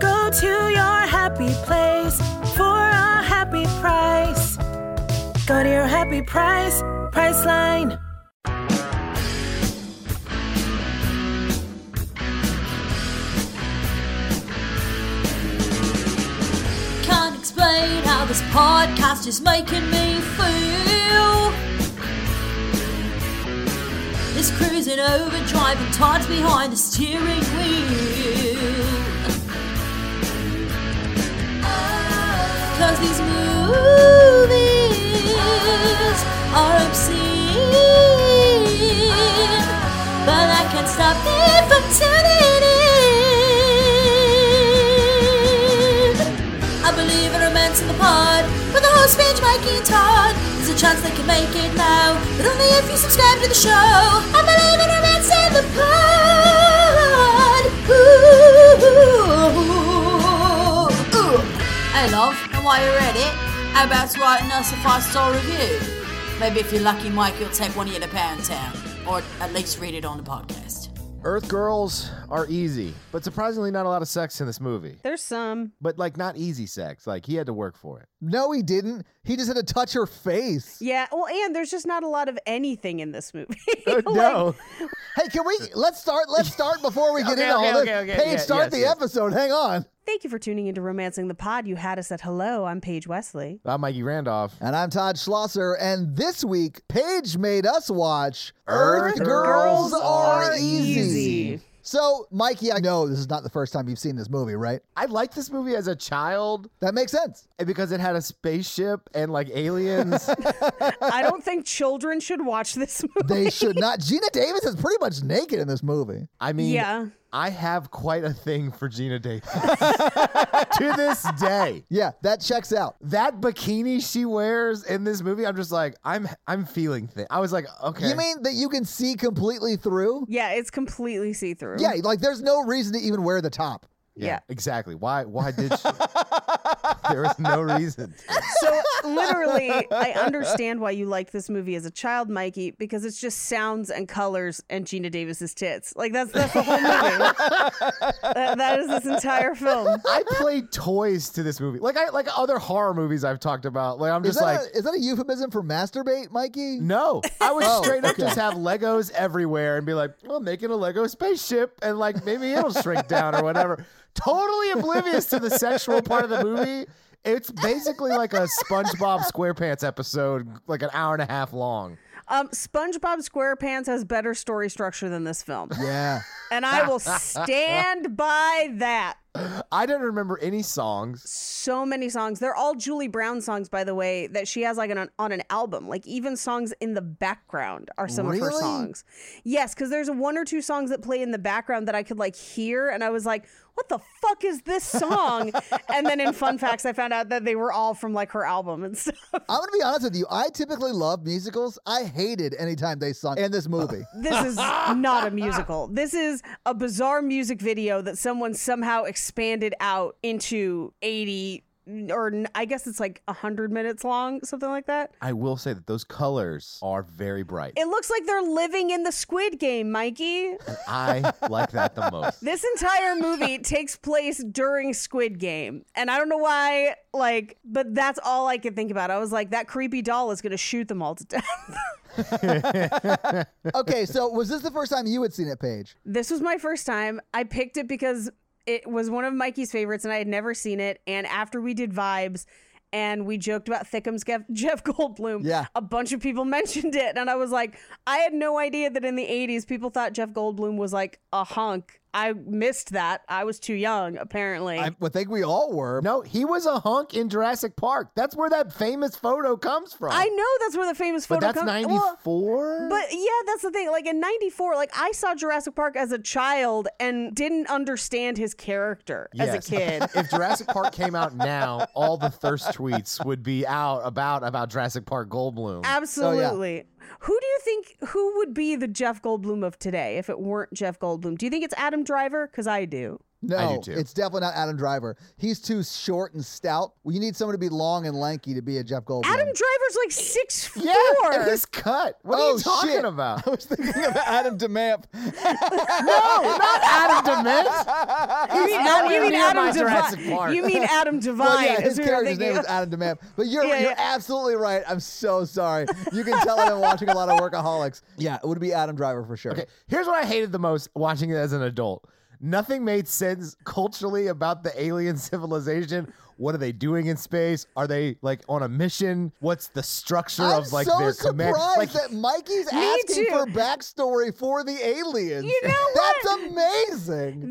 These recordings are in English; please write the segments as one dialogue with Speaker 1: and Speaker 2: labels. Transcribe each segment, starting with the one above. Speaker 1: Go to your happy place for a happy price. Go to your happy price, Priceline.
Speaker 2: Can't explain how this podcast is making me feel. It's cruising overdrive and tides behind the steering wheel. Cause these movies are obscene. But I can't stop me from tuning in. I believe in romance in the pod, but the host page Mikey and Todd. There's a chance they can make it now, but only if you subscribe to the show. I believe in romance in the pod. Ooh, ooh. Hey love, and while you're at it, how about writing us a five-star review? Maybe if you're lucky, Mike, you'll take one of you to Pound Town, or at least read it on the podcast.
Speaker 3: Earth girls are easy, but surprisingly, not a lot of sex in this movie.
Speaker 4: There's some.
Speaker 3: But like, not easy sex. Like he had to work for it.
Speaker 5: No, he didn't. He just had to touch her face.
Speaker 4: Yeah. Well, and there's just not a lot of anything in this movie. Like,
Speaker 3: no,
Speaker 5: Hey, can we let's start? Let's start before we get
Speaker 3: Okay,
Speaker 5: into
Speaker 3: okay,
Speaker 5: all this.
Speaker 3: okay, okay.
Speaker 5: Paige,
Speaker 3: Yeah,
Speaker 5: start
Speaker 3: yes,
Speaker 5: the
Speaker 3: yes.
Speaker 5: episode. Hang on.
Speaker 4: Thank you for tuning into Romancing the Pod. You had us at hello. I'm Paige Wesley.
Speaker 3: I'm Mikey Randolph.
Speaker 5: And I'm Todd Schlosser, and this week Paige made us watch
Speaker 3: Earth Girls Are Easy.
Speaker 5: So, Mikey, I know this is not the first time you've seen this movie, right?
Speaker 3: I liked this movie as a child
Speaker 5: That makes sense.
Speaker 3: because it had a spaceship and like aliens.
Speaker 4: I don't think children should watch this movie.
Speaker 5: They should not. Gina Davis is pretty much naked in this movie.
Speaker 3: I mean,
Speaker 4: Yeah.
Speaker 3: I have quite a thing for Gina Davis to this day.
Speaker 5: Yeah, that checks out.
Speaker 3: That bikini she wears in this movie, I'm just like, I'm I'm feeling things. I was like, okay. Mm-hmm.
Speaker 5: You mean that you can see completely through?
Speaker 4: yeah, it's completely see through.
Speaker 5: Yeah, like there's no reason to even wear the top.
Speaker 4: yeah.
Speaker 3: exactly. Why why did she? there was no reason. to.
Speaker 4: So literally, I understand why you liked this movie as a child, Mikey, because it's just sounds and colors and Gina Davis's tits. Like that's that's the whole movie. That- that is this entire film.
Speaker 3: I play toys to this movie. Like I like other horror movies I've talked about. Like I'm
Speaker 5: Is
Speaker 3: just like
Speaker 5: that, a, is that a euphemism for masturbate, Mikey?
Speaker 3: No, I would
Speaker 5: Oh,
Speaker 3: straight up
Speaker 5: okay.
Speaker 3: just have Legos everywhere and be like, "Well, making a Lego spaceship, and like maybe it'll shrink down or whatever." Totally oblivious to the sexual part of the movie. It's basically like a SpongeBob SquarePants episode, like an hour and a half long.
Speaker 4: Um, SpongeBob SquarePants has better story structure than this film,
Speaker 5: Yeah.
Speaker 4: and I will stand by that.
Speaker 3: I didn't remember any songs.
Speaker 4: so many songs. They're all Julie Brown songs, by the way, that she has like an, on an album. Like even songs in the background are some of her
Speaker 5: Really?
Speaker 4: songs. Yes, because there's one or two songs that play in the background that I could like hear, and I was like, "What the fuck is this song?" and then in fun facts, I found out that they were all from like her album and stuff.
Speaker 5: I'm gonna be honest with you. I typically love musicals. I hated anytime they sung in this movie.
Speaker 4: This is not a musical. This is a bizarre music video that someone somehow expanded out into 80 or I guess it's like 100 minutes long, something like that.
Speaker 3: I will say that those colors are very bright.
Speaker 4: It looks like they're living in the Squid Game, Mikey.
Speaker 3: I like that the most.
Speaker 4: This entire movie takes place during Squid Game. And I don't know why, like, but that's all I could think about. I was like, that creepy doll is going to shoot them all to death.
Speaker 5: okay, so was this the first time you had seen it, Paige?
Speaker 4: this was my first time. I picked it because it was one of Mikey's favorites and I had never seen it. And after we did Vibes, and we joked about Thickums Gev- Jeff Goldblum.
Speaker 5: Yeah.
Speaker 4: A bunch of people mentioned it. And I was like, I had no idea that in the 80s people thought Jeff Goldblum was like a hunk. I missed that. I was too young, apparently.
Speaker 5: I would think we all were.
Speaker 6: No, he was a hunk in Jurassic Park. That's where that famous photo comes from.
Speaker 4: I know that's where the famous
Speaker 6: but
Speaker 4: photo
Speaker 6: that's
Speaker 4: comes- well,
Speaker 6: ninety four.
Speaker 4: But yeah, that's the thing. Like in 94, like I saw Jurassic Park as a child and didn't understand his character as a kid.
Speaker 6: if Jurassic Park came out now, all the thirst tweets would be out about about Jurassic Park Goldblum.
Speaker 4: Absolutely. Who do you think who would be the Jeff Goldblum of today if it weren't Jeff Goldblum? Do you think it's Adam Driver? Because I do.
Speaker 5: No,
Speaker 6: I do too.
Speaker 5: it's definitely not Adam Driver. He's too short and stout. You need someone to be long and lanky to be a Jeff Goldblum.
Speaker 4: Adam Driver's like six four.
Speaker 6: yeah, and his cut. What are
Speaker 5: Oh,
Speaker 6: you talking
Speaker 5: shit.
Speaker 6: about?
Speaker 5: I was thinking of Adam DeMamp.
Speaker 6: no, not Adam DeMint.
Speaker 4: you mean, Adam, you
Speaker 6: nowhere
Speaker 4: mean
Speaker 6: near my
Speaker 4: Adam
Speaker 6: Jurassic
Speaker 4: Devine?
Speaker 6: Park.
Speaker 4: You mean Adam Devine?
Speaker 5: Well, yeah,
Speaker 4: is
Speaker 5: his
Speaker 4: who you're
Speaker 5: character's name
Speaker 4: thinking
Speaker 5: was
Speaker 4: of.
Speaker 5: Adam DeMamp. But you're,
Speaker 4: Yeah,
Speaker 5: you're
Speaker 4: yeah.
Speaker 5: absolutely right. I'm so sorry. You can tell I'm watching a lot of workaholics. Yeah, it would be Adam Driver for sure.
Speaker 6: Okay, here's what I hated the most watching it as an adult. Nothing made sense culturally about the alien civilization. What are they doing in space? Are they like on a mission? What's the structure
Speaker 5: I'm
Speaker 6: of like
Speaker 5: so
Speaker 6: their command?
Speaker 5: surprised
Speaker 6: Like,
Speaker 5: that Mikey's
Speaker 4: Me
Speaker 5: asking
Speaker 4: too.
Speaker 5: for backstory for the aliens.
Speaker 4: You know
Speaker 5: That's amazing.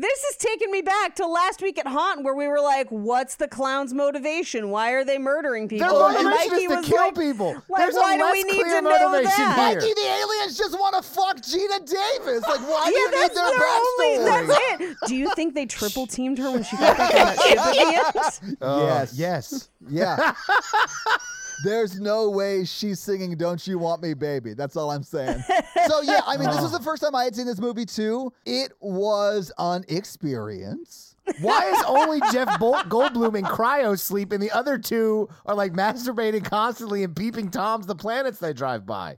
Speaker 4: This is taking me back to last week at Haunt, where we were like, "What's the clown's motivation? Why are they murdering people?"
Speaker 6: their
Speaker 4: And
Speaker 6: motivation
Speaker 4: Mikey
Speaker 6: is to
Speaker 4: was
Speaker 6: kill
Speaker 4: like-
Speaker 6: people.
Speaker 4: like,
Speaker 6: There's
Speaker 4: why
Speaker 6: a
Speaker 4: do
Speaker 6: less
Speaker 4: we need
Speaker 6: clear
Speaker 4: to know
Speaker 6: motivation
Speaker 4: that?
Speaker 6: here.
Speaker 5: Mikey, the aliens just want to fuck Gina Davis. Like, why do
Speaker 4: yeah,
Speaker 5: you need
Speaker 4: that's
Speaker 5: their
Speaker 4: their
Speaker 5: backstory?
Speaker 4: only. That's it. Do you think they triple teamed her when she got back on that ship at the end?
Speaker 6: Uh,
Speaker 5: Yes.
Speaker 6: yes.
Speaker 5: Yeah. There's no way she's singing "Don't You Want Me, Baby." That's all I'm saying. So yeah, I mean, this
Speaker 4: Oh.
Speaker 5: was the first time I had seen this movie too. It was an experience.
Speaker 6: Why is only Jeff Bolt Goldblum in cryo sleep and the other two are like masturbating constantly and peeping toms the planets they drive by?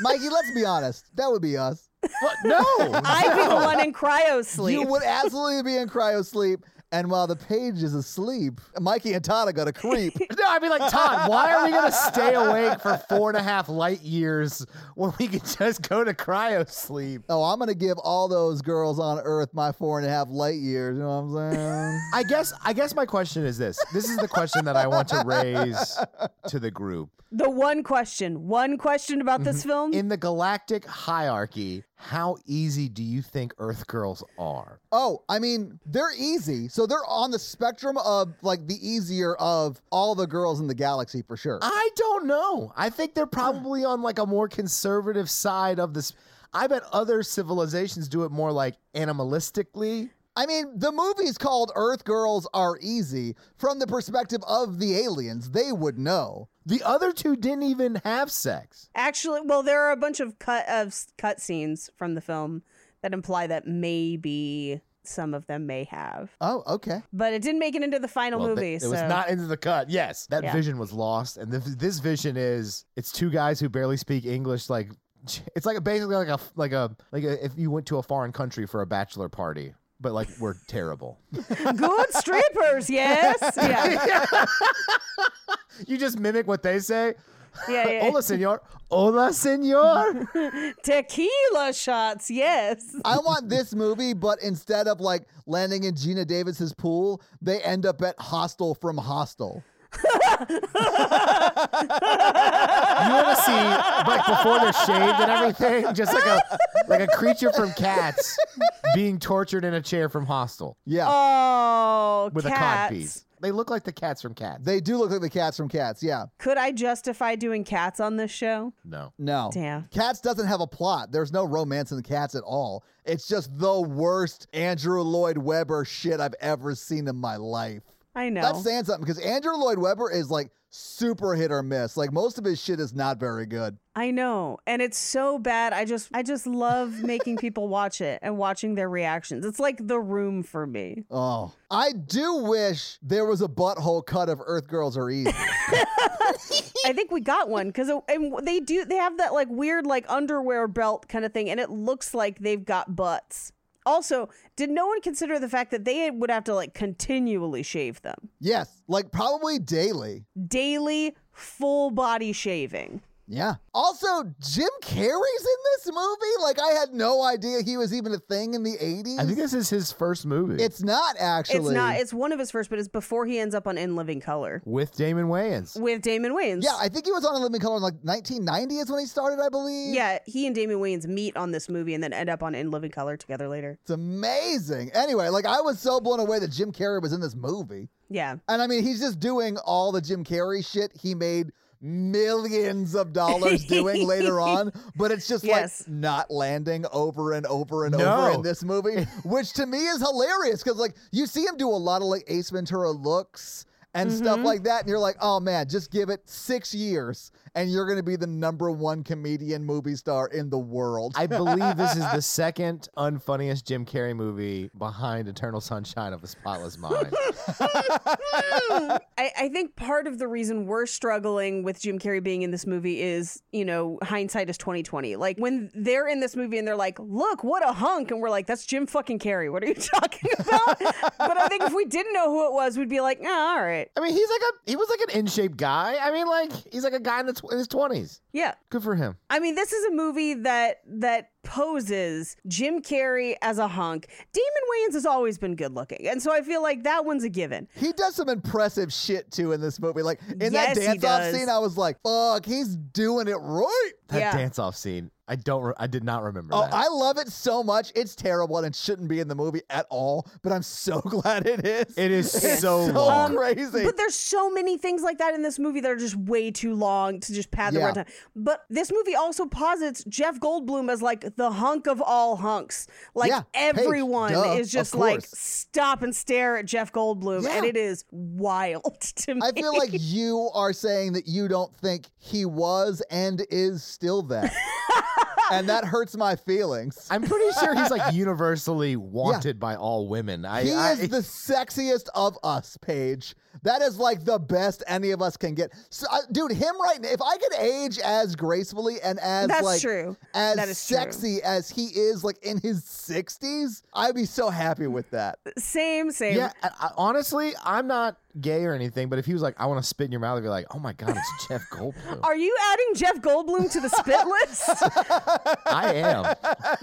Speaker 5: Mikey, let's be honest. That would be us.
Speaker 6: What? No.
Speaker 4: I'd be the one in cryo sleep.
Speaker 5: You would absolutely be in cryo sleep. And while the page is asleep, Mikey and Todd are gonna creep.
Speaker 6: No, I'd be like, Todd, why are we going to stay awake for four and a half light years when we can just go to cryo sleep?
Speaker 5: Oh, I'm gonna give all those girls on Earth my four and a half light years. You know what I'm saying?
Speaker 6: I guess I guess my question is this. This is the question that I want to raise to the group.
Speaker 4: the one question, one question about this film.
Speaker 6: In the galactic hierarchy, how easy do you think Earth girls are?
Speaker 5: Oh, I mean, they're easy. So they're on the spectrum of like the easier of all the girls in the galaxy for sure.
Speaker 6: I don't know. I think they're probably on like a more conservative side of this. I bet other civilizations do it more like animalistically.
Speaker 5: I mean, the movie's called Earth Girls Are Easy. From the perspective of the aliens, they would know.
Speaker 6: The other two didn't even have sex.
Speaker 4: Actually, well, there are a bunch of cut of s- cut scenes from the film that imply that maybe some of them may have,
Speaker 5: Oh, okay.
Speaker 4: but it didn't make it into the final
Speaker 6: Well,
Speaker 4: movie.
Speaker 6: th-
Speaker 4: so
Speaker 6: It was not into the cut. Yes, that
Speaker 4: Yeah.
Speaker 6: vision was lost, and this, this vision is it's two guys who barely speak English. Like it's like a, basically like a like a like a, if you went to a foreign country for a bachelor party, but like we're terrible.
Speaker 4: good strippers. Yes, yeah,
Speaker 6: You just mimic what they say.
Speaker 4: yeah, yeah.
Speaker 6: Hola, senor. Hola, senor.
Speaker 4: Tequila shots. Yes,
Speaker 5: I want this movie, but instead of like landing in Gina Davis's pool, they end up at Hostel from Hostel.
Speaker 6: You want to see like before they're shaved and everything, just like a like a creature from Cats being tortured in a chair from Hostel
Speaker 5: Yeah.
Speaker 4: oh,
Speaker 6: with
Speaker 4: cats.
Speaker 6: a codpiece. They look like the cats from Cats.
Speaker 5: they do look like the cats from Cats. Yeah.
Speaker 4: Could I justify doing cats on this show?
Speaker 6: No.
Speaker 5: No.
Speaker 4: Damn.
Speaker 5: Cats doesn't have a plot. There's no romance in the Cats at all. It's just the worst Andrew Lloyd Webber shit I've ever seen in my life.
Speaker 4: I know.
Speaker 5: That's saying something because Andrew Lloyd Webber is like super hit or miss. Like most of his shit is not very good.
Speaker 4: I know. And it's so bad. I just I just love making people watch it and watching their reactions. It's like the room for me.
Speaker 5: Oh, I do wish there was a butthole cut of Earth Girls Are Easy.
Speaker 4: I think we got one cuz and they do they have that like weird like underwear belt kind of thing and it looks like they've got butts. Also, did no one consider the fact that they would have to like continually shave them?
Speaker 5: yes, like probably daily.
Speaker 4: Daily full body shaving.
Speaker 5: Yeah. Also, Jim Carrey's in this movie. Like, I had no idea he was even a thing in the 80s.
Speaker 6: I think this is his first movie.
Speaker 5: it's not actually.
Speaker 4: It's not. It's one of his first, but it's before he ends up on In Living Color
Speaker 6: with Damon Wayans.
Speaker 4: with Damon Wayans.
Speaker 5: yeah, I think he was on a Living Color in like 1990 is when he started, I believe.
Speaker 4: yeah. He and Damon Wayans meet on this movie and then end up on In Living Color together later.
Speaker 5: It's amazing. Anyway, like, I was so blown away that Jim Carrey was in this movie.
Speaker 4: Yeah.
Speaker 5: And I mean, he's just doing all the Jim Carrey shit he made millions of dollars doing later on, but it's just
Speaker 4: Yes.
Speaker 5: like not landing over and over and
Speaker 6: No.
Speaker 5: over in this movie, which to me is hilarious because like you see him do a lot of like Ace Ventura looks and stuff
Speaker 4: Mm-hmm.
Speaker 5: like that and you're like, "Oh man, just give it 6 years and you're going to be the number 1 comedian movie star in the world."
Speaker 6: I believe this is the second unfunniest Jim Carrey movie behind Eternal Sunshine of the Spotless Mind.
Speaker 4: Um, I, I think part of the reason we're struggling with Jim Carrey being in this movie is, you know, hindsight is twenty twenty. Like when they're in this movie and they're like, "Look, what a hunk," and we're like, "That's Jim fucking Carrey. What are you talking about?" but I think if we didn't know who it was, we'd be like, "Ah, all right,
Speaker 6: I mean, he's like a he was like an in shape guy. I mean, like he's like a guy in, the tw- in his twenties.
Speaker 4: yeah."
Speaker 6: Good for him.
Speaker 4: I mean, this is a movie that that poses Jim Carrey as a hunk. Damon Wayans has always been good looking, and so I feel like that one's a given.
Speaker 5: He does some impressive shit too in this movie. Like in
Speaker 4: Yes,
Speaker 5: that
Speaker 4: he
Speaker 5: dance off
Speaker 4: does.
Speaker 5: scene, I was like, "Fuck, he's doing it right."
Speaker 6: That
Speaker 4: Yeah.
Speaker 6: dance off scene, I don't, re- I did not remember.
Speaker 5: Oh,
Speaker 6: that.
Speaker 5: I love it so much. It's terrible and it shouldn't be in the movie at all, but I'm so glad it is.
Speaker 6: It is
Speaker 5: It's
Speaker 6: so long.
Speaker 5: crazy.
Speaker 4: But there's so many things like that in this movie that are just way too long to just pad the
Speaker 5: Yeah.
Speaker 4: runtime. But this movie also posits Jeff Goldblum as like the hunk of all hunks. Like
Speaker 5: Yeah, hey,
Speaker 4: everyone
Speaker 5: duh,
Speaker 4: is
Speaker 5: of
Speaker 4: just like
Speaker 5: course.
Speaker 4: stop and stare at Jeff Goldblum,
Speaker 5: Yeah.
Speaker 4: and it is wild to me.
Speaker 5: I feel like you are saying that you don't think he was and is still that. and that hurts my feelings.
Speaker 6: I'm pretty sure he's like universally wanted by all women. I,
Speaker 5: He
Speaker 6: I-
Speaker 5: is the sexiest of us, Paige. That is like the best any of us can get. So, uh, dude, him right now, if I could age as gracefully and as
Speaker 4: That's
Speaker 5: like
Speaker 4: true.
Speaker 5: as
Speaker 4: That is true.
Speaker 5: sexy as he is like in his 60s, I'd be so happy with that.
Speaker 4: same, same.
Speaker 6: yeah. I, I- honestly, I'm not gay or anything, but if he was like, I want to spit in your mouth, I'd be like, oh my god, it's Jeff Goldblum.
Speaker 4: Are you adding Jeff Goldblum to the spit list?
Speaker 6: I am.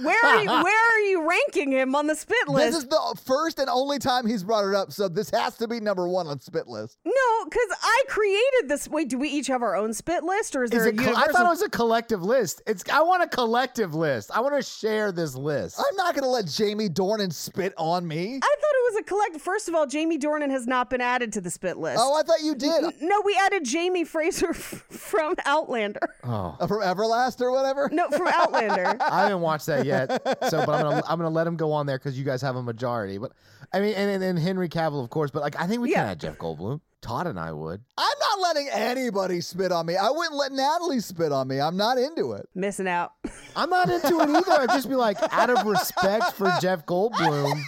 Speaker 4: Where are you, where are you ranking him on the spit list?
Speaker 5: This is the first and only time he's brought it up, so this has to be number one on spit list.
Speaker 4: no, because I created this. Wait, do we each have our own spit list, or is,
Speaker 6: Is
Speaker 4: there a
Speaker 6: it col- I
Speaker 4: universal?
Speaker 6: thought it was a collective list. It's I want a collective list. I want to share this list.
Speaker 5: I'm not gonna let Jamie Dornan spit on me.
Speaker 4: I thought it was a collect. First of all, Jamie Dornan has not been added to the spit list.
Speaker 5: oh, I thought you did
Speaker 4: no, we added Jamie Fraser f- from Outlander.
Speaker 5: Uh, from Everlast or whatever.
Speaker 4: No, from Outlander.
Speaker 6: I haven't watched that yet, so but I'm gonna I'm gonna let him go on there because you guys have a majority. But I mean, and, and, and Henry Cavill, of course. But like, I think we
Speaker 4: Yeah.
Speaker 6: can add Jeff Goldblum. Todd and I would.
Speaker 5: I'm not letting anybody spit on me. I wouldn't let Natalie spit on me. I'm not into it.
Speaker 4: Missing out.
Speaker 6: I'm not into it either. I'd just be like, out of respect for Jeff Goldblum,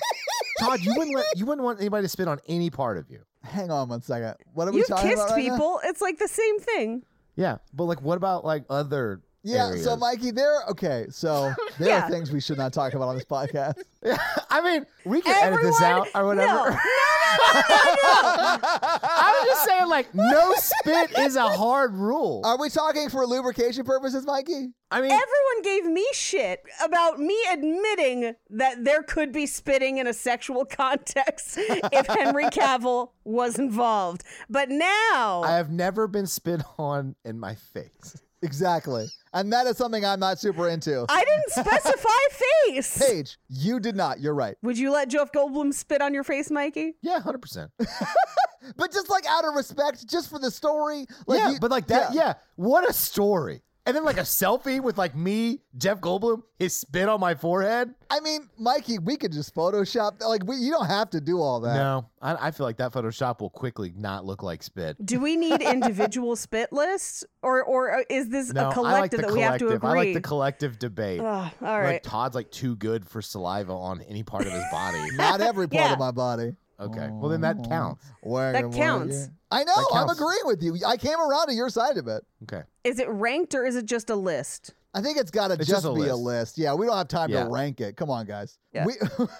Speaker 6: Todd, you wouldn't let, you wouldn't want anybody to spit on any part of you.
Speaker 5: Hang on one second. What are we
Speaker 4: You
Speaker 5: talking
Speaker 4: kissed
Speaker 5: about? right now?
Speaker 4: people. It's like the same thing.
Speaker 6: Yeah, but like, what about like other?
Speaker 5: Yeah, so
Speaker 6: areas?
Speaker 5: Mikey, there. Okay, so there
Speaker 4: Yeah.
Speaker 5: are things we should not talk about on this podcast.
Speaker 6: I mean, we can edit this
Speaker 4: Everyone-
Speaker 6: out or whatever.
Speaker 4: No, no,
Speaker 6: I was just saying, like, no spit is a hard rule.
Speaker 5: Are we talking for lubrication purposes, Mikey?
Speaker 6: I mean,
Speaker 4: Everyone gave me shit about me admitting that there could be spitting in a sexual context if Henry Cavill was involved. But now,
Speaker 6: I have never been spit on in my face.
Speaker 5: Exactly, and that is something I'm not super into.
Speaker 4: I didn't specify face.
Speaker 5: Paige, you did not. You're right.
Speaker 4: Would you let Jeff Goldblum spit on your face, Mikey?
Speaker 6: Yeah, hundred percent.
Speaker 5: But just like out of respect, just for the story. Like
Speaker 6: Yeah,
Speaker 5: you-
Speaker 6: but like that. Yeah. what a story. And then like a selfie with like me, Jeff Goldblum, his spit on my forehead.
Speaker 5: I mean, Mikey, we could just Photoshop. Like we, you don't have to do all that.
Speaker 6: No, I, I feel like that Photoshop will quickly not look like spit.
Speaker 4: Do we need individual spit lists, or or uh, is this
Speaker 6: No,
Speaker 4: a
Speaker 6: I like the
Speaker 4: collective that we have to
Speaker 6: collective.
Speaker 4: agree?
Speaker 6: I like the collective debate.
Speaker 4: Ugh, all
Speaker 6: like
Speaker 4: right.
Speaker 6: Todd's like too good for saliva on any part of his body.
Speaker 5: Not every part
Speaker 4: Yeah.
Speaker 5: of my body.
Speaker 6: okay, well then that counts.
Speaker 5: Where
Speaker 4: That
Speaker 5: were
Speaker 4: counts.
Speaker 5: you? I know.
Speaker 6: That
Speaker 5: I'm
Speaker 6: counts.
Speaker 5: agreeing with you. I came around to your side of it.
Speaker 6: Okay,
Speaker 4: Is it ranked or is it just a list?
Speaker 5: I think it's got to
Speaker 6: It's
Speaker 5: just,
Speaker 6: just a
Speaker 5: be a list.
Speaker 6: list.
Speaker 5: Yeah, we don't have time
Speaker 6: Yeah.
Speaker 5: to rank it. Come on, guys.
Speaker 4: Yeah.
Speaker 5: We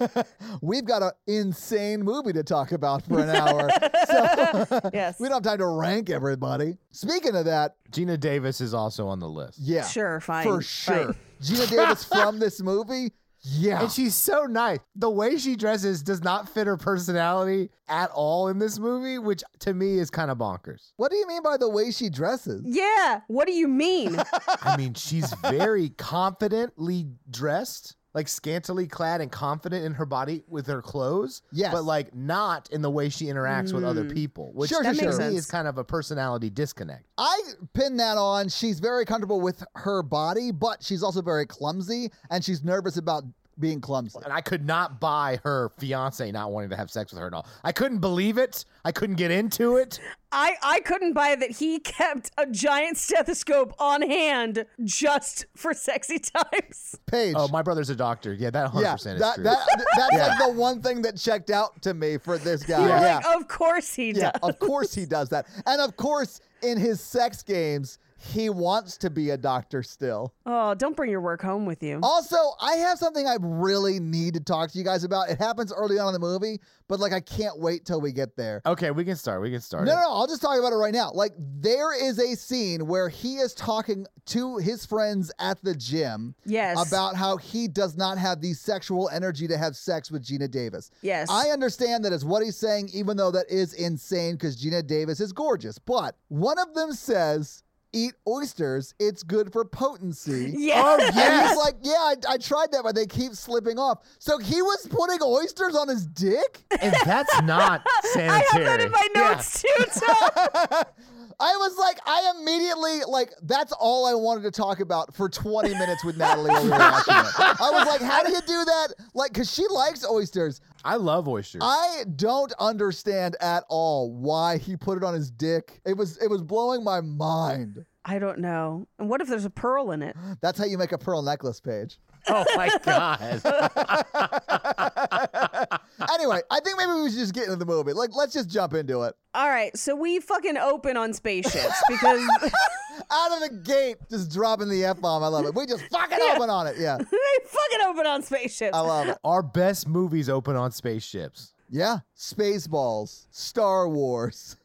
Speaker 5: we've got an insane movie to talk about for an hour, so
Speaker 4: Yes.
Speaker 5: we don't have time to rank everybody. Speaking of that,
Speaker 6: Gina Davis is also on the list.
Speaker 5: yeah,
Speaker 4: Sure, fine. fine.
Speaker 5: for sure. Gina Davis from this movie, yeah,
Speaker 6: And she's so nice. The way she dresses does not fit her personality at all in this movie, which to me is kind of bonkers.
Speaker 5: What do you mean by the way she dresses?
Speaker 4: Yeah. What do you mean?
Speaker 6: I mean, she's very confidently dressed, like scantily clad and confident in her body with her clothes.
Speaker 5: Yes.
Speaker 6: But like not in the way she interacts with other
Speaker 4: Mm.
Speaker 6: people, which
Speaker 5: Sure,
Speaker 6: to
Speaker 5: sure,
Speaker 4: sure.
Speaker 6: me is kind of a personality disconnect.
Speaker 5: I pin that on. She's very comfortable with her body, but she's also very clumsy and she's nervous about being clumsy.
Speaker 6: And I could not buy her fiance not wanting to have sex with her and all. I couldn't believe it. I couldn't get into it.
Speaker 4: I I couldn't buy that he kept a giant stethoscope on hand just for sexy times.
Speaker 5: Paige.
Speaker 6: Oh, my brother's a doctor. Yeah, that 100%
Speaker 5: yeah,
Speaker 6: is
Speaker 5: that, that,
Speaker 6: true.
Speaker 5: th- that's like the one thing that checked out to me for this guy.
Speaker 4: You were
Speaker 5: yeah,
Speaker 4: like, of course he
Speaker 5: yeah.
Speaker 4: does.
Speaker 5: Of course he does that, and of course in his sex games he wants to be a doctor still.
Speaker 4: Oh, don't bring your work home with you.
Speaker 5: Also, I have something I really need to talk to you guys about. It happens early on in the movie, but like I can't wait till we get there.
Speaker 6: okay, we can start. We can start.
Speaker 5: No,
Speaker 6: it.
Speaker 5: no, no, I'll just talk about it right now. Like, there is a scene where he is talking to his friends at the gym
Speaker 4: Yes.
Speaker 5: about how he does not have the sexual energy to have sex with Gina Davis.
Speaker 4: Yes.
Speaker 5: I understand that is what he's saying, even though that is insane because Gina Davis is gorgeous. But one of them says, Eat oysters, it's good for potency.
Speaker 4: Yes.
Speaker 6: Oh,
Speaker 5: And
Speaker 6: yes.
Speaker 5: he's like, yeah, I, I tried that, but they keep slipping off. So he was putting oysters on his dick?
Speaker 6: and that's not
Speaker 4: I
Speaker 6: sanitary.
Speaker 4: have that in my
Speaker 6: Yeah.
Speaker 4: notes too, Tom.
Speaker 5: I was like, I immediately like that's all I wanted to talk about for 20 minutes with Natalie while we were watching it. I was like, how do you do that? Like, cause she likes oysters.
Speaker 6: I love oysters.
Speaker 5: I don't understand at all why he put it on his dick. It was it was blowing my mind.
Speaker 4: I don't know. And what if there's a pearl in it?
Speaker 5: That's how you make a pearl necklace page.
Speaker 6: oh my god.
Speaker 5: Anyway, I think maybe we should just get into the movie. Like, let's just jump into it.
Speaker 4: All right, so we fucking open on spaceships because
Speaker 5: Out of the gate, just dropping the F bomb. I love it. We just fucking open on it. Yeah.
Speaker 4: they fucking open on spaceships.
Speaker 5: I love it.
Speaker 6: Our best movies open on spaceships.
Speaker 5: Yeah, Spaceballs, Star Wars,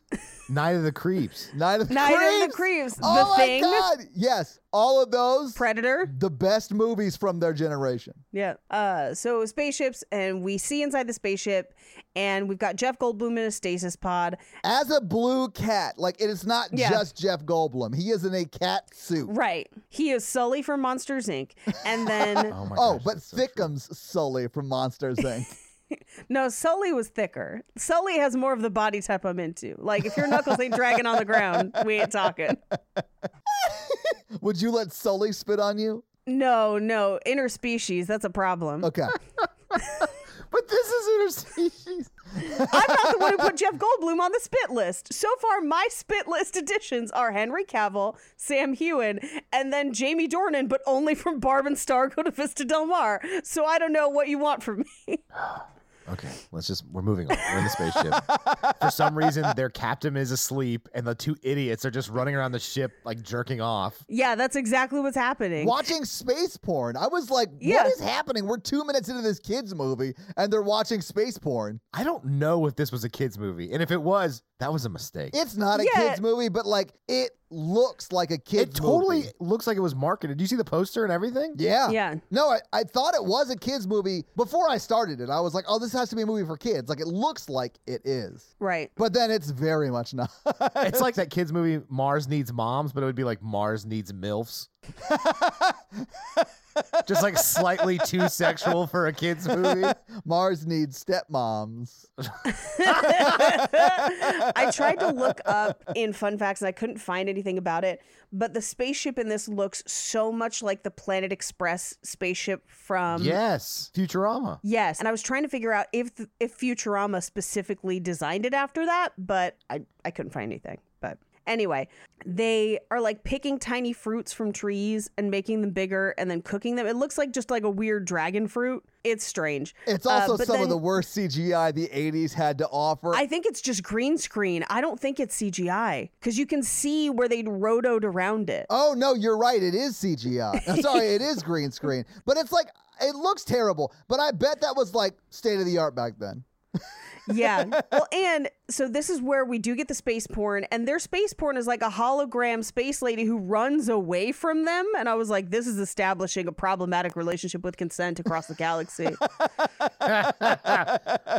Speaker 6: Night of the Creeps.
Speaker 5: Night of the
Speaker 4: Night
Speaker 5: Creeps.
Speaker 4: of the Creeps,
Speaker 5: Oh
Speaker 4: The
Speaker 5: my
Speaker 4: Thing,
Speaker 5: God! Yes, all of those.
Speaker 4: Predator.
Speaker 5: the best movies from their generation.
Speaker 4: Yeah. Uh, so spaceships, and we see inside the spaceship, and we've got Jeff Goldblum in a stasis pod.
Speaker 5: As a blue cat, like it is not
Speaker 4: Yeah.
Speaker 5: just Jeff Goldblum. He is in a cat suit.
Speaker 4: Right. He is Sully from Monsters Inc. And then
Speaker 6: Oh my
Speaker 5: Oh,
Speaker 6: gosh,
Speaker 5: but
Speaker 6: that's so
Speaker 5: Thickums Sully from Monsters Inc.
Speaker 4: no, Sully was thicker. Sully has more of the body type I'm into. Like if your knuckles ain't dragging on the ground, we ain't talking.
Speaker 5: Would you let Sully spit on you?
Speaker 4: No, no, interspecies. That's a problem.
Speaker 5: Okay.
Speaker 6: true. But this is interspecies.
Speaker 4: I'm not the one who put Jeff Goldblum on the spit list. So far, my spit list additions are Henry Cavill, Sam Hewen, and then Jamie Dornan, but only from Barb and Star Go to Vista Del Mar. So I don't know what you want from me.
Speaker 6: Okay, let's just we're moving on. We're in the spaceship. For some reason, their captain is asleep, and the two idiots are just running around the ship like jerking off.
Speaker 4: yeah, that's exactly what's happening.
Speaker 5: watching space porn. I was like,
Speaker 4: Yeah.
Speaker 5: what is happening? We're two minutes into this kids movie and they're watching space porn.
Speaker 6: I don't know if this was a kids movie, and if it was, that was a mistake.
Speaker 5: It's not a
Speaker 4: Yeah.
Speaker 5: kids movie, but like it looks like a kids.
Speaker 6: It totally
Speaker 5: movie.
Speaker 6: looks like it was marketed. Do you see the poster and everything?
Speaker 5: Yeah.
Speaker 4: Yeah.
Speaker 5: No, I, I thought it was a kids movie before I started it. I was like, oh, this has to be a movie for kids. Like it looks like it is,
Speaker 4: Right.
Speaker 5: but then it's very much not.
Speaker 6: It's like that kids movie Mars Needs Moms, but it would be like Mars Needs MILFs. Just like slightly too sexual for a kids movie.
Speaker 5: Um, Mars needs stepmoms.
Speaker 4: I tried to look up in fun facts and I couldn't find anything about it, but the spaceship in this looks so much like the Planet Express spaceship from
Speaker 6: yes, Futurama.
Speaker 4: Yes, and I was trying to figure out if if Futurama specifically designed it after that, but I I couldn't find anything. But Anyway, they are like picking tiny fruits from trees and making them bigger and then cooking them. It looks like just like a weird dragon fruit. It's strange.
Speaker 5: It's
Speaker 4: Uh,
Speaker 5: also
Speaker 4: but
Speaker 5: some of
Speaker 4: then-
Speaker 5: the worst CGI the 80s had to offer.
Speaker 4: I think it's just green screen. I don't think it's CGI because you can see where they rotoed around it.
Speaker 5: Oh no, you're right. It is CGI. I'm sorry, it is green screen. But it's like it looks terrible. But I bet that was like state of the art back then.
Speaker 4: Yeah. Well, and so this is where we do get the space porn, and their space porn is like a hologram space lady who runs away from them. And I was like, this is establishing a problematic relationship with consent across the galaxy.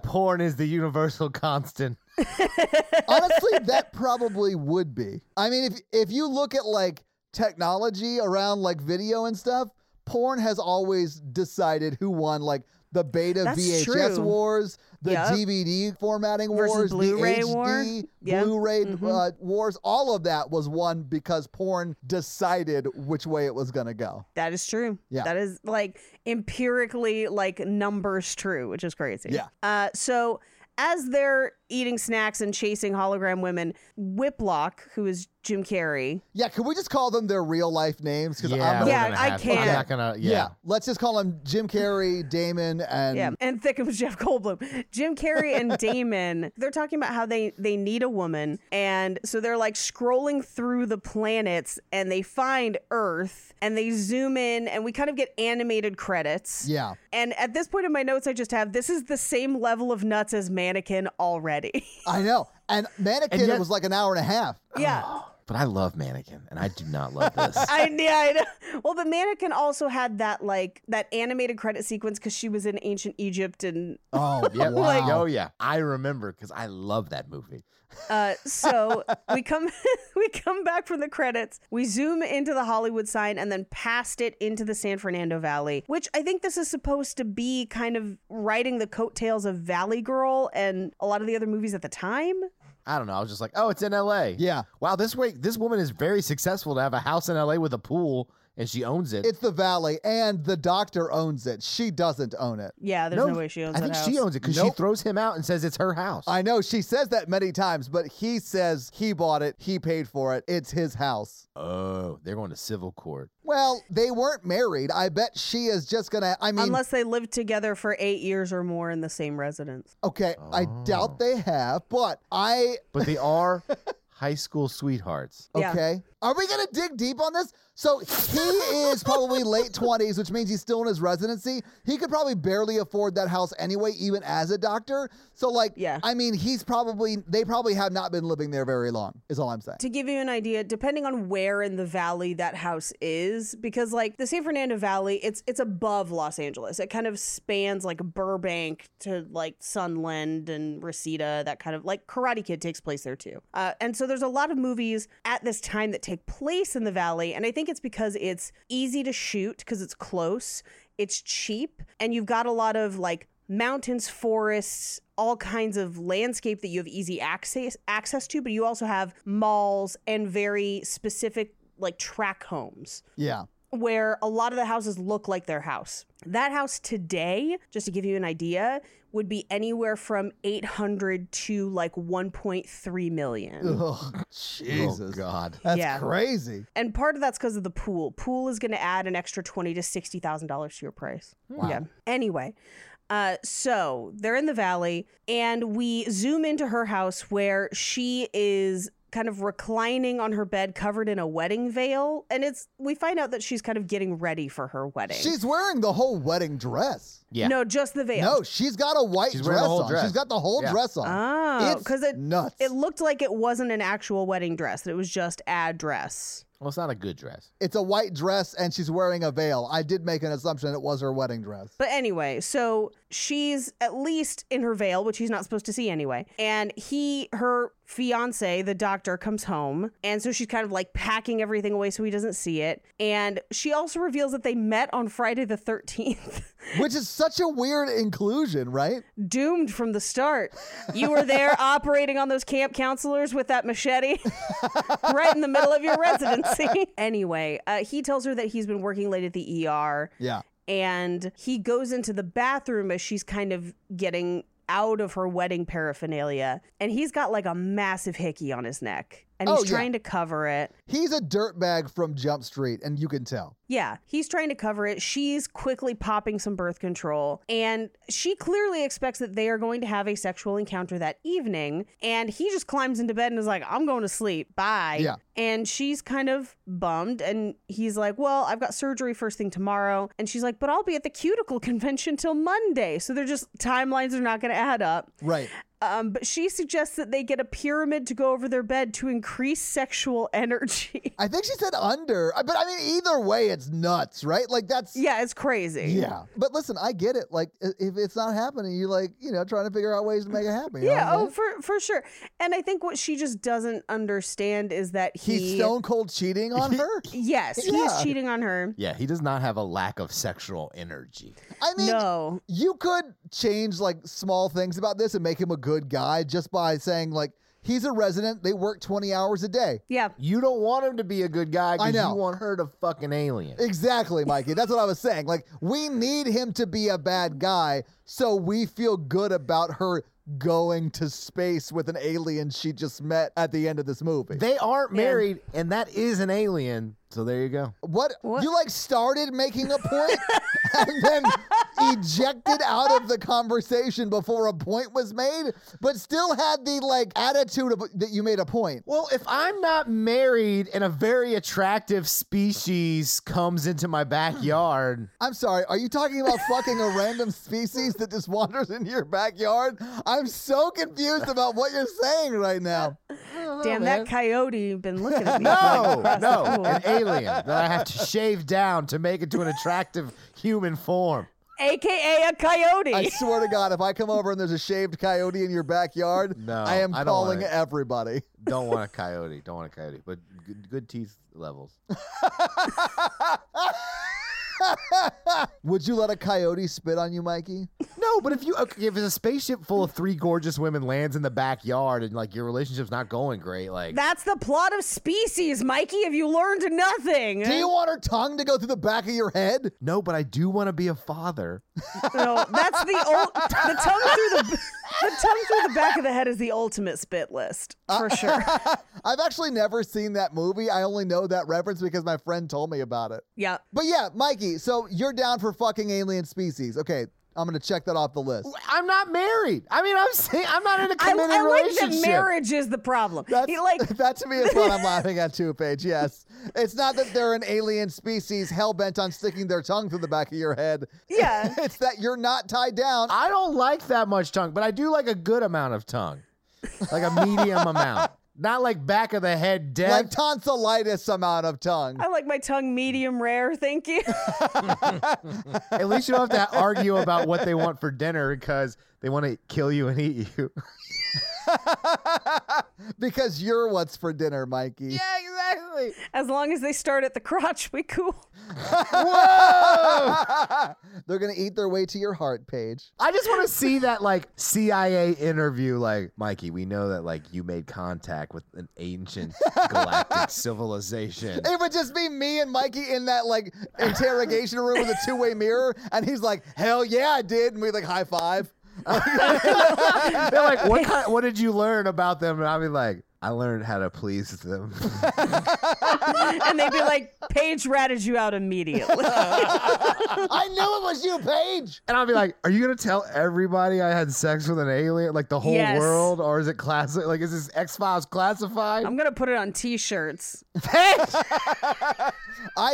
Speaker 6: Porn is the universal constant.
Speaker 5: Honestly, that probably would be. I mean, if if you look at like technology around like video and stuff, porn has always decided who won like the beta
Speaker 4: That's
Speaker 5: VHS
Speaker 4: true.
Speaker 5: wars, the
Speaker 4: Yep.
Speaker 5: DVD formatting
Speaker 4: Versus
Speaker 5: wars,
Speaker 4: Blu-ray
Speaker 5: the HD
Speaker 4: war. Yeah.
Speaker 5: Blu-ray
Speaker 4: Mhm.
Speaker 5: uh, wars. All of that was won because porn decided which way it was gonna go.
Speaker 4: that is true.
Speaker 5: Yeah.
Speaker 4: That is like empirically, like numbers true, which is crazy.
Speaker 5: Yeah.
Speaker 4: Uh, so as they're eating snacks and chasing hologram women, Whiplock, who is Jim Carrey,
Speaker 5: Yeah, can we just call them their real life names? Because I'm
Speaker 6: we're
Speaker 5: gonna-
Speaker 4: Yeah,
Speaker 6: gonna
Speaker 4: I
Speaker 6: have-
Speaker 4: can't.
Speaker 6: I'm not gonna.
Speaker 5: yeah.
Speaker 6: Yeah.
Speaker 5: Let's just call them Jim Carrey, Damon, and
Speaker 4: yeah, and thick with Jeff Goldblum, Jim Carrey, and Damon. They're talking about how they they need a woman, and so they're like scrolling through the planets, and they find Earth, and they zoom in, and we kind of get animated credits.
Speaker 5: yeah.
Speaker 4: And at this point in my notes, I just have this is the same level of nuts as Mannequin already.
Speaker 5: I know. And Mannequin
Speaker 6: And yet-
Speaker 5: it was like an hour and a half.
Speaker 4: yeah.
Speaker 6: But I love mannequin, and I do not love this.
Speaker 4: I yeah, I know. Well, but Mannequin also had that like that animated credit sequence because she was in ancient Egypt and
Speaker 5: Oh,
Speaker 6: yeah.
Speaker 5: wow.
Speaker 6: oh yeah. I remember because I love that movie.
Speaker 4: Uh, so we come we come back from the credits. We zoom into the Hollywood sign and then past it into the San Fernando Valley, which I think this is supposed to be kind of riding the coattails of Valley Girl and a lot of the other movies at the time.
Speaker 6: I don't know. I was just like, oh, it's in L.A.
Speaker 5: Yeah.
Speaker 6: Wow. This way, this woman is very successful to have a house in L.A. with a pool, and she owns it.
Speaker 5: It's the valley, and the doctor owns it. She doesn't own it.
Speaker 4: Yeah, there's no, way she owns.
Speaker 6: I
Speaker 4: that
Speaker 6: think she
Speaker 4: house.
Speaker 6: owns it because
Speaker 5: Nope.
Speaker 6: she throws him out and says it's her house.
Speaker 5: I know she says that many times, but he says he bought it, he paid for it, it's his house.
Speaker 6: oh, they're going to civil court.
Speaker 5: Well, they weren't married. I bet she is just gonna. I mean,
Speaker 4: Unless they lived together for eight years or more in the same residence.
Speaker 5: okay, I
Speaker 6: Oh.
Speaker 5: doubt they have, but I
Speaker 6: But they are high school sweethearts. Oh,
Speaker 4: Yeah.
Speaker 5: Okay. Are we going to dig deep on this? So he is probably late 20s, which means he's still in his residency. He could probably barely afford that house anyway, even as a doctor. So, like,
Speaker 4: Yeah.
Speaker 5: I mean, he's probably, they probably have not been living there very long, is all I'm saying.
Speaker 4: To give you an idea, depending on where in the valley that house is, because like the San Fernando Valley, it's it's above Los Angeles. It kind of spans like Burbank to like Sunland and Reseda. That kind of like Karate Kid takes place there too. Uh, and so there's a lot of movies at this time that take place in the valley, and I think it's because it's easy to shoot because it's close, it's cheap, and you've got a lot of like mountains, forests, all kinds of landscape that you have easy access access to, but you also have malls and very specific like track homes
Speaker 5: Yeah.
Speaker 4: where a lot of the houses look like their house. That house today, just to give you an idea, would be anywhere from 800 to like 1.3 million.
Speaker 5: Ugh, Jesus.
Speaker 6: Oh God.
Speaker 5: That's
Speaker 4: Yeah.
Speaker 5: crazy.
Speaker 4: And part of that's because of the pool. Pool is going to add an extra twenty to sixty thousand dollars to your price.
Speaker 5: Hmm.
Speaker 4: Yeah. Anyway, uh, so they're in the valley, and we zoom into her house where she is kind of reclining on her bed, covered in a wedding veil, and it's we find out that she's kind of getting ready for her wedding.
Speaker 5: She's wearing the whole wedding dress.
Speaker 6: Yeah.
Speaker 4: No, just the veil.
Speaker 5: No, she's got a white
Speaker 6: She's
Speaker 5: dress
Speaker 6: wearing the whole
Speaker 5: on.
Speaker 6: dress.
Speaker 5: She's got the whole
Speaker 6: Yeah.
Speaker 5: dress on.
Speaker 4: Oh,
Speaker 5: It's
Speaker 4: because it
Speaker 5: nuts.
Speaker 4: it looked like it wasn't an actual wedding dress; that it was just a dress.
Speaker 6: Well, it's not a good dress.
Speaker 5: it's a white dress and she's wearing a veil. I did make an assumption it was her wedding dress.
Speaker 4: But anyway, so she's at least in her veil, which he's not supposed to see anyway. And he, her fiance, the doctor, comes home. And so she's kind of like packing everything away so he doesn't see it. And she also reveals that they met on Friday the 13th.
Speaker 5: Which is such a weird inclusion, right?
Speaker 4: Doomed from the start. You were there operating on those camp counselors with that machete right in the middle of your residency. anyway, uh, he tells her that he's been working late at the ER.
Speaker 5: Yeah.
Speaker 4: and he goes into the bathroom as she's kind of getting out of her wedding paraphernalia and he's got like a massive hickey on his neck and
Speaker 5: Oh,
Speaker 4: he's
Speaker 5: yeah.
Speaker 4: trying to cover it.
Speaker 5: He's a dirtbag from Jump Street, and you can tell.
Speaker 4: Yeah, he's trying to cover it. She's quickly popping some birth control, and she clearly expects that they are going to have a sexual encounter that evening. And he just climbs into bed and is like, I'm going to sleep. Bye.
Speaker 5: Yeah.
Speaker 4: And she's kind of bummed. And he's like, Well, I've got surgery first thing tomorrow. And she's like, But I'll be at the cuticle convention till Monday. So they're just timelines are not going to add up.
Speaker 5: Right.
Speaker 4: Um, but she suggests that they get a pyramid to go over their bed to increase sexual energy.
Speaker 5: I think she said under, I- but I mean, either way, it's nuts, right? Like, that's.
Speaker 4: yeah, it's crazy.
Speaker 5: Yeah. But listen, I get it. Like, i- if it's not happening, you like, you know, trying to figure out ways to make it happen. you know
Speaker 4: Yeah,
Speaker 5: what I
Speaker 4: oh,
Speaker 5: mean?
Speaker 4: for for sure. And I think what she just doesn't understand is that he,
Speaker 5: He's stone cold cheating on her.
Speaker 4: yes, he
Speaker 5: Yeah.
Speaker 4: is cheating on her.
Speaker 6: Yeah, he does not have a lack of sexual energy.
Speaker 5: I mean,
Speaker 4: No.
Speaker 5: you could change like small things about this and make him a good guy just by saying, like, he's a resident. They work 20 hours a day.
Speaker 4: Yeah.
Speaker 6: You don't want him to be a good guy
Speaker 5: I
Speaker 6: because
Speaker 5: know.
Speaker 6: you want her to fuck an alien.
Speaker 5: Exactly, Mikey. That's what I was saying. Like, we need him to be a bad guy so we feel good about her going to space with an alien she just met at the end of this movie.
Speaker 6: They aren't
Speaker 4: Yeah.
Speaker 6: married, and that is an alien. So there you go.
Speaker 5: what,
Speaker 4: What?
Speaker 5: You like started making a point and then ejected out of the conversation before a point was made, but still had the like attitude of that you made a point.
Speaker 6: Well, if I'm not married and a very attractive species comes into my backyard,
Speaker 5: I'm sorry. Are you talking about fucking a random species that just wanders into your backyard? I'm so confused about what you're saying right now.
Speaker 4: Damn that coyote been looking at me.
Speaker 6: no,
Speaker 4: Across the
Speaker 6: no,
Speaker 4: pool.
Speaker 6: an alien that I have to shave down to make it to an attractive human form.
Speaker 4: AKA a coyote.
Speaker 5: I swear to God, if I come over and there's a shaved coyote in your backyard,
Speaker 6: No,
Speaker 5: I am
Speaker 6: I don't
Speaker 5: calling
Speaker 6: want it.
Speaker 5: everybody.
Speaker 6: Don't want a coyote. Don't want a coyote, but good, good teeth levels.
Speaker 5: Would you let a coyote spit on you, Mikey?
Speaker 6: No, but if you okay, if it's a spaceship full of three gorgeous women lands in the backyard and like your relationship's not going great, like
Speaker 4: That's the plot of species, Mikey. Have you learned nothing?
Speaker 5: Do you want her tongue to go through the back of your head?
Speaker 6: no, but I do want to be a father.
Speaker 4: No, that's the old the tongue through the the tongue through the back of the head is the ultimate spit list for sure.
Speaker 5: I've actually never seen that movie. I only know that reference because my friend told me about it.
Speaker 4: Yeah.
Speaker 5: But yeah, Mikey, so you're down for fucking alien species. Okay, I'm going to check that off the list.
Speaker 6: I'm not married. I mean, I'm saying I'm not in a
Speaker 4: I,
Speaker 6: committed
Speaker 4: I like
Speaker 6: relationship.
Speaker 4: that marage is the problem.
Speaker 5: That's,
Speaker 4: He, like
Speaker 5: that to me is what I'm laughing at too, Paige. Yes. It's not that they're an alien species hell bent on sticking their tongue through the back of your head.
Speaker 4: Yeah.
Speaker 5: it's that you're not tied down.
Speaker 6: I don't like that much tongue, but I do like a good amount of tongue, like a medium amount, not like back of the head depth.
Speaker 5: like tonsillitis amount of tongue.
Speaker 4: I like my tongue medium rare, thank you.
Speaker 6: At least you don't have to argue about what they want for dinner because they want to kill you and eat you.
Speaker 5: because you're what's for dinner, Mikey.
Speaker 6: exactly.
Speaker 4: As long as they start at the crotch, we cool.
Speaker 5: They're going to eat their way to your heart, Paige.
Speaker 6: I just want to see that like CIA interview, like Mikey. We know that like you made contact with an ancient galactic civilization.
Speaker 5: It would just be me and Mikey in that like interrogation room with a two way mirror. And he's like, hell yeah, I did. And we like high five.
Speaker 6: They're like, what kind, What did you learn about them? And I'll be like, I learned how to please them.
Speaker 4: And they'd be like, Paige ratted you out immediately.
Speaker 5: I knew it was you, Paige.
Speaker 6: And I'll be like, "Are you gonna tell everybody I had sex with an alien, like the whole
Speaker 4: Yes.
Speaker 6: world, or is it classic? Like, is this X Files classified?"
Speaker 4: I'm gonna put it on t shirts.
Speaker 5: I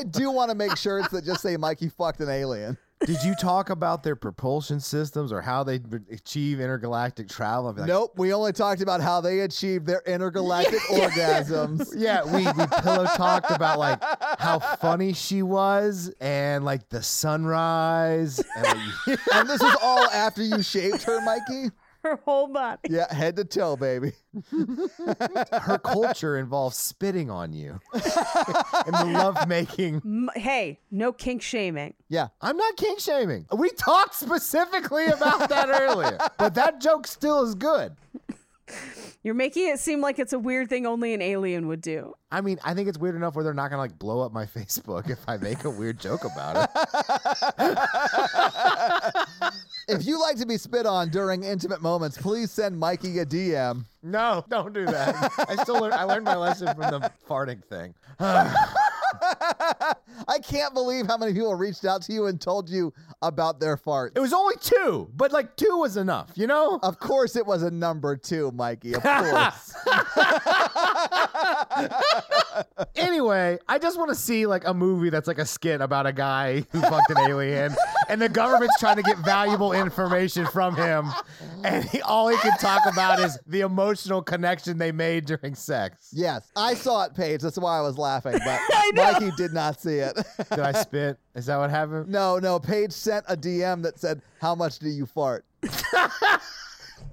Speaker 5: do want to make shirts that just say Mikey fucked an alien.
Speaker 6: Did you talk about their propulsion systems or how they b- achieve intergalactic travel? I'll be like,
Speaker 5: Nope, we only talked about how they achieved their intergalactic orgasms.
Speaker 6: Yeah, we, we pillow talked about like how funny she was and like the sunrise. And like,
Speaker 5: And this was all after you shaved her, Mikey.
Speaker 4: Her whole body.
Speaker 5: Yeah, head to toe, baby.
Speaker 6: her culture involves spitting on you and the love making.
Speaker 4: M- hey, no kink shaming.
Speaker 5: Yeah.
Speaker 6: I'm not king shaming. We talked specifically about that earlier, but that joke still is good.
Speaker 4: You're making it seem like it's a weird thing only an alien would do.
Speaker 6: I mean, I think it's weird enough where they're not gonna like blow up my Facebook if I make a weird joke about it.
Speaker 5: If you like to be spit on during intimate moments, please send Mikey a DM.
Speaker 6: No, don't do that. I still learned. I learned my lesson from the farting thing.
Speaker 5: I can't believe how many people reached out to you and told you about their farts.
Speaker 6: It was only two, but like two was enough, you know?
Speaker 5: Of course, it was a number two, Mikey. Of course.
Speaker 6: Anyway, I just want to see like a movie that's like a skit about a guy who fucked an alien and the government's trying to get valuable information from him. And he, all he can talk about is the emotional connection they made during sex.
Speaker 5: yes, I saw it, Paige. That's why I was laughing. But
Speaker 4: know.
Speaker 5: Mikey did not see it.
Speaker 6: Did I spit? Is that what happened?
Speaker 5: no, no. Paige sent a DM that said, "How much do you fart?"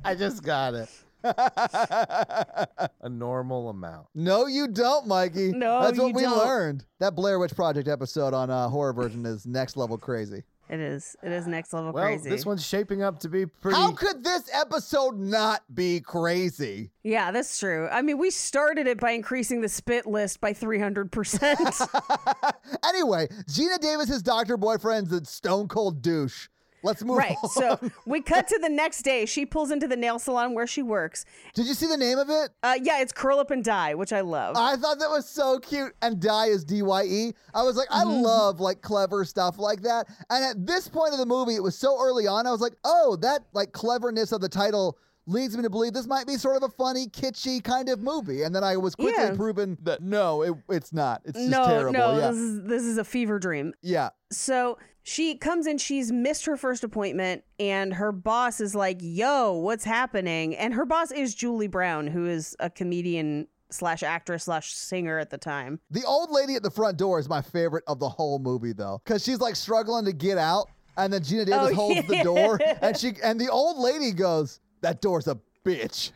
Speaker 6: I just got it. a normal amount.
Speaker 5: No, you don't, Mikey.
Speaker 4: No,
Speaker 5: that's what
Speaker 4: you
Speaker 5: we
Speaker 4: don't.
Speaker 5: learned. That Blair Witch Project episode on uh, Horror Version is next level crazy.
Speaker 4: It is. It is next level
Speaker 6: Well,
Speaker 4: crazy.
Speaker 6: this one's shaping up to be pretty.
Speaker 5: How could this episode not be crazy?
Speaker 4: Yeah, that's true. I mean, we started it by increasing the spit list by 300%.
Speaker 5: anyway, Gina Davis's doctor boyfriend's a stone cold douche. Let's move
Speaker 4: right.
Speaker 5: on.
Speaker 4: So we cut to the next day. She pulls into the nail salon where she works.
Speaker 5: Did you see the name of it?
Speaker 4: Uh, yeah, it's curl up and die, which I love.
Speaker 5: I thought that was so cute. And die is D Y E. I was like, I
Speaker 4: Mm-hmm.
Speaker 5: love like clever stuff like that. And at this point of the movie, it was so early on. I was like, oh, that like cleverness of the title leads me to believe this might be sort of a funny, kitschy kind of movie. And then I was quickly
Speaker 4: Yeah.
Speaker 5: proven that no, it, it's not. It's just
Speaker 4: no,
Speaker 5: terrible.
Speaker 4: no,
Speaker 5: yeah.
Speaker 4: this is this is a fever dream.
Speaker 5: yeah.
Speaker 4: So she comes in, she's missed her first appointment, and her boss is like, Yo, what's happening? And her boss is Julie Brown, who is a comedian slash actress slash singer at the time.
Speaker 5: The old lady at the front door is my favorite of the whole movie though, because she's like struggling to get out, and then Gina Davis
Speaker 4: Oh,
Speaker 5: holds the
Speaker 4: yeah.
Speaker 5: door, and she and the old lady goes, "That door's a bitch."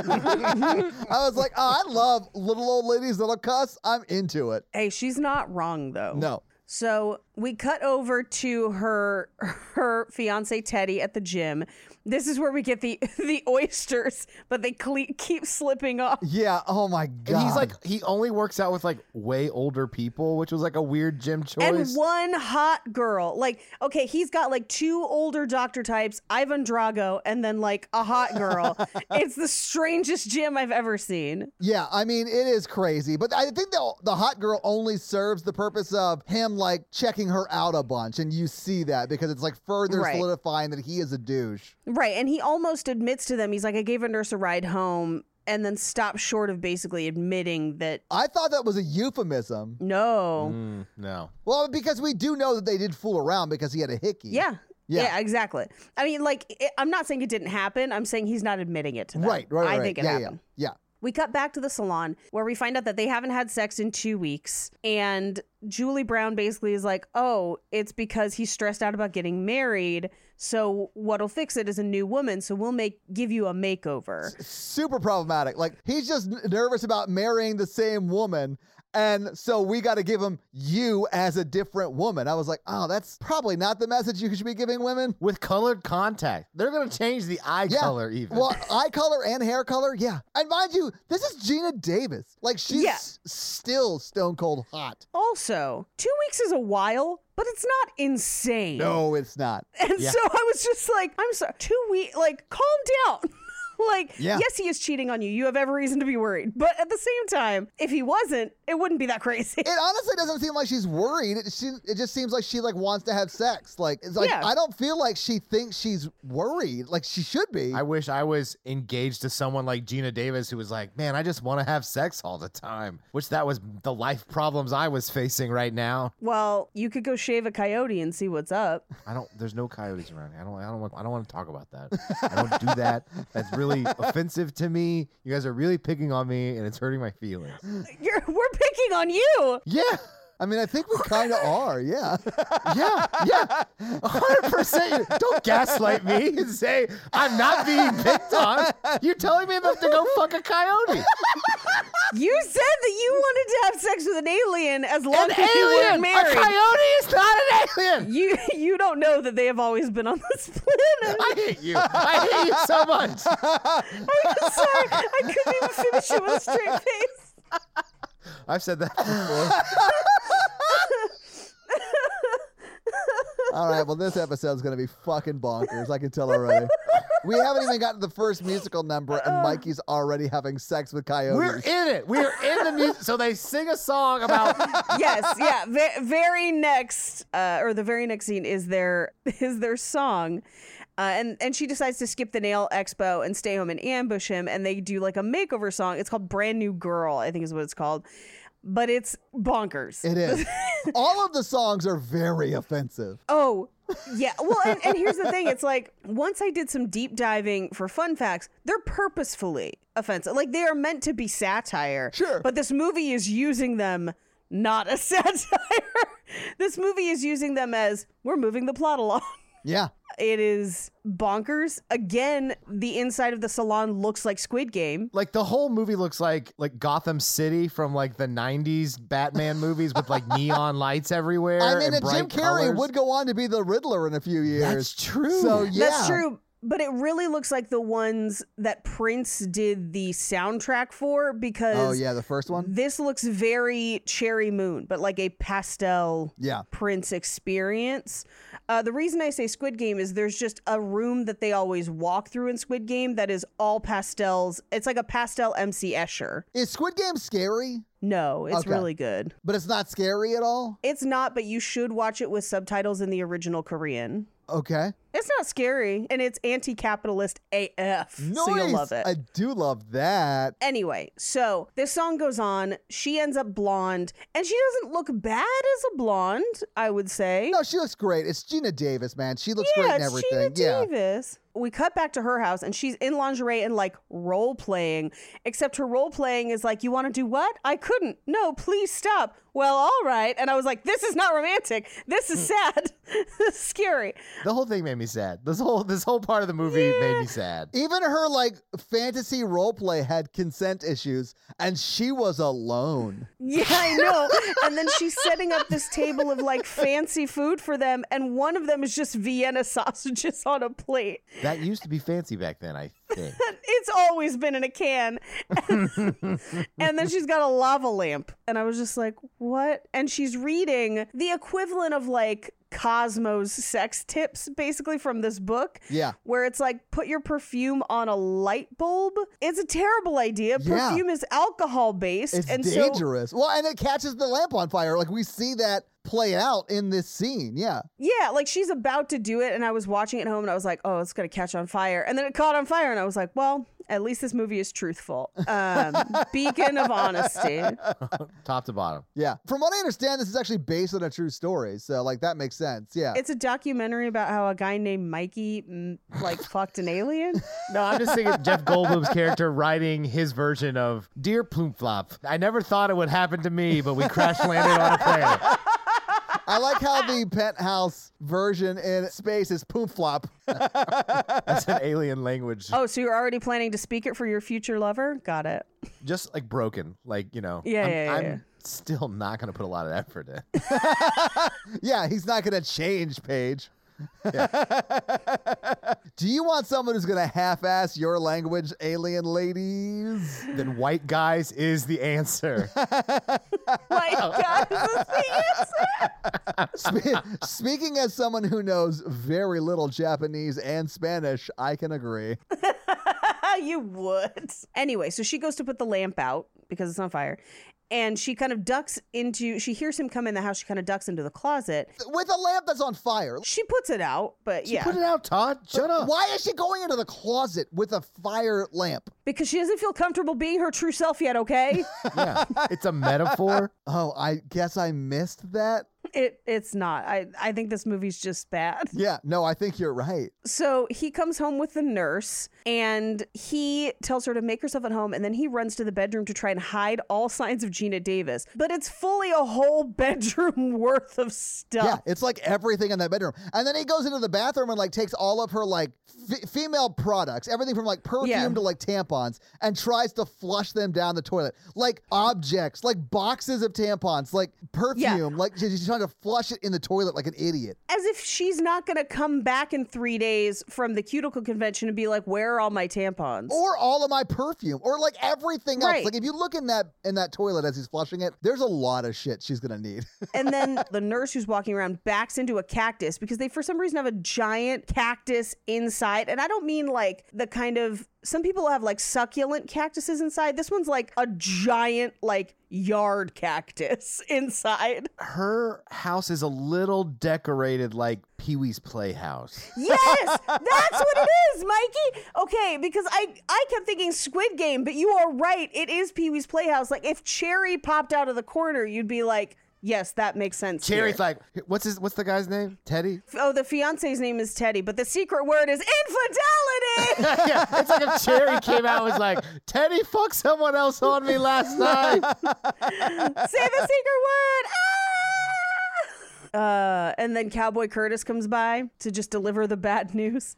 Speaker 5: I was like, oh, I love little old ladies that'll cuss. I'm into it.
Speaker 4: Hey, she's not wrong though.
Speaker 5: No.
Speaker 4: So we cut over to her her fiance Teddy at the gym. This is where we get the the oysters, but they cle- keep slipping off.
Speaker 5: Yeah. Oh my god.
Speaker 6: And he's like, he only works out with like way older people, which was like a weird gym choice.
Speaker 4: And one hot girl. Like, okay, he's got like two older doctor types, Ivan Drago, and then like a hot girl. it's the strangest gym I've ever seen.
Speaker 5: Yeah, I mean it is crazy, but I think the the hot girl only serves the purpose of him like checking her out a bunch, and you see that because it's like further
Speaker 4: Right.
Speaker 5: solidifying that he is a douche.
Speaker 4: Right. And he almost admits to them, he's like, I gave a nurse a ride home, and then stopped short of basically admitting that
Speaker 5: I thought that was a euphemism.
Speaker 4: no.
Speaker 6: Mm, no.
Speaker 5: Well, because we do know that they did fool around because he had a hickey.
Speaker 4: Yeah.
Speaker 5: Yeah.
Speaker 4: Yeah. exactly. I mean, like, it, I'm not saying it didn't happen. I'm saying he's not admitting it to them.
Speaker 5: Right, right,
Speaker 4: I
Speaker 5: right.
Speaker 4: think it
Speaker 5: yeah,
Speaker 4: happened.
Speaker 5: yeah, yeah.
Speaker 4: We cut back to the salon where we find out that they haven't had sex in two weeks. And Julie Brown basically is like, oh, it's because he's stressed out about getting married. So what'll fix it is a new woman. So we'll make give you a makeover.
Speaker 5: Super problematic. Like he's just n- nervous about marrying the same woman. And so we got to give him you as a different woman. I was like, oh, that's probably not the message you should be giving women.
Speaker 6: With colored contact. They're going to change the eye
Speaker 5: Yeah.
Speaker 6: color even.
Speaker 5: Well, eye color and hair color. Yeah. And mind you, this is Gina Davis. Like she's
Speaker 4: Yeah.
Speaker 5: s- still stone cold hot.
Speaker 4: Also, two weeks is a while, but it's not insane.
Speaker 5: No, it's not.
Speaker 4: And
Speaker 6: Yeah.
Speaker 4: so I was just like, I'm sorry, two weeks, like, calm down. like,
Speaker 5: Yeah.
Speaker 4: yes, he is cheating on you. You have every reason to be worried. But at the same time, if he wasn't, it wouldn't be that crazy.
Speaker 5: it honestly doesn't seem like she's worried. It, she, it just seems like she like wants to have sex. Like it's like
Speaker 4: Yeah.
Speaker 5: I don't feel like she thinks she's worried. Like she should be.
Speaker 6: I wish I was engaged to someone like Gina Davis who was like, man, I just want to have sex all the time, which that was the life problems I was facing right now.
Speaker 4: well, you could go shave a coyote and see what's up.
Speaker 6: I don't, there's no coyotes around here. I don't, I don't want, I don't want to talk about that. I don't do that. That's really offensive to me. You guys are really picking on me and it's hurting my feelings.
Speaker 4: You're, we're picking on you.
Speaker 6: Yeah.
Speaker 5: I mean, I think we kind of are. Yeah.
Speaker 6: Yeah, yeah, hundred percent. Don't gaslight me and say I'm not being picked on. You're telling me enough to go fuck a coyote,
Speaker 4: You said that you wanted to have sex with an alien as long
Speaker 6: an
Speaker 4: as you were
Speaker 6: alien. A
Speaker 4: married.
Speaker 6: coyote is not an alien.
Speaker 4: you you don't know that they have always been on this planet.
Speaker 6: I hate you. I hate you so much.
Speaker 4: I'm sorry. I couldn't even finish it with a straight face.
Speaker 6: I've said that before.
Speaker 5: All right, well, this episode's going to be fucking bonkers. I can tell already. We haven't even gotten to the first musical number,
Speaker 6: Uh.
Speaker 5: and Mikey's already having sex with coyotes.
Speaker 6: We're in it. We're in the music. So they sing a song about
Speaker 4: yes, yeah. Ve- very next, uh, or the very next scene is their is their song, uh, and and she decides to skip the nail expo and stay home and ambush him, and they do like a makeover song. It's called Brand New Girl, I think is what it's called, but it's bonkers.
Speaker 5: It is. All of the songs are very offensive.
Speaker 4: Oh, yeah. Well, and, and here's the thing it's like once I did some deep diving for fun facts, they're purposefully offensive. Like they are meant to be satire.
Speaker 5: Sure.
Speaker 4: But this movie is using them not as satire. this movie is using them as we're moving the plot along.
Speaker 5: Yeah.
Speaker 4: It is bonkers. Again, the inside of the salon looks like Squid Game.
Speaker 6: like the whole movie looks like like Gotham City from like the '90s Batman movies with like neon lights everywhere.
Speaker 5: I mean,
Speaker 6: and
Speaker 5: and Jim
Speaker 6: bright
Speaker 5: Carrey
Speaker 6: colors.
Speaker 5: would go on to be the Riddler in a few years.
Speaker 6: That's true.
Speaker 5: So Oh, yeah,
Speaker 4: That's true. But it really looks like the ones that Prince did the soundtrack for because
Speaker 5: Oh yeah, the first one.
Speaker 4: This looks very Cherry Moon, but like a pastel
Speaker 5: Yeah.
Speaker 4: Prince experience. Uh, the reason I say Squid Game is there's just a room that they always walk through in Squid Game that is all pastels. It's like a pastel MC Escher.
Speaker 5: Is Squid Game scary?
Speaker 4: No, it's
Speaker 5: Okay.
Speaker 4: really good.
Speaker 5: But it's not scary at all.
Speaker 4: It's not, but you should watch it with subtitles in the original Korean.
Speaker 5: Okay.
Speaker 4: It's not scary, and it's anti-capitalist AF, so you'll
Speaker 5: Nice.
Speaker 4: love it.
Speaker 5: I do love that.
Speaker 4: Anyway, so this song goes on. She ends up blonde, and she doesn't look bad as a blonde, I would say.
Speaker 5: No, she looks great. It's Gina Davis, man. She looks
Speaker 4: yeah,
Speaker 5: great and
Speaker 4: it's
Speaker 5: everything.
Speaker 4: Gina
Speaker 5: yeah.
Speaker 4: Davis. We cut back to her house, and she's in lingerie and like role playing, except her role playing is like, You want to do what? I couldn't. No, please stop. Well, all right. And I was like, This is not romantic. This is sad. this is scary.
Speaker 6: The whole thing made me sad. This whole this whole part of the movie made me sad.
Speaker 5: Even her like fantasy roleplay had consent issues, and she was alone.
Speaker 4: Yeah, I know. and then she's setting up this table of like fancy food for them, and one of them is just Vienna sausages on a plate.
Speaker 6: That used to be fancy back then, I think.
Speaker 4: It's always been in a can. and then she's got a lava lamp. And I was just like, what? And she's reading the equivalent of like Cosmo's sex tips, basically, from this book.
Speaker 5: Yeah.
Speaker 4: Where it's like, put your perfume on a light bulb. It's a terrible idea.
Speaker 5: Yeah.
Speaker 4: Perfume is alcohol based.
Speaker 5: It's
Speaker 4: and so
Speaker 5: dangerous. well, and it catches the lamp on fire. Like we see that play out in this scene. Yeah.
Speaker 4: Yeah, like she's about to do it, and I was watching it at home, and I was like, "Oh, it's gonna catch on fire," and then it caught on fire, and I was like, "Well, at least this movie is truthful, um, beacon of honesty."
Speaker 6: Top to bottom.
Speaker 5: Yeah. From what I understand, this is actually based on a true story. So like that makes sense. Yeah.
Speaker 4: It's a documentary about how a guy named Mikey mm, like fucked an alien.
Speaker 6: No, I'm just thinking Jeff Goldblum's character writing his version of Dear Plumflop. I never thought it would happen to me, but we crash landed on a planet.
Speaker 5: I like how the penthouse version in space is poop flop.
Speaker 6: That's an alien language.
Speaker 4: Oh, so you're already planning to speak it for your future lover? Got it.
Speaker 6: Just like broken. Like, you know.
Speaker 4: Yeah,
Speaker 6: I'm,
Speaker 4: yeah,
Speaker 6: I'm
Speaker 4: yeah.
Speaker 6: still not gonna put a lot of effort in.
Speaker 5: Yeah, he's not gonna change, Paige. Do you want someone who's gonna half-ass your language, alien ladies?
Speaker 6: then white guys is the answer.
Speaker 4: My God, is this the answer?
Speaker 5: Spe- Speaking as someone who knows very little Japanese and Spanish, I can agree.
Speaker 4: you would. Anyway, so she goes to put the lamp out because it's on fire. And she kind of ducks into, she hears him come in the house. She kind of ducks into the closet.
Speaker 5: With a lamp that's on fire.
Speaker 4: She puts it out, but yeah,
Speaker 6: Put it out, Todd. Shut up.
Speaker 5: Why is she going into the closet with a fire lamp?
Speaker 4: because she doesn't feel comfortable being her true self yet. Okay,
Speaker 6: Yeah. It's a metaphor.
Speaker 5: Oh, I guess I missed that.
Speaker 4: it it's not. I I think this movie's just bad.
Speaker 5: Yeah, no, I think you're right.
Speaker 4: So he comes home with the nurse, and he tells her to make herself at home, and then he runs to the bedroom to try and hide all signs of Gina Davis. But it's fully a whole bedroom worth of stuff.
Speaker 5: Yeah, it's like everything in that bedroom. And then he goes into the bathroom and like takes all of her like f- female products, everything from like perfume
Speaker 4: Yeah.
Speaker 5: to like tampons. tampons and tries to flush them down the toilet. Like objects, like boxes of tampons, like perfume. Like she- she's trying to flush it in the toilet like an idiot.
Speaker 4: As if she's not going to come back in three days from the cuticle convention and be like, where are all my tampons?
Speaker 5: Or all of my perfume. Or like everything else.
Speaker 4: Right.
Speaker 5: Like if you look in that in that toilet as he's flushing it, there's a lot of shit she's gonna need.
Speaker 4: and then the nurse who's walking around backs into a cactus because they for some reason have a giant cactus inside and i don't mean like the kind of some people have like succulent cactuses inside this one's like a giant like yard cactus inside
Speaker 6: Her house is a little decorated like Pee Wee's Playhouse.
Speaker 4: yes that's what it is mikey okay because i i kept thinking squid game but you are right it is pee-wee's playhouse like if cherry popped out of the corner you'd be like yes that makes sense here."
Speaker 6: Cherry's like, what's his? What's the guy's name? Teddy.
Speaker 4: Oh, the fiance's name is Teddy, but the secret word is infidelity.
Speaker 6: yeah, it's like if Cherry came out and was like, Teddy fucked someone else on me last night.
Speaker 4: Say the secret word. Ah! Uh, and then Cowboy Curtis comes by to just deliver the bad news.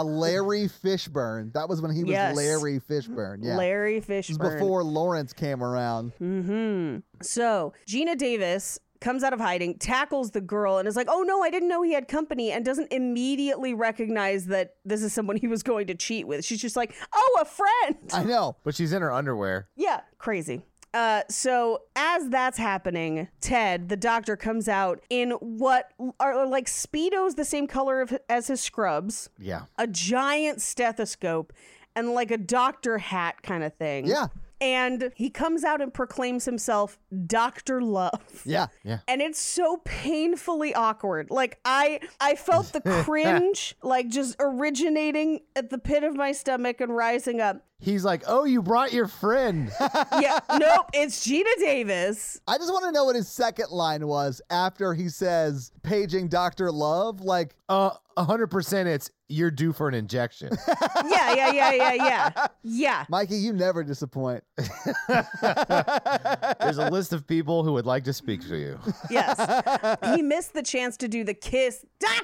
Speaker 5: Larry Fishburne. That was when he was
Speaker 4: Yes.
Speaker 5: Larry Fishburne. Yeah.
Speaker 4: Larry
Speaker 5: This is
Speaker 4: Fishburne. Mm-hmm.
Speaker 5: before Lawrence came around.
Speaker 4: So Gina Davis comes out of hiding, tackles the girl, and is like, "Oh no, I didn't know he had company," and doesn't immediately recognize that this is someone he was going to cheat with. She's just like, "Oh, a friend."
Speaker 5: I know.
Speaker 6: But she's in her underwear.
Speaker 4: Yeah, crazy. Uh, so as that's happening, Ted, the doctor, comes out in what are like speedos, the same color of, as his scrubs,
Speaker 6: Yeah.
Speaker 4: a giant stethoscope, and like a doctor hat kind of thing.
Speaker 5: Yeah.
Speaker 4: And he comes out and proclaims himself Doctor Love
Speaker 5: Yeah.
Speaker 4: and it's so painfully awkward like i i felt the cringe like just originating at the pit of my stomach and rising up
Speaker 6: He's like, oh, you brought your friend.
Speaker 4: yeah nope it's gina davis
Speaker 5: I just want to know what his second line was after he says paging Dr. Love. Like,
Speaker 6: Uh, 100% it's, you're due for an injection.
Speaker 4: yeah yeah yeah yeah yeah yeah
Speaker 5: Mikey, you never disappoint.
Speaker 6: There's a list of people who would like to speak to you.
Speaker 4: yes he missed the chance to do the kiss dr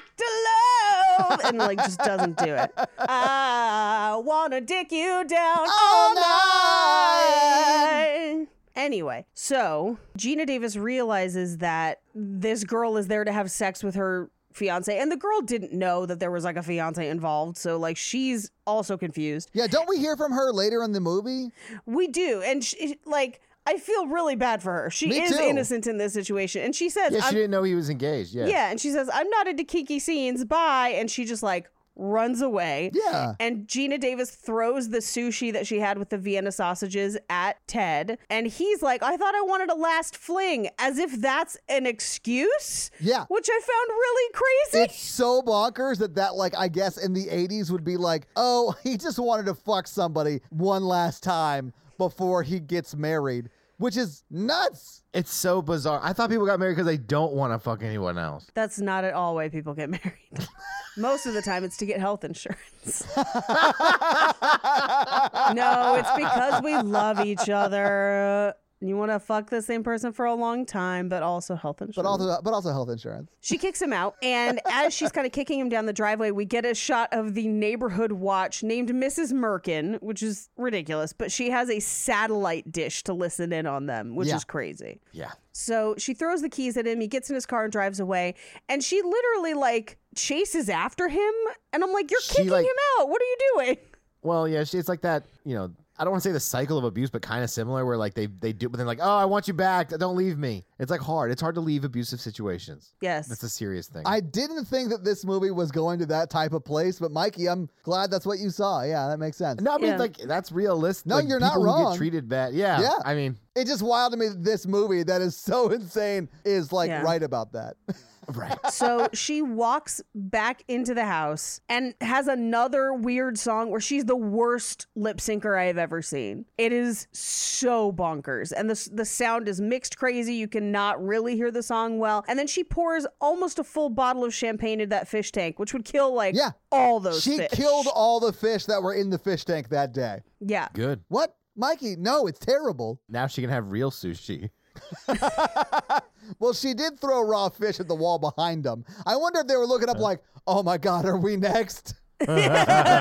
Speaker 4: love and like just doesn't do it i wanna dick you down all night Anyway, so Gina Davis realizes that this girl is there to have sex with her fiance, and the girl didn't know that there was like a fiance involved. So, like, she's also confused.
Speaker 5: Yeah, don't we hear from her later in the movie?
Speaker 4: We do. And she, like, I feel really bad for her. She
Speaker 5: Me
Speaker 4: is
Speaker 5: too.
Speaker 4: innocent in this situation. And she says,
Speaker 6: Yeah,
Speaker 4: I'm-
Speaker 6: she didn't know he was engaged. Yeah.
Speaker 4: yeah, and she says, I'm not into kinky scenes. Bye. And she just like runs away.
Speaker 5: Yeah.
Speaker 4: And Gina Davis throws the sushi that she had with the Vienna sausages at Ted. And he's like, I thought I wanted a last fling, as if that's an excuse.
Speaker 5: Yeah.
Speaker 4: Which I found really crazy.
Speaker 5: It's so bonkers that that, like, I guess in the 80s would be like, oh, he just wanted to fuck somebody one last time before he gets married, which is nuts.
Speaker 6: It's so bizarre. I thought people got married because they don't want to fuck anyone else.
Speaker 4: that's not at all why people get married. Most of the time, it's to get health insurance. no, it's because we love each other. You want to fuck the same person for a long time, but also health insurance.
Speaker 5: But also, but also health insurance.
Speaker 4: She kicks him out, and as she's kind of kicking him down the driveway, we get a shot of the neighborhood watch named Mrs. Merkin, which is ridiculous, but she has a satellite dish to listen in on them, which
Speaker 5: Yeah.
Speaker 4: is crazy.
Speaker 6: Yeah.
Speaker 4: So she throws the keys at him, he gets in his car and drives away, and she literally like chases after him, and I'm like, You're
Speaker 6: She,
Speaker 4: kicking
Speaker 6: like-
Speaker 4: him out. What are you doing?
Speaker 6: Well, yeah, she, it's like that, you know, I don't want to say the cycle of abuse, but kind of similar where like they, they do, but then like, oh, I want you back. Don't leave me. It's like hard. It's hard to leave abusive situations.
Speaker 4: Yes.
Speaker 6: That's a serious thing.
Speaker 5: I didn't think that this movie was going to that type of place, but Mikey, I'm glad that's what you saw. Yeah, that makes sense.
Speaker 6: No, I mean
Speaker 4: Yeah.
Speaker 6: like that's realistic.
Speaker 5: No,
Speaker 6: Like,
Speaker 5: you're not
Speaker 6: people who
Speaker 5: wrong.
Speaker 6: Get treated bad. Yeah.
Speaker 5: Yeah.
Speaker 6: I mean,
Speaker 5: It's just wild to me that this movie that is so insane is like
Speaker 4: Yeah.
Speaker 5: right about that.
Speaker 6: right.
Speaker 4: so she walks back into the house and has another weird song where she's the worst lip syncer I have ever seen. It is so bonkers. And the, the sound is mixed crazy. You cannot really hear the song well. And then she pours almost a full bottle of champagne into that fish tank, which would kill like
Speaker 5: Yeah.
Speaker 4: all those
Speaker 5: she
Speaker 4: fish.
Speaker 5: killed all the fish that were in the fish tank that day.
Speaker 4: Yeah.
Speaker 6: Good.
Speaker 5: What? Mikey, no, it's terrible.
Speaker 6: Now she can have real sushi.
Speaker 5: Well, she did throw raw fish at the wall behind them. I wonder if they were looking up like, oh my God, are we next?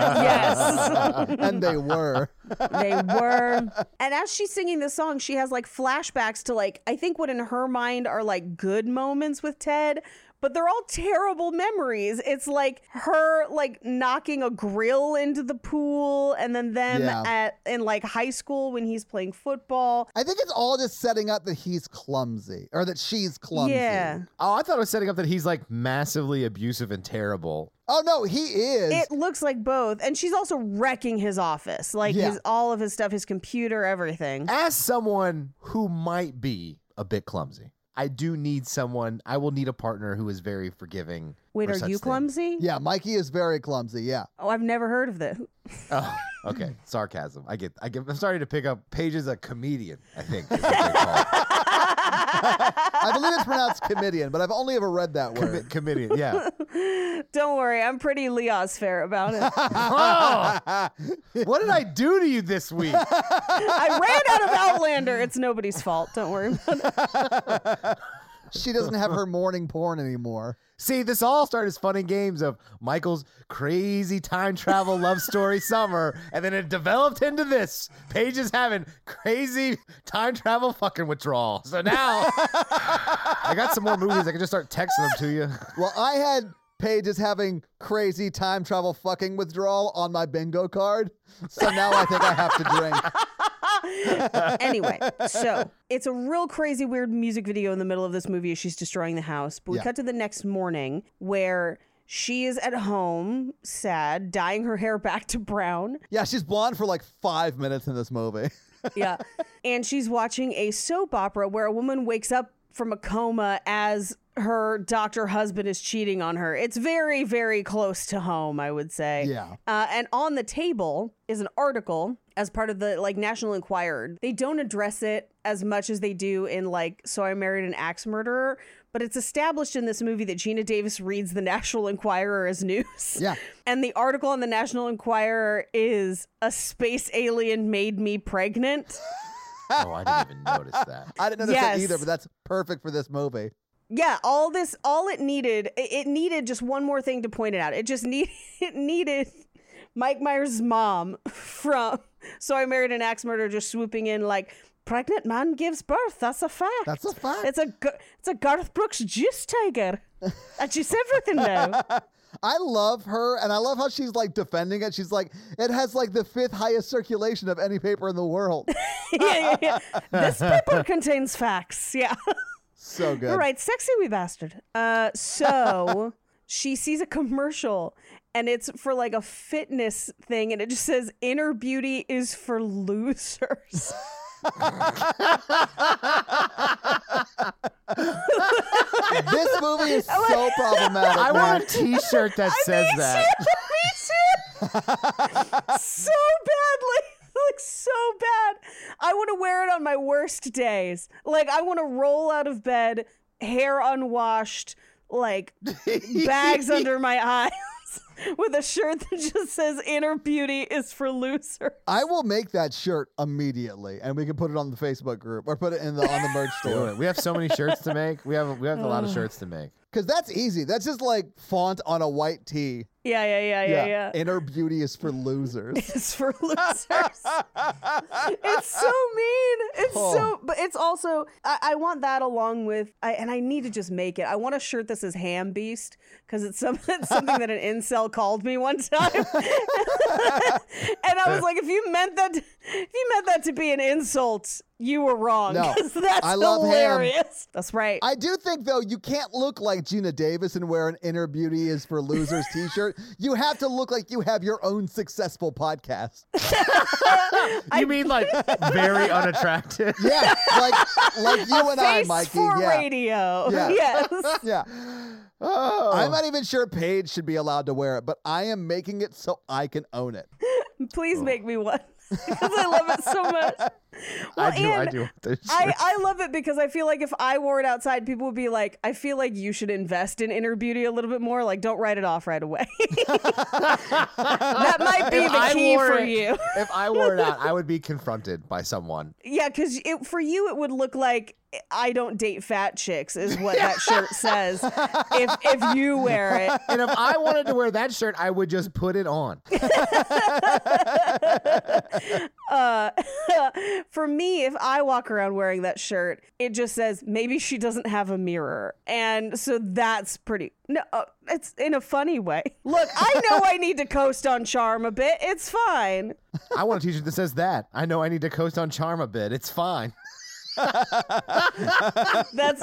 Speaker 4: yes.
Speaker 5: and they were.
Speaker 4: they were. And as she's singing this song, she has like flashbacks to like, I think what in her mind are like good moments with Ted. But they're all terrible memories. It's like her like knocking a grill into the pool, and then them
Speaker 5: Yeah.
Speaker 4: at in like high school when he's playing football.
Speaker 5: I think it's all just setting up that he's clumsy or that she's clumsy.
Speaker 4: Yeah.
Speaker 6: Oh, I thought it was setting up that he's like massively abusive and terrible.
Speaker 5: Oh no, he is.
Speaker 4: It looks like both, and she's also wrecking his office, like
Speaker 5: Yeah.
Speaker 4: his all of his stuff, his computer, everything.
Speaker 6: As someone who might be a bit clumsy, I do need someone. I will need a partner who is very forgiving.
Speaker 4: Wait,
Speaker 6: for
Speaker 4: are
Speaker 6: such
Speaker 4: you
Speaker 6: things.
Speaker 4: clumsy?
Speaker 5: yeah, Mikey is very clumsy. Yeah.
Speaker 4: Oh, I've never heard of this.
Speaker 6: Oh, okay. Sarcasm. I get. I get. I'm starting to pick up Paige is a comedian. I think. is what they call it.
Speaker 5: I believe it's pronounced comedian, but I've only ever read that word.
Speaker 6: Commit- comedian. Yeah.
Speaker 4: Don't worry, I'm pretty Leos fair about it.
Speaker 6: Oh, what did I do to you this week?
Speaker 4: I ran out of Outlander. It's nobody's fault. Don't worry. About it.
Speaker 5: she doesn't have her morning porn anymore.
Speaker 6: See, this all started as fun and games of Michael's crazy time travel love story summer, and then it developed into this. Paige is having crazy time travel fucking withdrawal. So now I got some more movies. I can just start texting them to you.
Speaker 5: Well, I had Pages having crazy time travel fucking withdrawal on my bingo card. So now I think I have to drink.
Speaker 4: Anyway, so it's a real crazy, weird music video in the middle of this movie as she's destroying the house. But we
Speaker 5: Yeah.
Speaker 4: cut to the next morning where she is at home, sad, dyeing her hair back to brown.
Speaker 5: Yeah, she's blonde for like five minutes in this movie.
Speaker 4: yeah. And she's watching a soap opera where a woman wakes up from a coma as her doctor husband is cheating on her. It's very, very close to home, I would say.
Speaker 5: Yeah.
Speaker 4: Uh, and on the table is an article as part of the like National Enquirer. They don't address it as much as they do in like So I Married an Axe Murderer, but it's established in this movie that Gina Davis reads the National Enquirer as news.
Speaker 5: Yeah.
Speaker 4: And the article on the National Enquirer is a space alien made me pregnant.
Speaker 6: Oh, I didn't even notice that.
Speaker 5: I didn't notice
Speaker 4: Yes.
Speaker 5: it either, but that's perfect for this movie.
Speaker 4: Yeah, all this, all it needed, it it needed just one more thing to point it out. It just need, it needed Mike Myers' mom from So I Married an Axe Murderer just swooping in like, pregnant man gives birth. That's a fact.
Speaker 5: That's a fact.
Speaker 4: It's a, Gar- it's a Garth Brooks juice tiger. That's just everything now.
Speaker 5: I love her, and I love how she's like defending it. She's like, it has like the fifth highest circulation of any paper in the world.
Speaker 4: yeah, yeah, yeah. This paper contains facts. Yeah.
Speaker 5: So good.
Speaker 4: All right, sexy wee bastard. Uh, so she sees a commercial and it's for like a fitness thing and it just says inner beauty is for losers.
Speaker 5: This movie is so problematic.
Speaker 6: I
Speaker 5: man.
Speaker 6: want a T-shirt that says
Speaker 4: Me
Speaker 6: that.
Speaker 4: too, me too. so badly. Like so bad. I want to wear it on my worst days. Like I want to roll out of bed, hair unwashed, like bags under my eyes, with a shirt that just says "Inner beauty is for losers."
Speaker 5: I will make that shirt immediately, and we can put it on the Facebook group or put it in the on the merch
Speaker 6: Do
Speaker 5: store
Speaker 6: it. We have so many shirts to make. We have we have a lot of shirts to make.
Speaker 5: because that's easy. That's just like font on a white tee.
Speaker 4: Yeah, yeah, yeah, yeah, yeah.
Speaker 5: Inner beauty is for losers.
Speaker 4: It's for losers. it's so mean. It's so, but it's also. I, I want that along with, I, and I need to just make it. I want a shirt that says "Ham Beast" because it's some, it's something that an incel called me one time, and I was like, if you meant that, if you meant that to be an insult, you were wrong.
Speaker 5: No,
Speaker 4: 'Cause that's
Speaker 5: I love ham.
Speaker 4: hilarious. That's right.
Speaker 5: I do think though you can't look like Gina Davis and wear an inner beauty is for losers t-shirt. You have to look like you have your own successful podcast.
Speaker 6: You mean like very unattractive?
Speaker 5: Yeah, like like you and I,
Speaker 4: Face
Speaker 5: Mikey.
Speaker 4: for
Speaker 5: yeah.
Speaker 4: radio.
Speaker 5: Yeah.
Speaker 4: Yes.
Speaker 5: Yeah.
Speaker 6: Oh,
Speaker 5: I'm not even sure Paige should be allowed to wear it, but I am making it so I can own it.
Speaker 4: Please make me one because I love it so much. Well,
Speaker 6: I do. I
Speaker 4: and
Speaker 6: do. want this
Speaker 4: I,
Speaker 6: shirt.
Speaker 4: I love it because I feel like if I wore it outside, people would be like, I feel like you should invest in inner beauty a little bit more. Like, don't write it off right away. that might be
Speaker 6: If I
Speaker 4: the key
Speaker 6: wore
Speaker 4: for
Speaker 6: it-
Speaker 4: you.
Speaker 6: If I were not, I would be confronted by someone.
Speaker 4: Yeah, because for you, it would look like I don't date fat chicks is what that shirt says. If if you wear it,
Speaker 6: And if I wanted to wear that shirt, I would just put it on.
Speaker 4: uh, for me, if I walk around wearing that shirt, it just says maybe she doesn't have a mirror, and so that's pretty. No, uh, it's in a funny way. Look, I know I need to coast on charm a bit. It's fine.
Speaker 6: I want a t-shirt that says that. I know I need to coast on charm a bit. It's fine.
Speaker 4: That's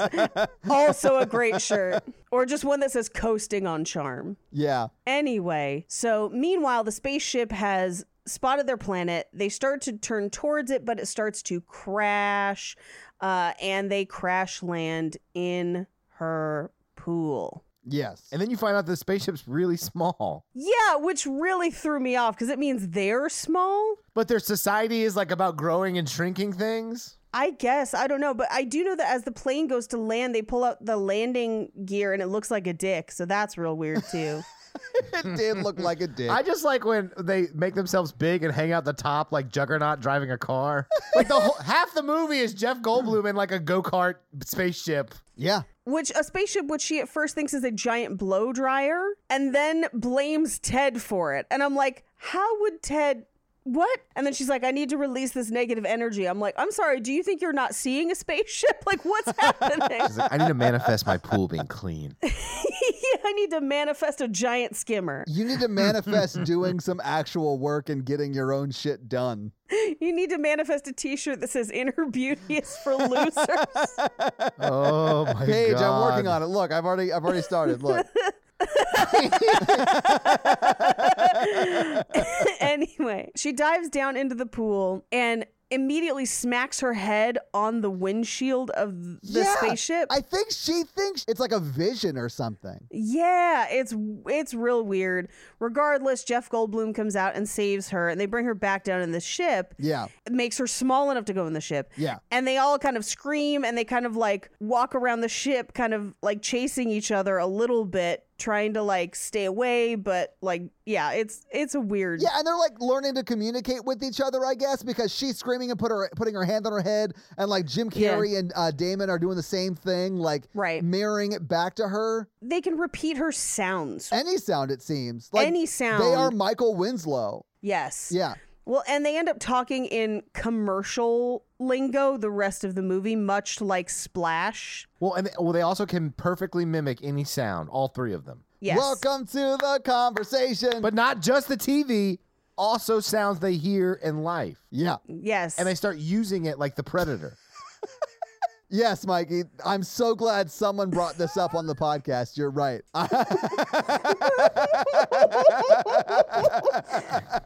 Speaker 4: also a great shirt, or just one that says coasting on charm.
Speaker 5: Yeah.
Speaker 4: Anyway, so meanwhile, the spaceship has spotted their planet. They start to turn towards it, but it starts to crash, uh, and they crash land in her pool.
Speaker 5: Yes.
Speaker 6: And then you find out the spaceship's really small,
Speaker 4: Yeah, which really threw me off because it means they're small.
Speaker 6: but their society is like about growing and shrinking things.
Speaker 4: I guess. I don't know. But I do know that as the plane goes to land, they pull out the landing gear and it looks like a dick. So that's real weird, too.
Speaker 5: it did look like it did.
Speaker 6: I just like when they make themselves big and hang out the top like Juggernaut driving a car. Like the whole, half the movie is Jeff Goldblum in like a go kart spaceship.
Speaker 5: yeah.
Speaker 4: which a spaceship which she at first thinks is a giant blow dryer and then blames Ted for it. And I'm like, how would Ted what? And then she's like, I need to release this negative energy. I'm like, I'm sorry, do you think you're not seeing a spaceship? Like, what's happening?
Speaker 6: He's like, I need to manifest my pool being clean.
Speaker 4: yeah, I need to manifest a giant skimmer.
Speaker 5: You need to manifest doing some actual work and getting your own shit done.
Speaker 4: You need to manifest a t shirt that says inner beauty is for losers.
Speaker 6: Oh my
Speaker 5: Paige,
Speaker 6: god.
Speaker 5: I'm working on it. Look, I've already I've already started. Look.
Speaker 4: anyway, she dives down into the pool and immediately smacks her head on the windshield of the
Speaker 5: Yeah,
Speaker 4: spaceship.
Speaker 5: I think she thinks it's like a vision or something.
Speaker 4: yeah, it's it's real weird. Regardless, Jeff Goldblum comes out and saves her and they bring her back down in the ship.
Speaker 5: Yeah.
Speaker 4: It makes her small enough to go in the ship.
Speaker 5: Yeah.
Speaker 4: And they all kind of scream and they kind of like walk around the ship, kind of like chasing each other a little bit, trying to like stay away, but like yeah, it's it's a weird
Speaker 5: Yeah, and they're like learning to communicate with each other, I guess, because she's screaming and put her putting her hand on her head, and like Jim
Speaker 4: Yeah.
Speaker 5: Carrey and uh, Damon are doing the same thing, like
Speaker 4: Right.
Speaker 5: mirroring it back to her.
Speaker 4: they can repeat her sounds.
Speaker 5: Any sound, it seems. Like
Speaker 4: Any
Speaker 5: They are
Speaker 4: sound.
Speaker 5: Michael Winslow.
Speaker 4: yes.
Speaker 5: Yeah.
Speaker 4: Well, and they end up talking in commercial lingo the rest of the movie, much like Splash.
Speaker 6: Well, and they, well, they also can perfectly mimic any sound, all three of them.
Speaker 4: Yes.
Speaker 5: Welcome to the conversation.
Speaker 6: But not just the TV, also sounds they hear in life.
Speaker 5: yeah.
Speaker 4: Yes.
Speaker 6: And they start using it like the predator.
Speaker 5: Yes, Mikey. I'm so glad someone brought this up on the podcast. You're right.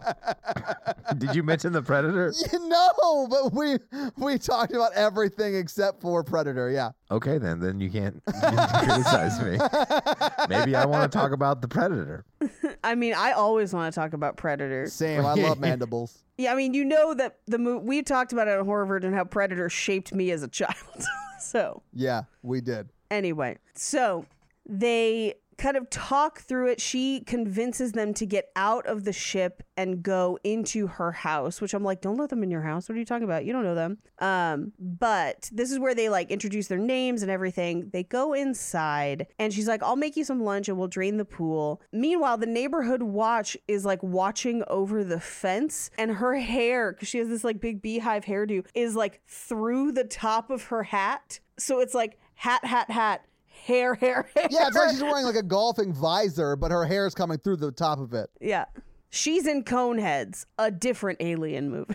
Speaker 6: Did you mention the predator?
Speaker 5: you know, but we we talked about everything except for Predator. Yeah.
Speaker 6: Okay, then then you can't, you can't criticize me. Maybe I want to talk about the predator.
Speaker 4: I mean, I always want to talk about Predator.
Speaker 5: Same. I love mandibles.
Speaker 4: Yeah, I mean, you know that the mo- we talked about it on Horror Virgin how Predator shaped me as a child. so,
Speaker 5: Yeah, we did.
Speaker 4: anyway, so they kind of talk through it. She convinces them to get out of the ship and go into her house, which I'm like, don't let them in your house. What are you talking about? You don't know them. Um, but this is where they like introduce their names and everything. They go inside and she's like, I'll make you some lunch and we'll drain the pool. Meanwhile, the neighborhood watch is like watching over the fence and her hair, because she has this like big beehive hairdo, is like through the top of her hat. So it's like hat, hat, hat, hair, hair, hair.
Speaker 5: Yeah, it's like she's wearing like a golfing visor, but her hair is coming through the top of it.
Speaker 4: Yeah. She's in Coneheads, a different alien movie.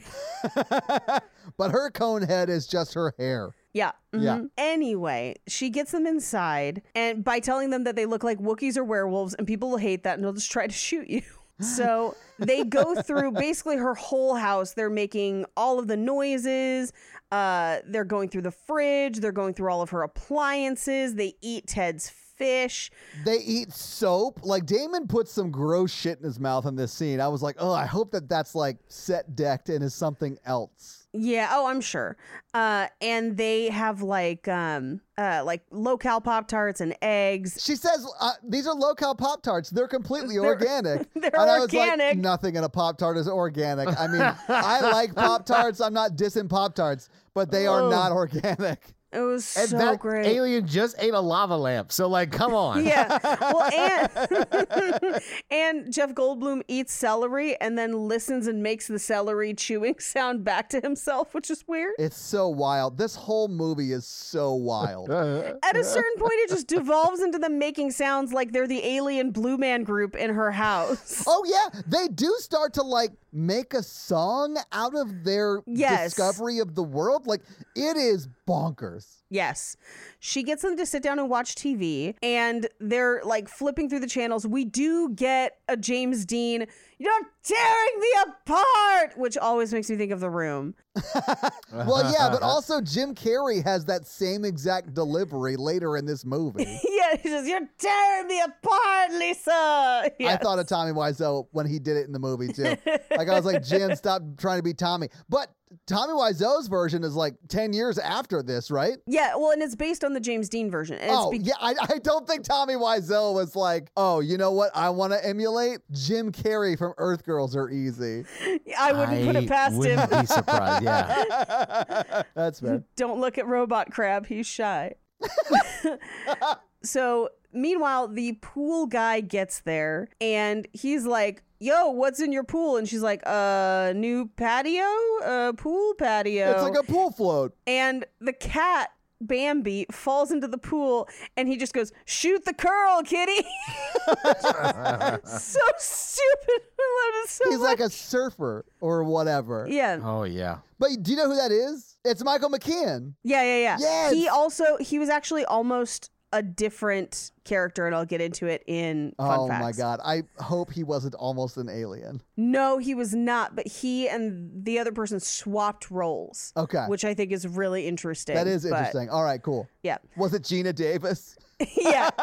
Speaker 5: But her cone head is just her hair.
Speaker 4: Yeah.
Speaker 5: Yeah.
Speaker 4: mhm. Anyway, she gets them inside and by telling them that they look like Wookiees or werewolves and people will hate that and they'll just try to shoot you. So they go through basically her whole house. They're making all of the noises. Uh, they're going through the fridge. They're going through all of her appliances. They eat Ted's fish.
Speaker 5: They eat soap. Like Damon puts some gross shit in his mouth in this scene. I was like, oh, I hope that that's like set decked and is something else.
Speaker 4: Yeah, oh, I'm sure. Uh, and they have like um uh like low cal pop tarts and eggs.
Speaker 5: She says uh, these are low-cal pop tarts. They're completely organic.
Speaker 4: they're
Speaker 5: and I was like,
Speaker 4: organic.
Speaker 5: nothing in a pop tart is organic. I mean, I like pop tarts. I'm not dissing pop tarts, but they are not organic.
Speaker 4: It was
Speaker 6: And
Speaker 4: so
Speaker 6: that
Speaker 4: great.
Speaker 6: alien just ate a lava lamp. So like, come on.
Speaker 4: yeah. Well, and and Jeff Goldblum eats celery and then listens and makes the celery chewing sound back to himself, which is weird.
Speaker 5: It's so wild. This whole movie is so wild.
Speaker 4: At a certain point, it just devolves into them making sounds like they're the alien Blue Man group in her house.
Speaker 5: Oh yeah, they do start to like make a song out of their
Speaker 4: Yes.
Speaker 5: discovery of the world. Like it is bonkers.
Speaker 4: Yes. She gets them to sit down and watch TV, and they're like flipping through the channels. We do get a James Dean, you're tearing me apart, which always makes me think of the room.
Speaker 5: Well, yeah, but also Jim Carrey has that same exact delivery later in this movie.
Speaker 4: yeah, he says, You're tearing me apart, Lisa.
Speaker 5: I thought of Tommy Wiseau when he did it in the movie too. like I was like, Jim, stop trying to be Tommy. But Tommy Wiseau's version is like ten years after this, right?
Speaker 4: Yeah, well, and it's based on the James Dean version. And it's
Speaker 5: oh
Speaker 4: be-
Speaker 5: yeah, I, I don't think Tommy Wiseau was like, oh, you know what? I want to emulate Jim Carrey from Earth Girls Are Easy.
Speaker 4: I wouldn't put it past him.
Speaker 6: wouldn't Be surprised. Yeah.
Speaker 5: That's fair.
Speaker 4: Don't look at Robot Crab, he's shy. so, meanwhile, the pool guy gets there and he's like, Yo, what's in your pool? And she's like, Uh, new patio? Uh, pool patio.
Speaker 5: It's like a pool float.
Speaker 4: and the cat, Bambi, falls into the pool and he just goes, Shoot the curl, kitty. so stupid. I love it so
Speaker 5: He's
Speaker 4: much.
Speaker 5: like a surfer or whatever.
Speaker 4: yeah.
Speaker 6: Oh yeah.
Speaker 5: But do you know who that is? It's Michael McKean.
Speaker 4: Yeah, yeah, yeah.
Speaker 5: Yes.
Speaker 4: He also he was actually almost a different character, and I'll get into it in fun
Speaker 5: oh
Speaker 4: facts.
Speaker 5: my god. I hope he wasn't almost an alien.
Speaker 4: No, he was not, but he and the other person swapped roles.
Speaker 5: Okay.
Speaker 4: Which I think is really interesting.
Speaker 5: That is
Speaker 4: but-
Speaker 5: interesting. All right, cool.
Speaker 4: Yeah.
Speaker 5: Was it Gina Davis?
Speaker 4: yeah.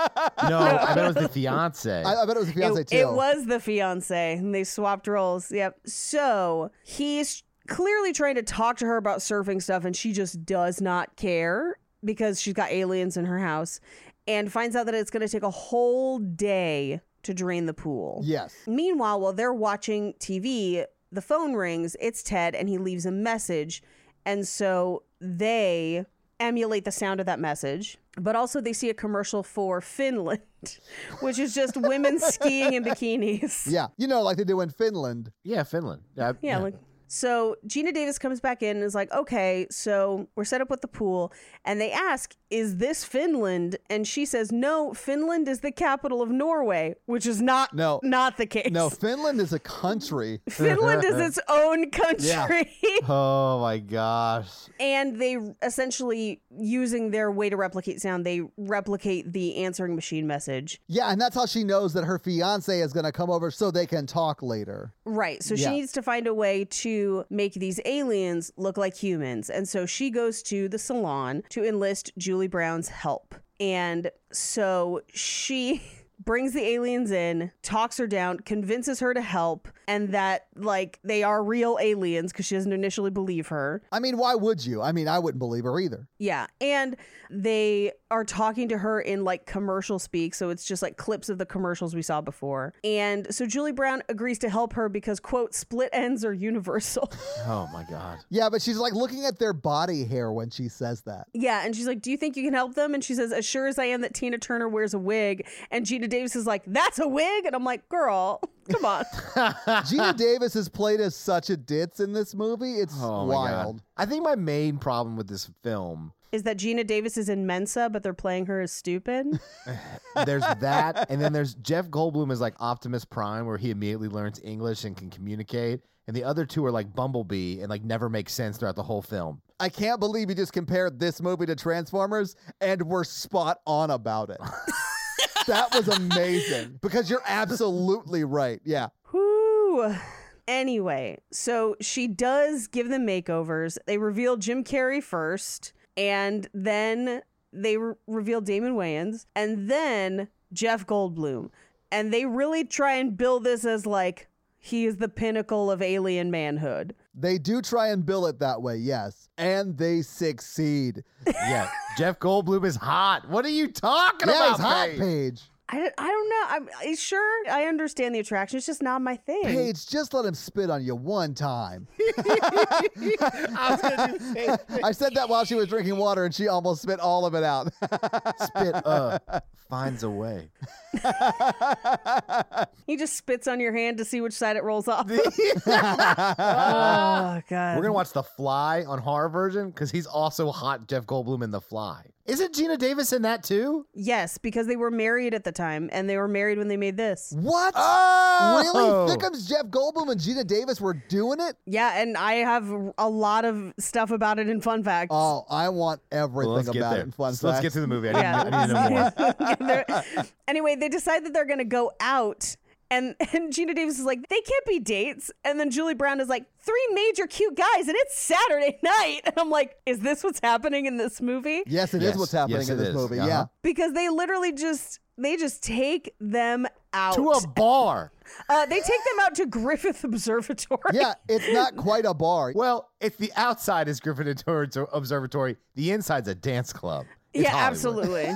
Speaker 6: No, I bet it was the fiance.
Speaker 5: I, I bet it was a fiance
Speaker 4: it,
Speaker 5: too.
Speaker 4: it was the fiance, and they swapped roles. Yep. So he's clearly trying to talk to her about surfing stuff, and she just does not care because she's got aliens in her house and finds out that it's going to take a whole day to drain the pool.
Speaker 5: Yes.
Speaker 4: Meanwhile, while they're watching TV, the phone rings. It's Ted, and he leaves a message. And so they emulate the sound of that message. But also, they see a commercial for Finland, which is just women skiing in bikinis.
Speaker 5: Yeah. You know, like they do in Finland.
Speaker 6: yeah, Finland. Yeah,
Speaker 4: Yeah, like so Gina Davis comes back in and is like, "Okay, so we're set up with the pool." And they ask, "Is this Finland?" And she says, "No, Finland is the capital of Norway, which is not
Speaker 5: No.
Speaker 4: not the case.
Speaker 5: No, Finland is a country.
Speaker 4: Finland is its own country.
Speaker 6: Oh my gosh.
Speaker 4: and they essentially using their way to replicate sound, they replicate the answering machine message.
Speaker 5: Yeah, and that's how she knows that her fiance is going to come over so they can talk later.
Speaker 4: Right. So
Speaker 5: Yeah.
Speaker 4: she needs to find a way to make these aliens look like humans. And so she goes to the salon to enlist Julie Brown's help. And so she brings the aliens in, talks her down, convinces her to help, and that, like, they are real aliens because she doesn't initially believe her.
Speaker 5: I mean, why would you? I mean, I wouldn't believe her either.
Speaker 4: Yeah. And they are talking to her in like commercial speak. So it's just like clips of the commercials we saw before. And so Julie Brown agrees to help her because, quote, split ends are universal.
Speaker 6: Oh my god.
Speaker 5: Yeah, but she's like looking at their body hair when she says that.
Speaker 4: yeah. And she's like, Do you think you can help them? And she says, As sure as I am that Tina Turner wears a wig. And Gina Davis is like, That's a wig. And I'm like, Girl, come on.
Speaker 5: Gina Davis is played as such a ditz in this movie. It's
Speaker 6: Oh my
Speaker 5: wild.
Speaker 6: God. I think my main problem with this film,
Speaker 4: is that Gina Davis is in Mensa, but they're playing her as stupid?
Speaker 6: there's that, and then there's Jeff Goldblum is like Optimus Prime, where he immediately learns English and can communicate, and the other two are like Bumblebee and like never make sense throughout the whole film.
Speaker 5: I can't believe you just compared this movie to Transformers and we're spot on about it. that was amazing because you're absolutely right. Yeah.
Speaker 4: Whew. Anyway, so she does give them makeovers. They reveal Jim Carrey first, and then they re- reveal Damon Wayans, and then Jeff Goldblum. And they really try and build this as like he is the pinnacle of alien manhood.
Speaker 5: They do try and bill it that way, yes. And they succeed.
Speaker 6: Yeah, Jeff Goldblum is hot. What are you talking
Speaker 5: yeah,
Speaker 6: about?
Speaker 5: it's hot
Speaker 6: babe?
Speaker 5: page.
Speaker 4: I, don't- I don't know. I'm I- sure I understand the attraction. It's just not my thing.
Speaker 5: Paige, just let him spit on you one time.
Speaker 6: I was gonna do the same thing.
Speaker 5: I said that while she was drinking water and she almost spit all of it out.
Speaker 6: Spit uh finds a way.
Speaker 4: He just spits on your hand to see which side it rolls off. oh god.
Speaker 6: We're gonna watch The Fly on horror version because he's also hot Jeff Goldblum in The Fly. Isn't Gina Davis in that too?
Speaker 4: yes, because they were married at the time, and they were married when they made this.
Speaker 5: what?
Speaker 6: Oh!
Speaker 5: Really? Thickums, Jeff Goldblum, and Gina Davis were doing it?
Speaker 4: Yeah, and I have a lot of stuff about it in fun facts.
Speaker 5: Oh, I want everything
Speaker 6: Well, let's get
Speaker 5: about
Speaker 6: there.
Speaker 5: it. in Fun
Speaker 6: So let's get
Speaker 5: facts.
Speaker 6: to the movie. I need,
Speaker 4: yeah.
Speaker 6: I need to know more.
Speaker 4: They're- anyway, they decide that they're going to go out. And, and Gina Davis is like, they can't be dates. And then Julie Brown is like, three major cute guys, and it's Saturday night. And I'm like, is this what's happening in this movie?
Speaker 5: Yes, it is
Speaker 6: Yes.
Speaker 5: what's happening
Speaker 6: Yes,
Speaker 5: in
Speaker 6: it
Speaker 5: this
Speaker 6: is.
Speaker 5: movie.
Speaker 6: Uh-huh.
Speaker 5: Yeah.
Speaker 4: Because they literally just, they just take them out.
Speaker 6: To a bar.
Speaker 4: uh, they take them out to Griffith Observatory.
Speaker 5: Yeah, it's not quite a bar.
Speaker 6: Well, it's the outside is Griffin Observatory. The inside's a dance club. It's
Speaker 4: Yeah,
Speaker 6: Hollywood.
Speaker 4: absolutely.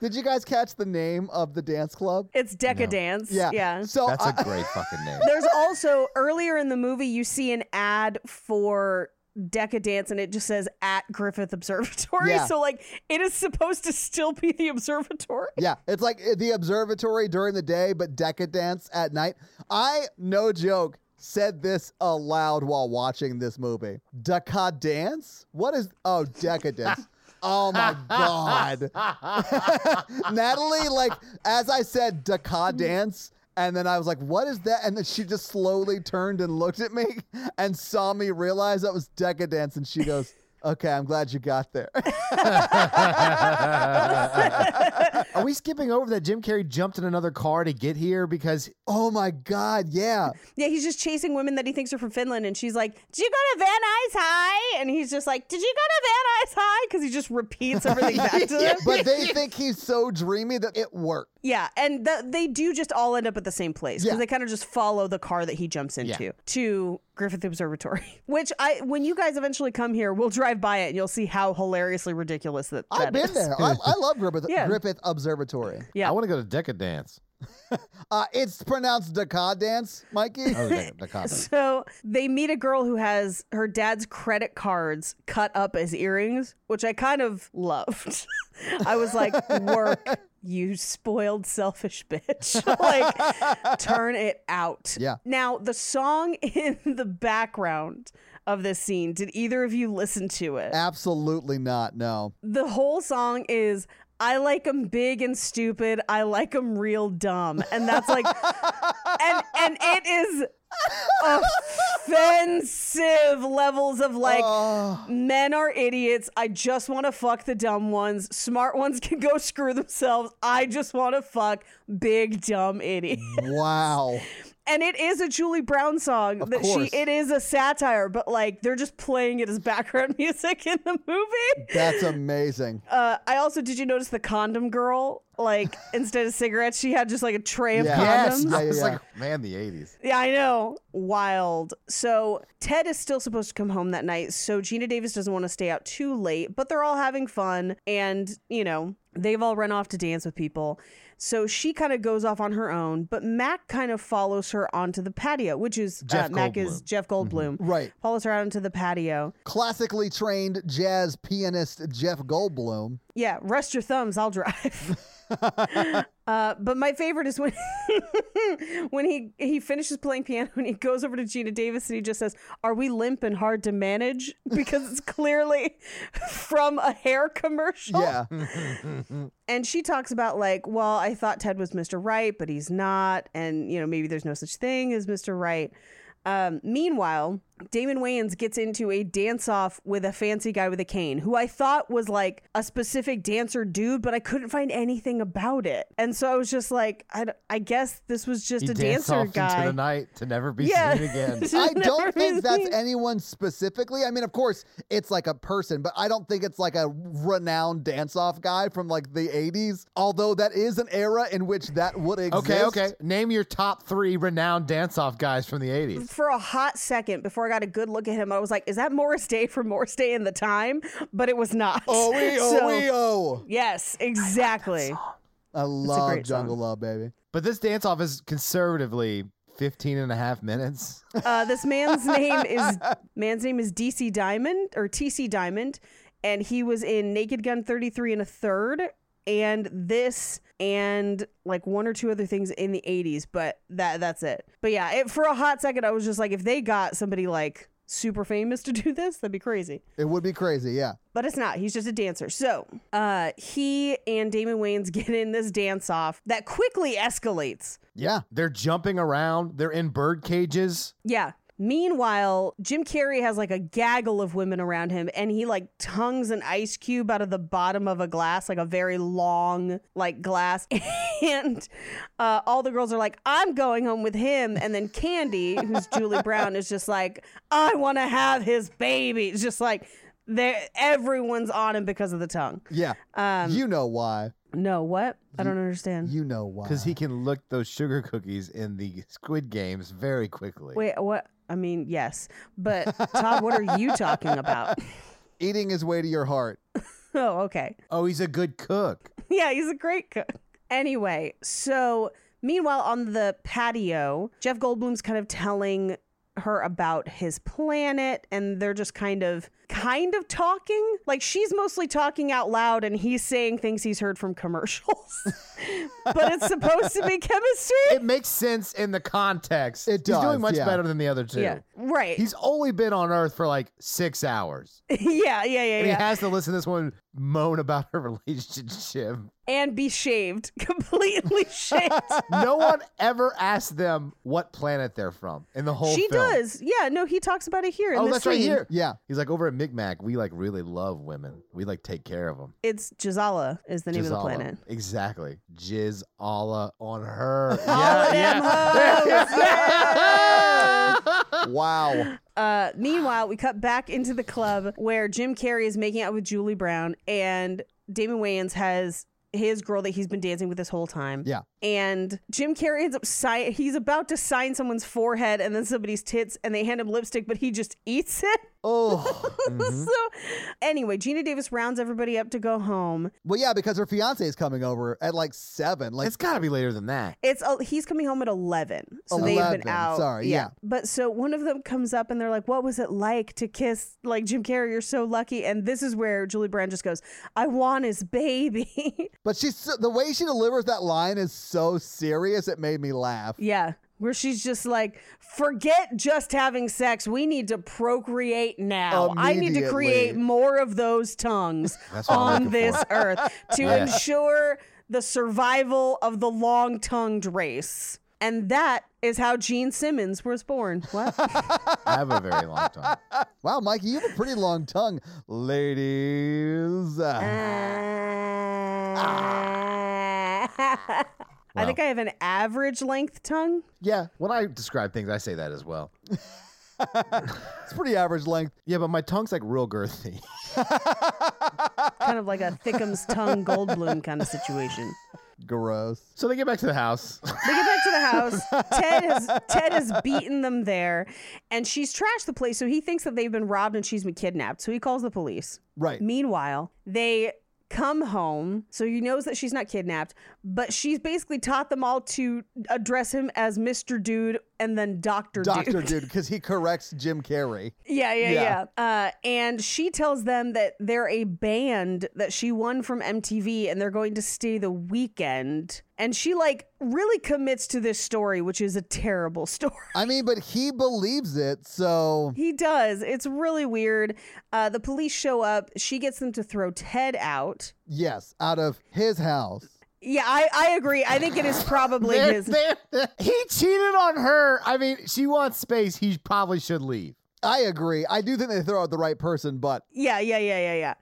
Speaker 5: Did you guys catch the name of the dance club?
Speaker 4: It's Decadence.
Speaker 5: Yeah.
Speaker 4: Yeah.
Speaker 5: So
Speaker 6: That's
Speaker 5: I-
Speaker 6: a great fucking name.
Speaker 4: There's also earlier in the movie you see an ad for Decadence and it just says at Griffith Observatory.
Speaker 5: Yeah.
Speaker 4: So like it is supposed to still be the observatory.
Speaker 5: Yeah, it's like eh, the observatory during the day, but decadence at night. I, no joke, said this aloud while watching this movie. Decadence? What is, oh, decadence. Oh my God. Natalie, like, as I said, decadence. And then I was like, what is that? And then she just slowly turned and looked at me and saw me realize that was decadence. And she goes, okay, I'm glad you got there.
Speaker 6: Are we skipping over that Jim Carrey jumped in another car to get here because
Speaker 5: oh my God. Yeah.
Speaker 4: Yeah, he's just chasing women that he thinks are from Finland and she's like, Did you go to Van Nuys High? And he's just like, Did you go to Van Nuys High? Because he just repeats everything back to them.
Speaker 5: but they think he's so dreamy that it worked.
Speaker 4: Yeah, and the, they do just all end up at the same place because
Speaker 5: Yeah.
Speaker 4: they kind of just follow the car that he jumps into
Speaker 6: Yeah.
Speaker 4: to Griffith Observatory. Which I, when you guys eventually come here, we'll drive by it and you'll see how hilariously ridiculous that, that
Speaker 5: I've been
Speaker 4: is.
Speaker 5: there. I, I love Griffith,
Speaker 4: Yeah.
Speaker 5: Griffith Observatory.
Speaker 4: Yeah.
Speaker 6: I want to go to Decadence?
Speaker 5: Uh, it's pronounced Decadence, Mikey.
Speaker 6: Oh, Dec- Decadence.
Speaker 4: So they meet a girl who has her dad's credit cards cut up as earrings, which I kind of loved. I was like, work. You spoiled selfish bitch. like, turn it out.
Speaker 5: Yeah.
Speaker 4: Now, the song in the background of this scene, did either of you listen to it?
Speaker 5: Absolutely not. No.
Speaker 4: the whole song is I like 'em big and stupid. I like 'em real dumb. And that's like and and it is offensive levels of like
Speaker 5: Oh.
Speaker 4: men are idiots. I just want to fuck the dumb ones. Smart ones can go screw themselves. I just want to fuck big dumb idiots.
Speaker 5: Mm. Wow.
Speaker 4: And it is a Julie Brown song that
Speaker 5: course.
Speaker 4: she it is a satire, but like they're just playing it as background music in the movie.
Speaker 5: That's amazing.
Speaker 4: Uh, I also did you notice the condom girl? Like instead of cigarettes, she had just like a tray of
Speaker 5: Yeah.
Speaker 6: Yes,
Speaker 4: condoms.
Speaker 5: Yeah,
Speaker 6: I was
Speaker 5: yeah,
Speaker 6: like, man, the '80s.
Speaker 4: Yeah, I know. Wild. So Ted is still supposed to come home that night. So Gina Davis doesn't want to stay out too late, but they're all having fun. And, you know, they've all run off to dance with people. So she kind of goes off on her own, but Mac kind of follows her onto the patio, which is uh,
Speaker 6: Jeff
Speaker 4: Mac is
Speaker 6: Goldblum.
Speaker 4: Jeff Goldblum.
Speaker 5: Right.
Speaker 4: Follows her out onto the patio.
Speaker 5: Classically trained jazz pianist Jeff Goldblum.
Speaker 4: Yeah, rest your thumbs. I'll drive. uh, but my favorite is when when he he finishes playing piano and he goes over to Gina Davis and he just says, "Are we limp and hard to manage?" Because it's clearly from a hair commercial.
Speaker 5: Yeah.
Speaker 4: And she talks about like, "Well, I thought Ted was Mr. Right, but he's not, and you know maybe there's no such thing as Mr. Right." Um, meanwhile, Damon Wayans gets into a dance off with a fancy guy with a cane, who I thought was like a specific dancer dude, but I couldn't find anything about it. And so I was just like, I, d- I guess this was just
Speaker 6: He
Speaker 4: a
Speaker 6: danced
Speaker 4: dancer
Speaker 6: off
Speaker 4: guy.
Speaker 6: into the night to never be
Speaker 4: Yeah.
Speaker 6: seen again.
Speaker 5: I
Speaker 4: Never
Speaker 5: don't think that's
Speaker 4: seen.
Speaker 5: anyone specifically. I mean, of course, it's like a person, but I don't think it's like a renowned dance off guy from like the 80s, although that is an era in which that would exist.
Speaker 6: Okay, okay. Name your top three renowned dance-off guys from the '80s.
Speaker 4: for a hot second before I got a good look at him, I was like, "Is that Morris Day from Morris Day in the Time?" But it was not.
Speaker 5: Oh, we, oh,
Speaker 4: So-
Speaker 5: we, oh.
Speaker 4: Yes, exactly.
Speaker 5: I love
Speaker 4: great song.
Speaker 5: Jungle Love, baby.
Speaker 6: But this dance off is conservatively 15 and a half minutes.
Speaker 4: Uh, this man's name is man's name is DC Diamond or TC Diamond, and he was in Naked Gun 33 and a third, and this and like one or two other things in the 80s. But that that's it. But yeah, it, for a hot second, I was just like, if they got somebody like super famous to do this, that'd be crazy.
Speaker 5: It would be crazy, yeah.
Speaker 4: But it's not. He's just a dancer. So uh, he and Damon Wayans get in this dance off that quickly escalates.
Speaker 5: Yeah.
Speaker 6: They're jumping around, they're in bird cages.
Speaker 4: Yeah. Meanwhile, Jim Carrey has like a gaggle of women around him and he like tongues an ice cube out of the bottom of a glass, like a very long like glass. And uh, all the girls are like, I'm going home with him. And then Candy, who's Julie Brown, is just like, I want to have his baby. It's just like, they're- everyone's on him because of the tongue. Um,
Speaker 5: Yeah. you know why.
Speaker 4: No, what? I don't understand.
Speaker 5: You know why.
Speaker 6: Because he can lick those sugar cookies in the Squid Games very quickly.
Speaker 4: Wait, what? I mean, yes. But Todd, what are you talking about?
Speaker 5: eating his way to your heart.
Speaker 4: oh, okay.
Speaker 6: Oh, he's a good cook.
Speaker 4: yeah, he's a great cook. Anyway, so meanwhile, on the patio, Jeff Goldblum's kind of telling her about his planet, and they're just kind of kind of talking. Like she's mostly talking out loud, and he's saying things he's heard from commercials. but it's supposed to be chemistry.
Speaker 6: It makes sense in the context.
Speaker 5: It
Speaker 6: He's
Speaker 5: does,
Speaker 6: doing much
Speaker 5: yeah.
Speaker 6: better than the other two.
Speaker 4: yeah. Right.
Speaker 6: He's only been on Earth for like six hours.
Speaker 4: yeah, yeah, yeah,
Speaker 6: And he
Speaker 4: yeah.
Speaker 6: has to listen to this one moan about her relationship.
Speaker 4: and be shaved. Completely shaved.
Speaker 6: No one ever asked them what planet they're from in the whole
Speaker 4: she
Speaker 6: film.
Speaker 4: does. Yeah, no, he talks about it here. in
Speaker 6: Oh,
Speaker 4: this
Speaker 6: that's right
Speaker 4: scene.
Speaker 6: here.
Speaker 5: Yeah.
Speaker 6: He's like, over at Micmac, we like really love women. We like take care of them.
Speaker 4: It's Jazala is the name of the planet.
Speaker 6: Exactly. Jizz Allah on her.
Speaker 3: Oh,
Speaker 4: of them hoes,
Speaker 5: Wow.
Speaker 4: Uh, meanwhile, we cut back into the club where Jim Carrey is making out with Julie Brown, and Damon Wayans has his girl that he's been dancing with this whole time.
Speaker 5: Yeah.
Speaker 4: And Jim Carrey ends up sign. He's about to sign someone's forehead and then somebody's tits, and they hand him lipstick, but he just eats it.
Speaker 5: Oh.
Speaker 4: so, anyway, Gina Davis rounds everybody up to go home.
Speaker 5: well, yeah, because her fiance is coming over at like seven. Like
Speaker 6: It's got to be later than that.
Speaker 4: It's uh, he's coming home at eleven, so they've
Speaker 5: 11,
Speaker 4: been out.
Speaker 5: sorry, yeah.
Speaker 4: But so one of them comes up and they're like, "What was it like to kiss like Jim Carrey? You're so lucky." And this is where Julie Brand just goes, "I want his baby."
Speaker 5: But she's so, the way she delivers that line is so serious. It made me laugh.
Speaker 4: yeah, where she's just like, "Forget just having sex. We need to procreate now. I need to create
Speaker 5: Immediately.
Speaker 4: more of those tongues
Speaker 6: That's what I'm
Speaker 4: on
Speaker 6: looking
Speaker 4: this
Speaker 6: for."
Speaker 4: earth to
Speaker 6: Yeah.
Speaker 4: ensure the survival of the long-tongued race." And that is how Gene Simmons was born. What?
Speaker 6: I have a very long time.
Speaker 5: Wow, Mikey, you have a pretty long tongue, ladies. Ah.
Speaker 4: I think I have an average length tongue.
Speaker 6: Yeah. When I describe things, I say that as well.
Speaker 5: It's pretty average length.
Speaker 6: Yeah, but my tongue's like real girthy.
Speaker 4: Kind of like a Thickums tongue Goldblum kind of situation.
Speaker 5: Gross.
Speaker 6: So they get back to the house.
Speaker 4: They get back to the house. Ted has Ted has beaten them there, and she's trashed the place. So he thinks that they've been robbed and she's been kidnapped. So he calls the police.
Speaker 5: Right.
Speaker 4: Meanwhile, they come home. So he knows that she's not kidnapped, but she's basically taught them all to address him as Mr. Dude and then Dr.
Speaker 5: Doctor dude, because he corrects Jim Carrey.
Speaker 4: Yeah, yeah,
Speaker 5: Yeah.
Speaker 4: yeah. Uh, and she tells them that they're a band that she won from MTV and they're going to stay the weekend. And she, like, really commits to this story, which is a terrible story.
Speaker 5: I mean, but he believes it, so
Speaker 4: He does. It's really weird. Uh, the police show up. She gets them to throw Ted out.
Speaker 5: yes, out of his house.
Speaker 4: Yeah, I, I agree. I think it is probably
Speaker 6: They're-
Speaker 4: his.
Speaker 6: they're- he cheated on her. I mean, she wants space. He probably should leave.
Speaker 5: I agree. I do think they throw out the right person, but
Speaker 4: Yeah, yeah, yeah, yeah, yeah.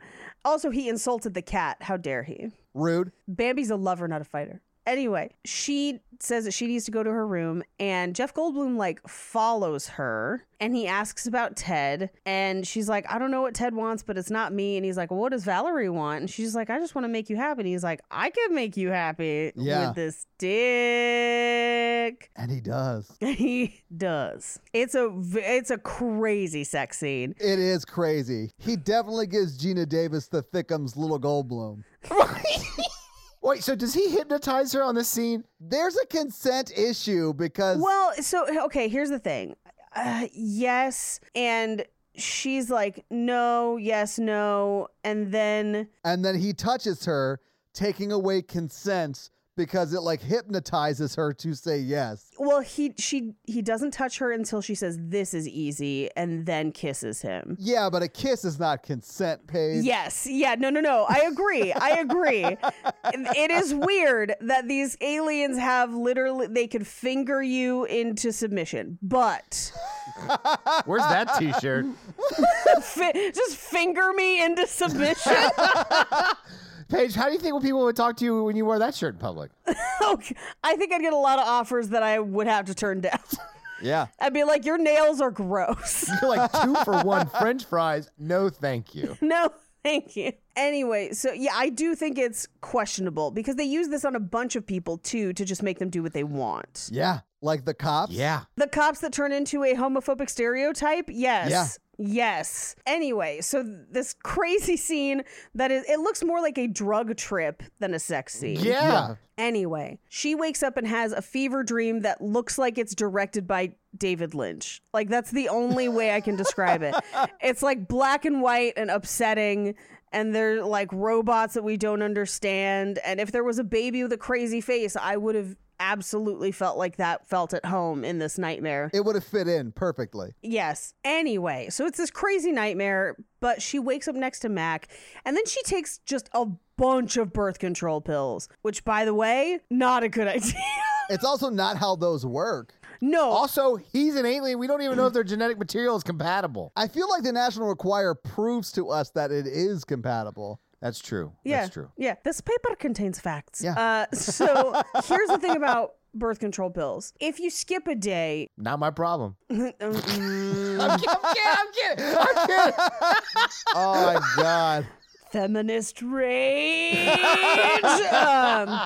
Speaker 4: Also, he insulted the cat. How dare he?
Speaker 5: rude.
Speaker 4: Bambi's a lover, not a fighter. Anyway, she says that she needs to go to her room, and Jeff Goldblum like follows her and he asks about Ted. And she's like, I don't know what Ted wants, but it's not me. And he's like, well, What does Valerie want? And she's like, I just want to make you happy. And he's like, I can make you happy
Speaker 5: Yeah.
Speaker 4: with this dick.
Speaker 5: And he does.
Speaker 4: he does. It's a v- it's a crazy sex scene.
Speaker 5: It is crazy. He definitely gives Gina Davis the Thickums little Goldblum.
Speaker 6: Wait, so does he hypnotize her on this scene?
Speaker 5: There's a consent issue because
Speaker 4: Well, so okay, here's the thing. Uh, yes, and she's like, no, yes, no, and then
Speaker 5: and then he touches her, taking away consent because it like hypnotizes her to say yes.
Speaker 4: well, he she he doesn't touch her until she says this is easy, and then kisses him.
Speaker 5: Yeah, but a kiss is not consent, Paige.
Speaker 4: Yes, yeah, no, no, no. I agree. I agree. it is weird that these aliens have literally they could finger you into submission, but
Speaker 6: Where's that T-shirt?
Speaker 4: fi- just finger me into submission.
Speaker 6: Paige, how do you think people would talk to you when you wore that shirt in public?
Speaker 4: Okay. I think I'd get a lot of offers that I would have to turn down.
Speaker 5: Yeah.
Speaker 4: I'd be like, your nails are gross.
Speaker 6: You're like two for one French fries. No, thank you.
Speaker 4: no, thank you. Anyway, so yeah, I do think it's questionable because they use this on a bunch of people too to just make them do what they want.
Speaker 5: Yeah. Like the cops.
Speaker 6: Yeah.
Speaker 4: The cops that turn into a homophobic stereotype? Yes.
Speaker 5: Yeah.
Speaker 4: Yes. Anyway, so this crazy scene that is, it looks more like a drug trip than a sex scene.
Speaker 6: Yeah.
Speaker 4: Anyway, she wakes up and has a fever dream that looks like it's directed by David Lynch. Like, that's the only way I can describe it. It's like black and white and upsetting, and they're like robots that we don't understand. And if there was a baby with a crazy face, I would have absolutely felt like that felt at home in this nightmare.
Speaker 5: It would have fit in perfectly.
Speaker 4: Yes. Anyway, so it's this crazy nightmare, but she wakes up next to Mac and then she takes just a bunch of birth control pills, which, by the way, not a good idea.
Speaker 5: It's also not how those work.
Speaker 4: no.
Speaker 6: Also, he's an alien. We don't even know if their genetic material is compatible.
Speaker 5: I feel like the National Require proves to us that it is compatible.
Speaker 6: That's true.
Speaker 4: yeah.
Speaker 6: That's true.
Speaker 4: Yeah. This paper contains facts.
Speaker 5: Yeah.
Speaker 4: Uh, so here's the thing about birth control pills if you skip a day,
Speaker 6: Not my problem.
Speaker 4: mm,
Speaker 5: Oh my God.
Speaker 4: feminist rage. um,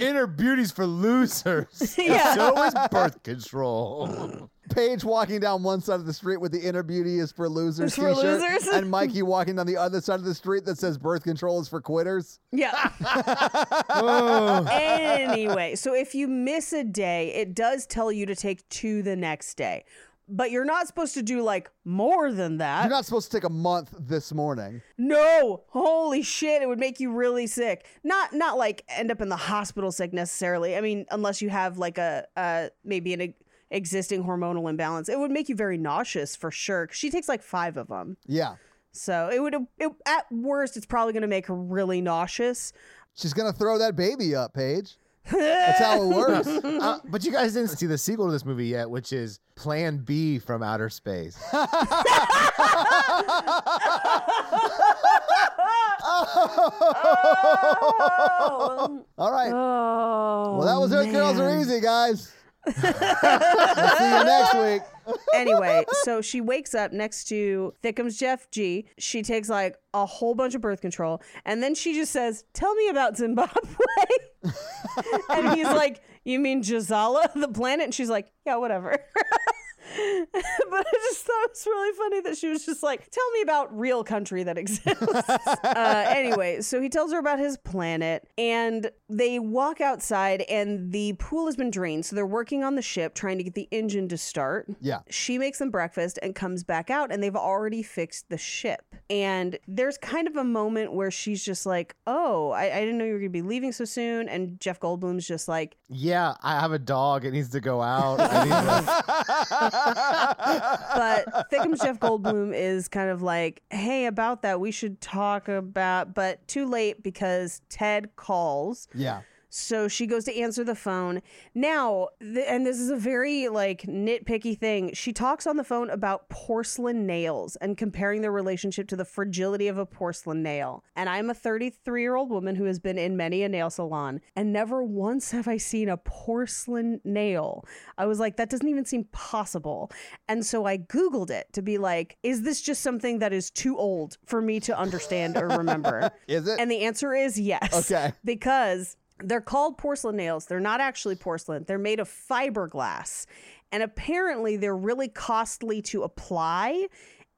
Speaker 6: Inner beauty's for losers.
Speaker 4: Yeah.
Speaker 6: So is birth control.
Speaker 5: Paige walking down one side of the street with the inner beauty is for losers
Speaker 4: It's for
Speaker 5: t-shirt,
Speaker 4: losers.
Speaker 5: and Mikey walking down the other side of the street that says birth control is for quitters.
Speaker 4: Yeah. anyway, so if you miss a day, it does tell you to take two the next day. But you're not supposed to do like more than that.
Speaker 5: You're not supposed to take a month this morning.
Speaker 4: no, holy shit, it would make you really sick. Not not like end up in the hospital sick necessarily. I mean, unless you have like a uh maybe an e- existing hormonal imbalance. It would make you very nauseous for sure. 'cause She takes like 5 of them.
Speaker 5: Yeah.
Speaker 4: So, it would it, at worst it's probably going to make her really nauseous.
Speaker 5: She's gonna throw that baby up, Paige. That's how it works.
Speaker 6: Uh, but you guys didn't see the sequel to this movie yet, which is Plan B from Outer Space.
Speaker 4: Oh.
Speaker 5: All right.
Speaker 4: Oh.
Speaker 5: well, that was Earth Girls Are Easy, guys. we'll see you next week.
Speaker 4: anyway, so she wakes up next to Thickums Jeff G. She takes like a whole bunch of birth control and then she just says, Tell me about Zimbabwe. and he's like, You mean Jazala, the planet? And she's like, Yeah, whatever. but I just thought it was really funny that she was just like, tell me about real country that exists. uh, anyway, so he tells her about his planet, and they walk outside, and the pool has been drained. So they're working on the ship, trying to get the engine to start.
Speaker 5: Yeah.
Speaker 4: She makes them breakfast and comes back out, and they've already fixed the ship. And there's kind of a moment where she's just like, oh, I, I didn't know you were going to be leaving so soon. And Jeff Goldblum's just like,
Speaker 6: yeah, I have a dog. It needs to go out. I need to-
Speaker 4: but Thickums Jeff Goldblum is kind of like, hey, about that, we should talk about, but too late because Ted calls.
Speaker 5: Yeah.
Speaker 4: So she goes to answer the phone. Now, th- and this is a very like nitpicky thing. She talks on the phone about porcelain nails and comparing their relationship to the fragility of a porcelain nail. And I'm a 33 year old woman who has been in many a nail salon, and never once have I seen a porcelain nail. I was like, that doesn't even seem possible. And so I Googled it to be like, is this just something that is too old for me to understand or remember?
Speaker 5: Is it?
Speaker 4: And the answer is yes.
Speaker 5: Okay.
Speaker 4: Because they're called porcelain nails. They're not actually porcelain, they're made of fiberglass. And apparently, they're really costly to apply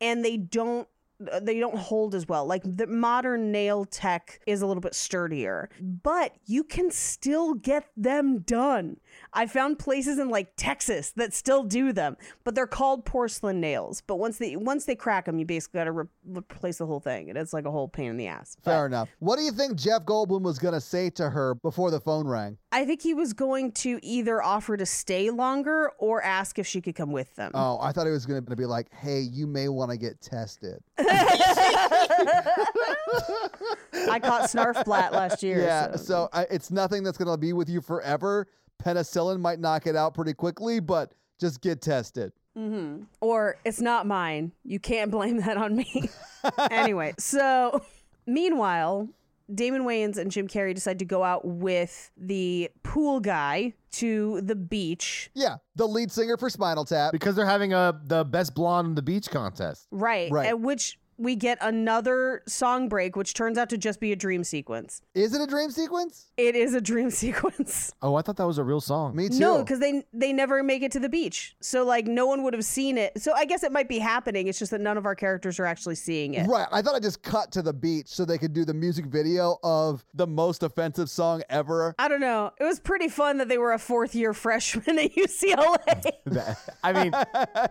Speaker 4: and they don't uh, they don't hold as well. Like the modern nail tech is a little bit sturdier, but you can still get them done. I found places in like Texas that still do them, but they're called porcelain nails. But once they once they crack them, you basically got to re- replace the whole thing, and it's like a whole pain in the ass. But
Speaker 5: Fair enough. What do you think Jeff Goldblum was going to say to her before the phone rang?
Speaker 4: I think he was going to either offer to stay longer or ask if she could come with them.
Speaker 5: Oh, I thought he was going to be like, hey, you may want to get tested.
Speaker 4: I caught Snarfblat last year.
Speaker 5: Yeah, so I, it's nothing that's going to be with you forever. Penicillin might knock it out pretty quickly, but just get tested.
Speaker 4: Mm-hmm. Or it's not mine. You can't blame that on me. anyway, so meanwhile, Damon Wayans and Jim Carrey decide to go out with the pool guy to the beach.
Speaker 5: Yeah, the lead singer for Spinal Tap.
Speaker 6: because they're having a the best blonde on the beach contest.
Speaker 4: Right.
Speaker 5: Right.
Speaker 4: At which we get another song break, which turns out to just be a dream sequence.
Speaker 5: Is it a dream sequence?
Speaker 4: It is a dream sequence.
Speaker 6: Oh, I thought that was a real song.
Speaker 5: Me too.
Speaker 4: No, because they they never make it to the beach, so like no one would have seen it. So I guess it might be happening. It's just that none of our characters are actually seeing it.
Speaker 5: Right. I thought I just cut to the beach so they could do the music video of the most offensive song ever.
Speaker 4: I don't know. It was pretty fun that they were a fourth year freshman at UCLA. it,
Speaker 6: I mean,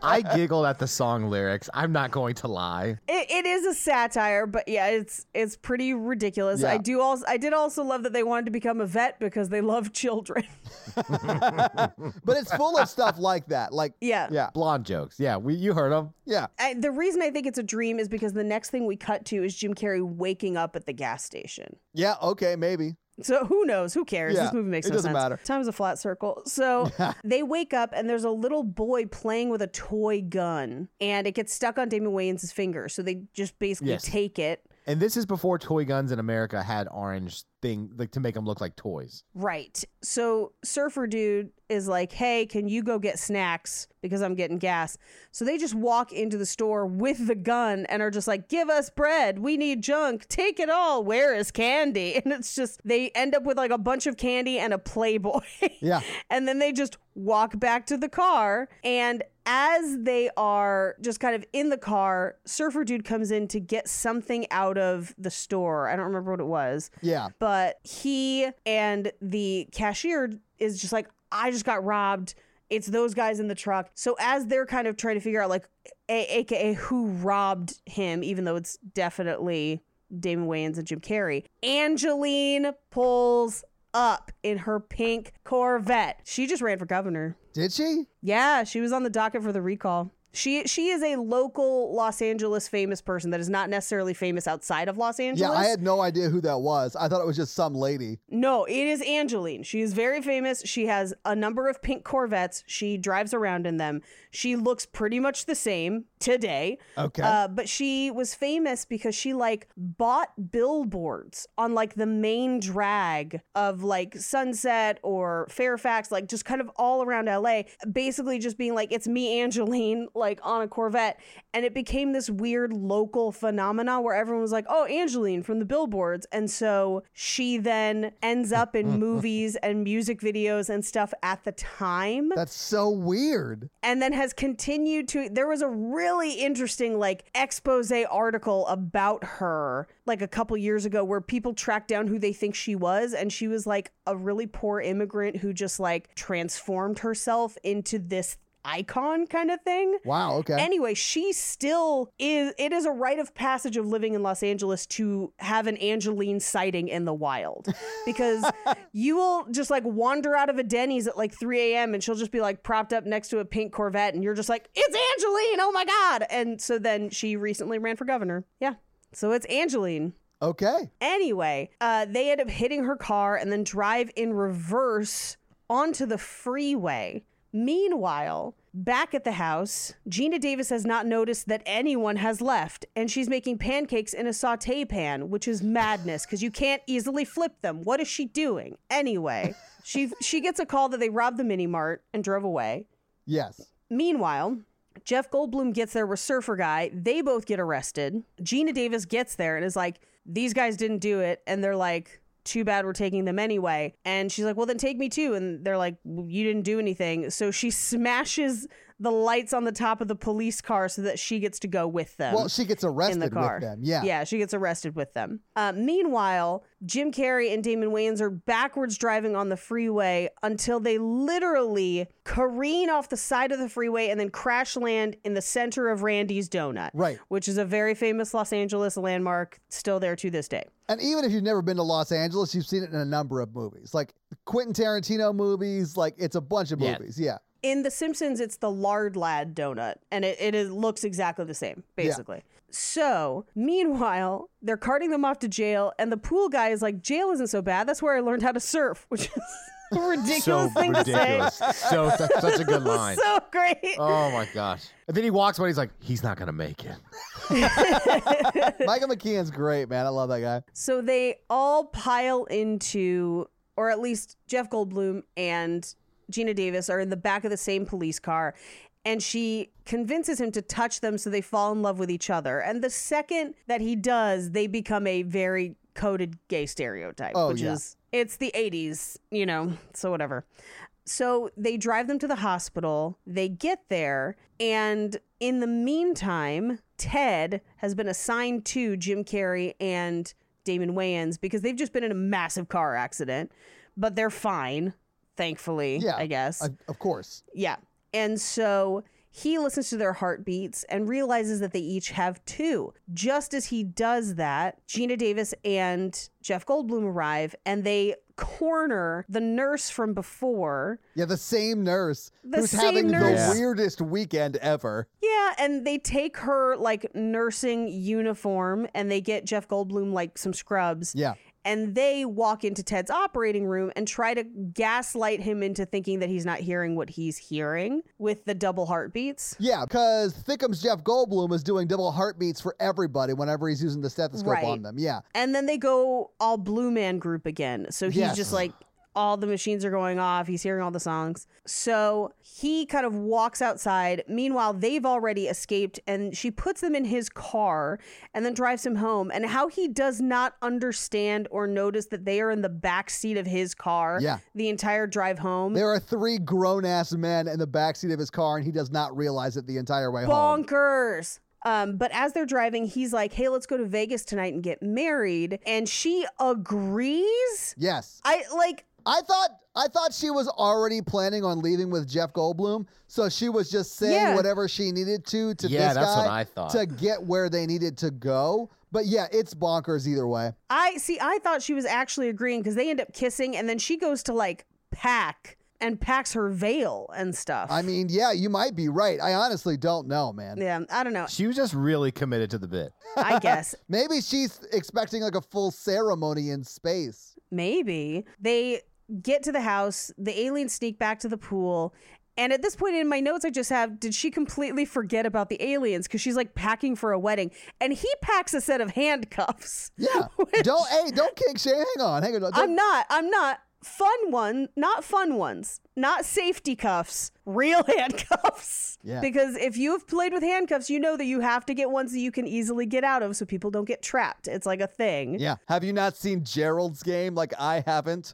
Speaker 6: I giggled at the song lyrics. I'm not going to lie.
Speaker 4: it is a satire, but yeah, it's it's pretty ridiculous.
Speaker 5: Yeah.
Speaker 4: I do also I did also love that they wanted to become a vet because they love children.
Speaker 5: But it's full of stuff like that. Like,
Speaker 4: yeah.
Speaker 5: yeah,
Speaker 6: Blonde jokes. Yeah, we you heard them.
Speaker 5: yeah.
Speaker 4: I, the reason I think it's a dream is because the next thing we cut to is Jim Carrey waking up at the gas station.
Speaker 5: Yeah, okay, maybe.
Speaker 4: So who knows? Who cares?
Speaker 5: Yeah,
Speaker 4: this movie makes
Speaker 5: it
Speaker 4: no
Speaker 5: doesn't
Speaker 4: sense.
Speaker 5: matter.
Speaker 4: Time is a flat circle. So they wake up and there's a little boy playing with a toy gun and it gets stuck on Damon Wayans' finger. So they just basically
Speaker 6: Yes.
Speaker 4: take it.
Speaker 6: And this is before toy guns in America had orange thing like to make them look like toys.
Speaker 4: Right. So surfer dude is like, "Hey, can you go get snacks because I'm getting gas?" So they just walk into the store with the gun and are just like, "Give us bread. We need junk. Take it all. Where is candy?" And it's just they end up with like a bunch of candy and a Playboy.
Speaker 5: Yeah.
Speaker 4: and then they just walk back to the car and as they are just kind of in the car, surfer dude comes in to get something out of the store. I don't remember what it was
Speaker 5: Yeah.
Speaker 4: but he and the cashier is just like i just got robbed it's those guys in the truck so as they're kind of trying to figure out like a- aka who robbed him even though it's definitely damon wayans and jim carrey angeline pulls up in her pink corvette she just ran for governor
Speaker 5: Did she?
Speaker 4: yeah, she was on the docket for the recall. She she is a local Los Angeles famous person that is not necessarily famous outside of Los
Speaker 5: Yeah,
Speaker 4: Angeles.
Speaker 5: I had no idea who that was. I thought it was just some lady.
Speaker 4: No, it is Angeline. She is very famous. She has a number of pink Corvettes. She drives around in them. She looks pretty much the same today.
Speaker 5: Okay.
Speaker 4: Uh, but she was famous because she like bought billboards on like the main drag of like Sunset or Fairfax, like just kind of all around LA, basically just being like, it's me, Angeline, like on a Corvette. And it became this weird local phenomena where everyone was like, oh, Angeline from the billboards. And so she then ends up in movies and music videos and stuff at the time
Speaker 5: That's so weird.
Speaker 4: and then has continued to there was a really interesting like expose article about her like a couple years ago where people tracked down who they think she was and she was like a really poor immigrant who just like transformed herself into this icon kind of thing
Speaker 5: Wow, okay.
Speaker 4: Anyway, she still is. It is a rite of passage of living in Los Angeles to have an Angeline sighting in the wild, because you will just like wander out of a Denny's at like 3 a.m. and she'll just be like propped up next to a pink Corvette, and you're just like, "It's Angeline! Oh my god!" And so then she recently ran for governor. Yeah, so it's Angeline.
Speaker 5: okay.
Speaker 4: Anyway, uh, they end up hitting her car and then drive in reverse onto the freeway. Meanwhile, back at the house, Gina Davis has not noticed that anyone has left, and she's making pancakes in a saute pan, which is madness because you can't easily flip them. What is she doing? Anyway, she she gets a call that they robbed the mini mart and drove away.
Speaker 5: Yes.
Speaker 4: Meanwhile, Jeff Goldblum gets there with Surfer Guy. They both get arrested. Gina Davis gets there and is like, these guys didn't do it. And they're like, too bad we're taking them anyway. And she's like, well, then take me too. And they're like, well, you didn't do anything. So she smashes the lights on the top of the police car so that she gets to go with them.
Speaker 5: Well, she gets
Speaker 4: in
Speaker 5: arrested
Speaker 4: the car.
Speaker 5: with them. Yeah.
Speaker 4: yeah, she gets arrested with them. Uh, meanwhile, Jim Carrey and Damon Wayans are backwards driving on the freeway until they literally careen off the side of the freeway and then crash land in the center of Randy's Donut,
Speaker 5: Right.
Speaker 4: which is a very famous Los Angeles landmark, still there to this day.
Speaker 5: And even if you've never been to Los Angeles, you've seen it in a number of movies, like Quentin Tarantino movies. Like it's a bunch of
Speaker 6: Yeah.
Speaker 5: movies. Yeah.
Speaker 4: in The Simpsons, it's the lard lad donut, and it, it is, looks exactly the same, basically. So, meanwhile, they're carting them off to jail, and the pool guy is like, Jail isn't so bad. That's where I learned how to surf, which is a ridiculous
Speaker 6: so
Speaker 4: thing
Speaker 6: ridiculous.
Speaker 4: to
Speaker 6: so that's such a good
Speaker 4: say.
Speaker 6: line.
Speaker 4: So great.
Speaker 6: Oh my gosh! And then he walks away. He's like, he's not gonna make it.
Speaker 5: Michael McKean's great, man. I love that guy.
Speaker 4: So they all pile into, or at least Jeff Goldblum and Gina Davis are in the back of the same police car. And she convinces him to touch them so they fall in love with each other. And the second that he does, they become a very coded gay stereotype,
Speaker 5: Oh,
Speaker 4: which
Speaker 5: yeah.
Speaker 4: is it's the 80s, you know, so whatever. So they drive them to the hospital. They get there. And in the meantime, Ted has been assigned to Jim Carrey and Damon Wayans because they've just been in a massive car accident, but they're fine, thankfully,
Speaker 5: Yeah,
Speaker 4: I guess.
Speaker 5: Of- of course.
Speaker 4: Yeah. And so he listens to their heartbeats and realizes that they each have two. Just as he does that, Gina Davis and Jeff Goldblum arrive and they corner the nurse from before.
Speaker 5: Yeah, the same nurse
Speaker 4: The
Speaker 5: who's
Speaker 4: same
Speaker 5: having
Speaker 4: nurse.
Speaker 5: the weirdest weekend ever.
Speaker 4: Yeah, and they take her like nursing uniform and they get Jeff Goldblum like some scrubs.
Speaker 5: Yeah.
Speaker 4: And they walk into Ted's operating room and try to gaslight him into thinking that he's not hearing what he's hearing with the double heartbeats.
Speaker 5: Yeah, because Thickums Jeff Goldblum is doing double heartbeats for everybody whenever he's using the stethoscope
Speaker 4: Right.
Speaker 5: on them. Yeah.
Speaker 4: And then they go all Blue Man Group again. So he's
Speaker 5: Yes.
Speaker 4: just like, all the machines are going off. He's hearing all the songs. So he kind of walks outside. Meanwhile, they've already escaped and she puts them in his car and then drives him home. And how he does not understand or notice that they are in the back seat of his car
Speaker 5: Yeah.
Speaker 4: the entire drive home.
Speaker 5: There are three grown ass men in the backseat of his car, and he does not realize it the entire way home.
Speaker 4: bonkers. Um, but as they're driving, he's like, hey, let's go to Vegas tonight and get married. And she agrees.
Speaker 5: Yes.
Speaker 4: I like,
Speaker 5: I thought I thought she was already planning on leaving with Jeff Goldblum, so she was just saying
Speaker 4: Yeah.
Speaker 5: whatever she needed to to
Speaker 6: Yeah,
Speaker 5: this
Speaker 6: that's
Speaker 5: guy
Speaker 6: what I thought.
Speaker 5: to get where they needed to go. But yeah, it's bonkers either way.
Speaker 4: I see. I thought she was actually agreeing because they end up kissing, and then she goes to like pack and packs her veil and stuff.
Speaker 5: I mean, yeah, you might be right. I honestly don't know, man.
Speaker 4: yeah, I don't know.
Speaker 6: She was just really committed to the bit.
Speaker 4: I guess
Speaker 5: Maybe she's expecting like a full ceremony in space.
Speaker 4: maybe they get to the house. The aliens sneak back to the pool. And at this point in my notes, I just have, did she completely forget about the aliens? Because she's like packing for a wedding. And he packs a set of handcuffs.
Speaker 5: Yeah. don't hey, don't kick shame. Hang on, hang on. Don't-
Speaker 4: I'm not, I'm not. Fun one, not fun ones, not safety cuffs, real handcuffs.
Speaker 5: Yeah.
Speaker 4: Because if you have played with handcuffs, you know that you have to get ones that you can easily get out of so people don't get trapped. It's like a thing.
Speaker 5: yeah. Have you not seen Gerald's game? Like I haven't.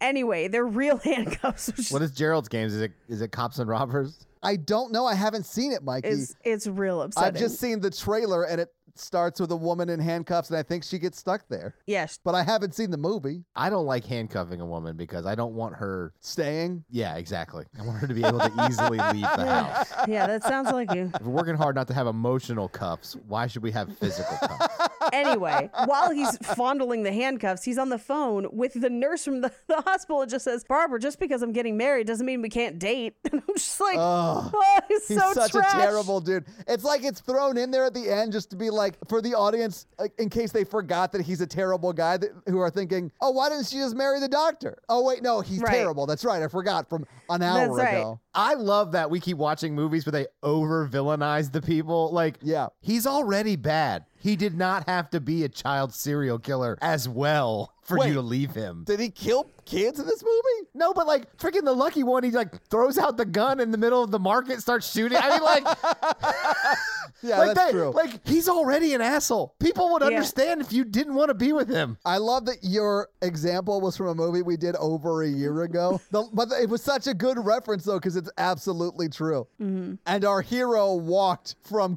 Speaker 4: Anyway, they're real handcuffs. Which is-
Speaker 6: What is Gerald's games? Is it is it cops and robbers?
Speaker 5: I don't know. I haven't seen it, Mikey.
Speaker 4: it's, it's real upsetting.
Speaker 5: I've just seen the trailer and it starts with a woman in handcuffs and I think she gets stuck there.
Speaker 4: Yes.
Speaker 5: But I haven't seen the movie.
Speaker 6: I don't like handcuffing a woman because I don't want her.
Speaker 5: Staying.
Speaker 6: Yeah, exactly. I want her to be able to easily leave the house.
Speaker 4: Yeah, that sounds like you.
Speaker 6: If we're working hard not to have emotional cuffs, why should we have physical cuffs?
Speaker 4: Anyway, while he's fondling the handcuffs, he's on the phone with the nurse from the, the hospital and just says, Barbara, just because I'm getting married doesn't mean we can't date. And I'm just like, oh, he's,
Speaker 5: He's
Speaker 4: so
Speaker 5: such
Speaker 4: trash.
Speaker 5: a terrible dude. It's like it's thrown in there at the end just to be like for the audience, like in case they forgot that he's a terrible guy, that, who are thinking, "Oh, why didn't she just marry the doctor?" Oh wait, no, he's
Speaker 4: Right.
Speaker 5: terrible. That's right, I forgot from an hour
Speaker 4: That's right.
Speaker 5: ago.
Speaker 6: I love that we keep watching movies where they over villainize the people. Like,
Speaker 5: Yeah.
Speaker 6: he's already bad. He did not have to be a child serial killer as well. for
Speaker 5: Wait.
Speaker 6: you to leave him.
Speaker 5: Did he kill kids in this movie?
Speaker 6: No, but like freaking the lucky one, he like throws out the gun in the middle of the market, starts shooting. I mean, like,
Speaker 5: Yeah,
Speaker 6: like
Speaker 5: that's
Speaker 6: that,
Speaker 5: true.
Speaker 6: like he's already an asshole. People would
Speaker 4: Yeah.
Speaker 6: understand if you didn't want to be with him.
Speaker 5: I love that your example was from a movie we did over a year ago. The- but it was such a good reference, though, because it's absolutely true.
Speaker 4: Mm-hmm.
Speaker 5: And our hero walked from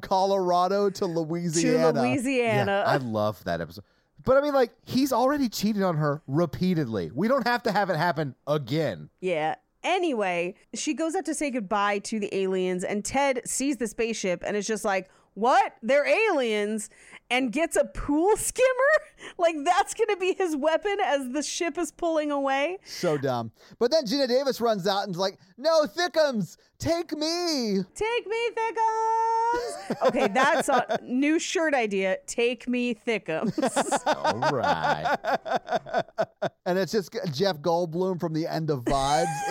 Speaker 5: Colorado to
Speaker 4: to
Speaker 5: Louisiana.
Speaker 4: Louisiana.
Speaker 6: I love that episode. But I mean, like, he's already cheated on her repeatedly. We don't have to have it happen again.
Speaker 4: Yeah. Anyway, she goes out to say goodbye to the aliens, and Ted sees the spaceship and is just like, What? They're aliens? And gets a pool skimmer? Like, that's going to be his weapon as the ship is pulling away?
Speaker 5: So dumb. But then Gina Davis runs out and's like, No, Thickums, take me.
Speaker 4: Take me, Thickums! Okay, that's a new shirt idea. Take me, Thickums.
Speaker 6: All right.
Speaker 5: And it's just Jeff Goldblum from the end of Vibes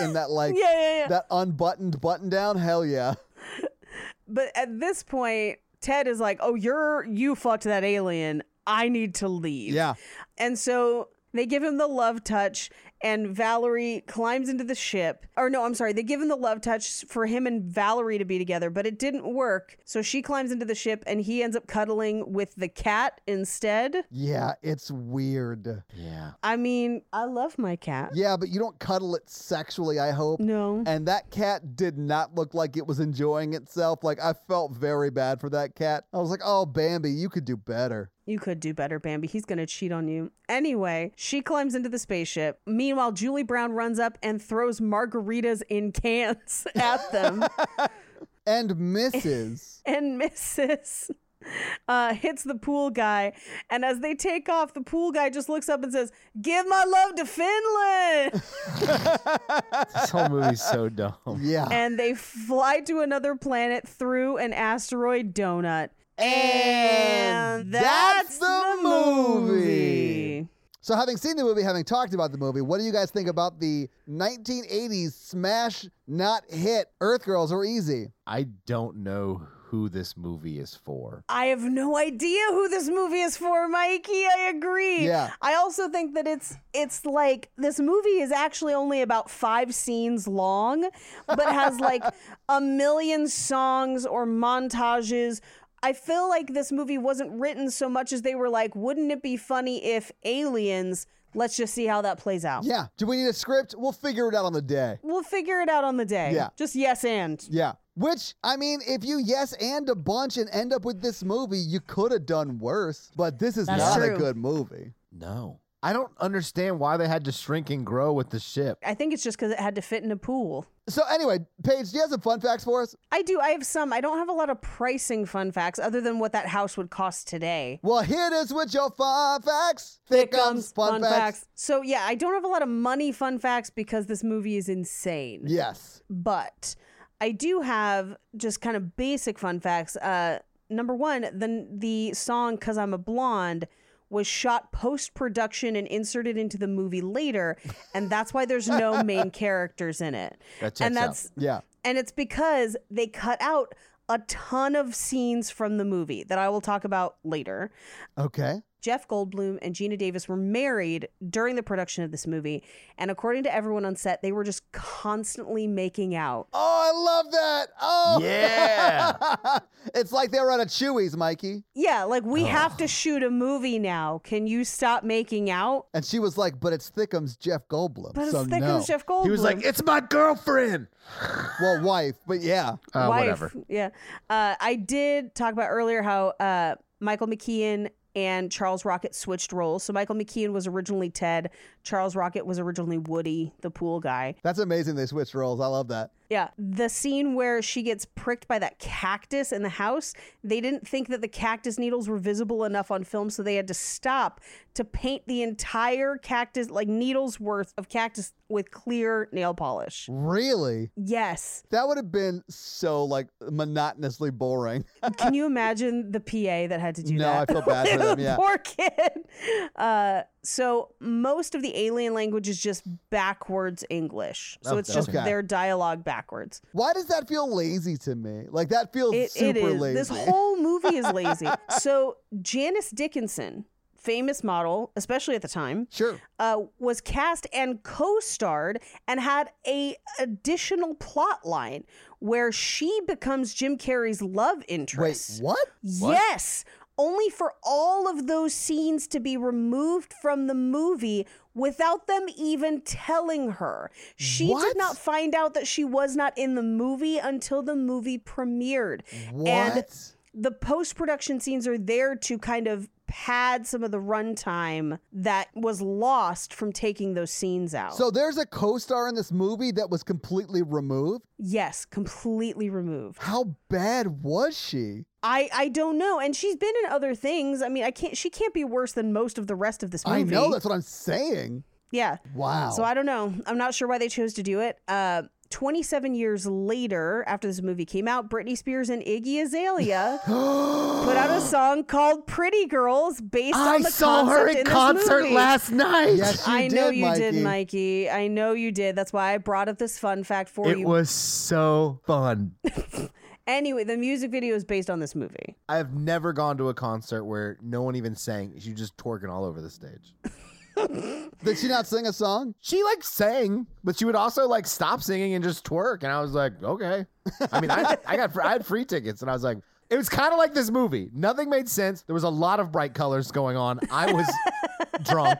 Speaker 5: in that, like,
Speaker 4: Yeah, yeah, yeah.
Speaker 5: that unbuttoned button down. Hell yeah.
Speaker 4: But at this point, Ted is like, "Oh, you're you fucked that alien. I need to leave."
Speaker 5: Yeah.
Speaker 4: And so they give him the love touch and Valerie climbs into the ship. Or no, I'm sorry. They give him the love touch for him and Valerie to be together, but it didn't work. So she climbs into the ship and he ends up cuddling with the cat instead.
Speaker 5: Yeah, it's weird.
Speaker 6: Yeah.
Speaker 4: I mean, I love my cat.
Speaker 5: Yeah, but you don't cuddle it sexually, I hope.
Speaker 4: No.
Speaker 5: And that cat did not look like it was enjoying itself. Like, I felt very bad for that cat. I was like, oh, Bambi, you could do better.
Speaker 4: You could do better, Bambi. He's going to cheat on you. Anyway, she climbs into the spaceship. Meanwhile, Julie Brown runs up and throws margaritas in cans at them
Speaker 5: And Mrs.
Speaker 4: and misses. Uh, hits the pool guy, and as they take off, the pool guy just looks up and says, "Give my love to Finland."
Speaker 6: This whole movie's so dumb.
Speaker 5: yeah.
Speaker 4: and they fly to another planet through an asteroid donut.
Speaker 5: And that's the movie. So, having seen the movie, having talked about the movie, what do you guys think about the 1980s smash, not hit Earth Girls Are Easy?
Speaker 6: I don't know who this movie is for.
Speaker 4: I have no idea who this movie is for, Mikey. I agree.
Speaker 5: Yeah.
Speaker 4: I also think that it's it's like this movie is actually only about five scenes long, but has like a million songs or montages. I feel like this movie wasn't written so much as they were like, wouldn't it be funny if aliens? Let's just see how that plays out.
Speaker 5: Yeah. Do we need a script? We'll figure it out on the day.
Speaker 4: We'll figure it out on the day.
Speaker 5: Yeah.
Speaker 4: Just yes and.
Speaker 5: Yeah. Which, I mean, if you yes and a bunch and end up with this movie, you could have done worse, but this is
Speaker 4: That's
Speaker 5: not a
Speaker 4: true.
Speaker 5: good movie.
Speaker 6: No. I don't understand why they had to shrink and grow with the ship.
Speaker 4: I think it's just because it had to fit in a pool.
Speaker 5: So, anyway, Paige, do you have some fun facts for us?
Speaker 4: I do. I have some. I don't have a lot of pricing fun facts other than what that house would cost today.
Speaker 5: Well, here it is with your fun facts.
Speaker 4: So, yeah, I don't have a lot of money fun facts because this movie is insane.
Speaker 5: Yes.
Speaker 4: But I do have just kind of basic fun facts. Uh, number one, the, the song Cause I'm a Blonde was shot post production and inserted into the movie later. And that's why there's no main characters in it.
Speaker 6: That
Speaker 4: and
Speaker 6: checks out.
Speaker 4: that's
Speaker 5: Yeah.
Speaker 4: and it's because they cut out a ton of scenes from the movie that I will talk about later.
Speaker 5: Okay.
Speaker 4: Jeff Goldblum and Gina Davis were married during the production of this movie. And according to everyone on set, they were just constantly making out.
Speaker 5: Oh, I love that. Oh,
Speaker 6: Yeah.
Speaker 5: it's like they were at a Chewy's, Mikey.
Speaker 4: Yeah, like
Speaker 6: Oh.
Speaker 4: we have to shoot a movie now. Can you stop making out?
Speaker 5: And she was like, but it's Thickums Jeff Goldblum.
Speaker 4: But
Speaker 5: so
Speaker 4: it's thick
Speaker 5: no.
Speaker 4: as Jeff Goldblum.
Speaker 6: He was like, "It's my girlfriend."
Speaker 5: well, wife, but yeah.
Speaker 6: Uh,
Speaker 4: wife.
Speaker 6: whatever.
Speaker 4: Yeah. Uh, I did talk about earlier how uh, Michael McKean and Charles Rocket switched roles. So Michael McKean was originally Ted. Charles Rocket was originally Woody, the pool guy.
Speaker 5: That's amazing they switched roles. I love that.
Speaker 4: Yeah. The scene where she gets pricked by that cactus in the house, they didn't think that the cactus needles were visible enough on film, so they had to stop to paint the entire cactus, like needles worth of cactus with clear nail polish.
Speaker 5: Really?
Speaker 4: Yes.
Speaker 5: That would have been so like monotonously boring.
Speaker 4: Can you imagine the PA that had to do
Speaker 5: No,
Speaker 4: that?
Speaker 5: I feel bad for them, yeah.
Speaker 4: Poor kid. Uh, so most of the alien language is just backwards English. So
Speaker 6: Oh,
Speaker 4: it's just
Speaker 5: okay.
Speaker 4: their dialogue backwards.
Speaker 5: Why does that feel lazy to me? Like that feels
Speaker 4: It,
Speaker 5: super
Speaker 4: it is.
Speaker 5: lazy.
Speaker 4: This whole movie is lazy. so Janice Dickinson famous model, especially at the time,
Speaker 5: Sure.
Speaker 4: uh, was cast and co-starred and had a additional plot line where she becomes Jim Carrey's love interest.
Speaker 5: Wait, what?
Speaker 4: Yes. Only for all of those scenes to be removed from the movie without them even telling her. She
Speaker 5: What?
Speaker 4: did not find out that she was not in the movie until the movie premiered.
Speaker 5: What?
Speaker 4: And the post production scenes are there to kind of pad some of the runtime that was lost from taking those scenes out.
Speaker 5: so there's a co-star in this movie that was completely removed.
Speaker 4: yes, completely removed.
Speaker 5: How bad was she?
Speaker 4: I I don't know. And she's been in other things. I mean, I can't she can't be worse than most of the rest of this movie.
Speaker 5: I know that's what I'm saying.
Speaker 4: Yeah.
Speaker 5: Wow.
Speaker 4: So I don't know. I'm not sure why they chose to do it. Uh, 27 years later, after this movie came out, Britney Spears and Iggy Azalea put out a song called "Pretty Girls" based
Speaker 6: I
Speaker 4: on the
Speaker 6: saw
Speaker 4: concept
Speaker 6: her
Speaker 4: in
Speaker 6: in
Speaker 4: this
Speaker 6: concert
Speaker 4: movie.
Speaker 6: last night.
Speaker 5: Yes, you
Speaker 4: I
Speaker 5: did,
Speaker 4: know you
Speaker 5: Mikey.
Speaker 4: did, Mikey. I know you did. That's why I brought up this fun fact for
Speaker 6: It
Speaker 4: you.
Speaker 6: was so fun.
Speaker 4: anyway, the music video is based on this movie.
Speaker 6: I've never gone to a concert where no one even sang. You just twerking all over the stage.
Speaker 5: Did she not sing a song?
Speaker 6: She like sang, but she would also like stop singing and just twerk. And I was like, okay. I mean, I, I got I had free tickets, and I was like, it was kind of like this movie. Nothing made sense. There was a lot of bright colors going on. I was drunk,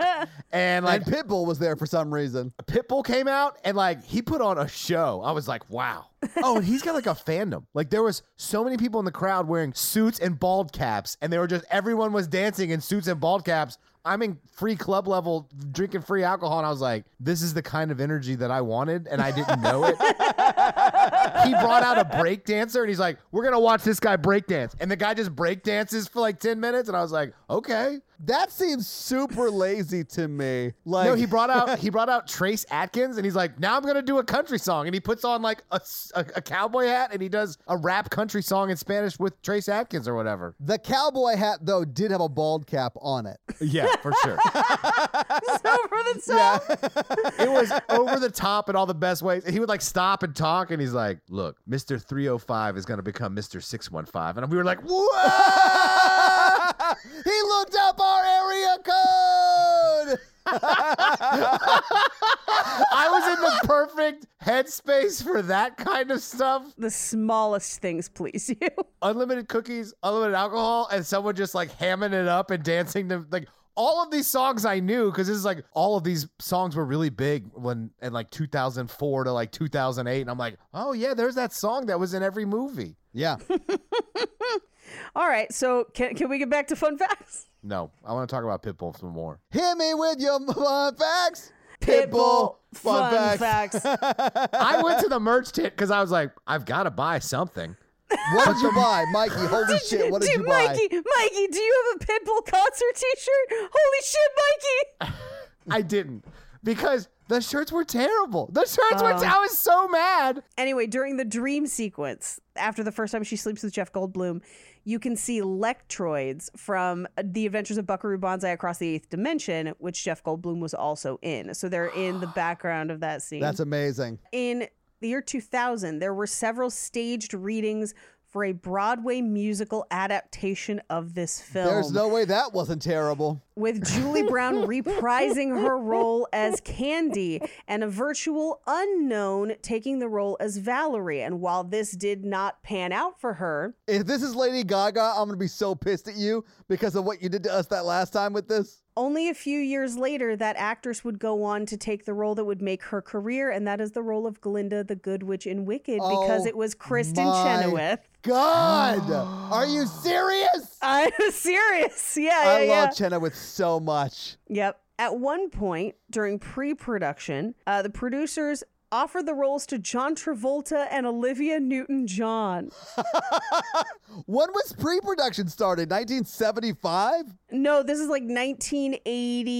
Speaker 6: and like
Speaker 5: And Pitbull was there for some reason.
Speaker 6: Pitbull came out and like he put on a show. I was like, wow. Oh, and he's got like a fandom. Like there was so many people in the crowd wearing suits and bald caps, and they were just everyone was dancing in suits and bald caps. I'm in free club level drinking free alcohol, and I was like, this is the kind of energy that I wanted, and I didn't know it. he brought out a break dancer and he's like, We're gonna watch this guy break dance. And the guy just break dances for like 10 minutes, and I was like, okay.
Speaker 5: That seems super lazy to me. Like
Speaker 6: no, he brought out he brought out Trace Atkins, and he's like, "Now I'm gonna do a country song," and he puts on like a, s- a- a cowboy hat, and he does a rap country song in Spanish with Trace Atkins or whatever.
Speaker 5: the cowboy hat though did have a bald cap on it.
Speaker 6: Yeah, for sure.
Speaker 4: So for the song,
Speaker 6: it was over the top in all the best ways. And he would like stop and talk, and he's like, "Look, Mister 305 is gonna become Mister 615," and we were like, "Whoa!"
Speaker 5: he looked up our area code.
Speaker 6: I was in the perfect headspace for that kind of stuff.
Speaker 4: the smallest things please you.
Speaker 6: unlimited cookies, unlimited alcohol, and someone just like hamming it up and dancing to like all of these songs I knew because this is like all of these songs were really big when in like 2004 to like 2008, and I'm like, oh yeah, there's that song that was in every movie.
Speaker 5: Yeah.
Speaker 4: All right, so can can we get back to fun facts?
Speaker 6: No, I want to talk about Pitbull some more.
Speaker 5: Hit me with your fun facts.
Speaker 4: fun, facts.
Speaker 6: I went to the merch tent because I was like, I've got to buy something.
Speaker 5: What did you buy, Mikey? Holy shit! What did
Speaker 4: Dude,
Speaker 5: you buy?
Speaker 4: Mikey, Mikey, do you have a Pitbull concert T-shirt? Holy shit, Mikey!
Speaker 6: I didn't because the shirts were terrible. The shirts were. I was so mad.
Speaker 4: Anyway, during the dream sequence, after the first time she sleeps with Jeff Goldblum, you can see Lectroids from The Adventures of Buckaroo Banzai Across the Eighth Dimension, which Jeff Goldblum was also in. So they're in the background of that scene.
Speaker 5: That's amazing.
Speaker 4: in the year 2000, there were several staged readings for a Broadway musical adaptation of this film.
Speaker 5: There's no way that wasn't terrible.
Speaker 4: with Julie Brown reprising her role as Candy and a virtual unknown taking the role as Valerie. And while this did not pan out for her,
Speaker 5: If this is Lady Gaga, I'm gonna be so pissed at you because of what you did to us that last time with this.
Speaker 4: only a few years later, that actress would go on to take the role that would make her career, and that is the role of Glinda the Good Witch in Wicked, because
Speaker 5: Oh,
Speaker 4: it was Kristen
Speaker 5: my
Speaker 4: Chenoweth.
Speaker 5: God, are you serious?
Speaker 4: I'm serious. Yeah, yeah,
Speaker 5: I
Speaker 4: yeah.
Speaker 5: love Chenoweth so much.
Speaker 4: Yep. At one point during pre production, uh, the producers offered the roles to John Travolta and Olivia Newton John.
Speaker 5: When was pre-production started? 1975.
Speaker 4: No, this is like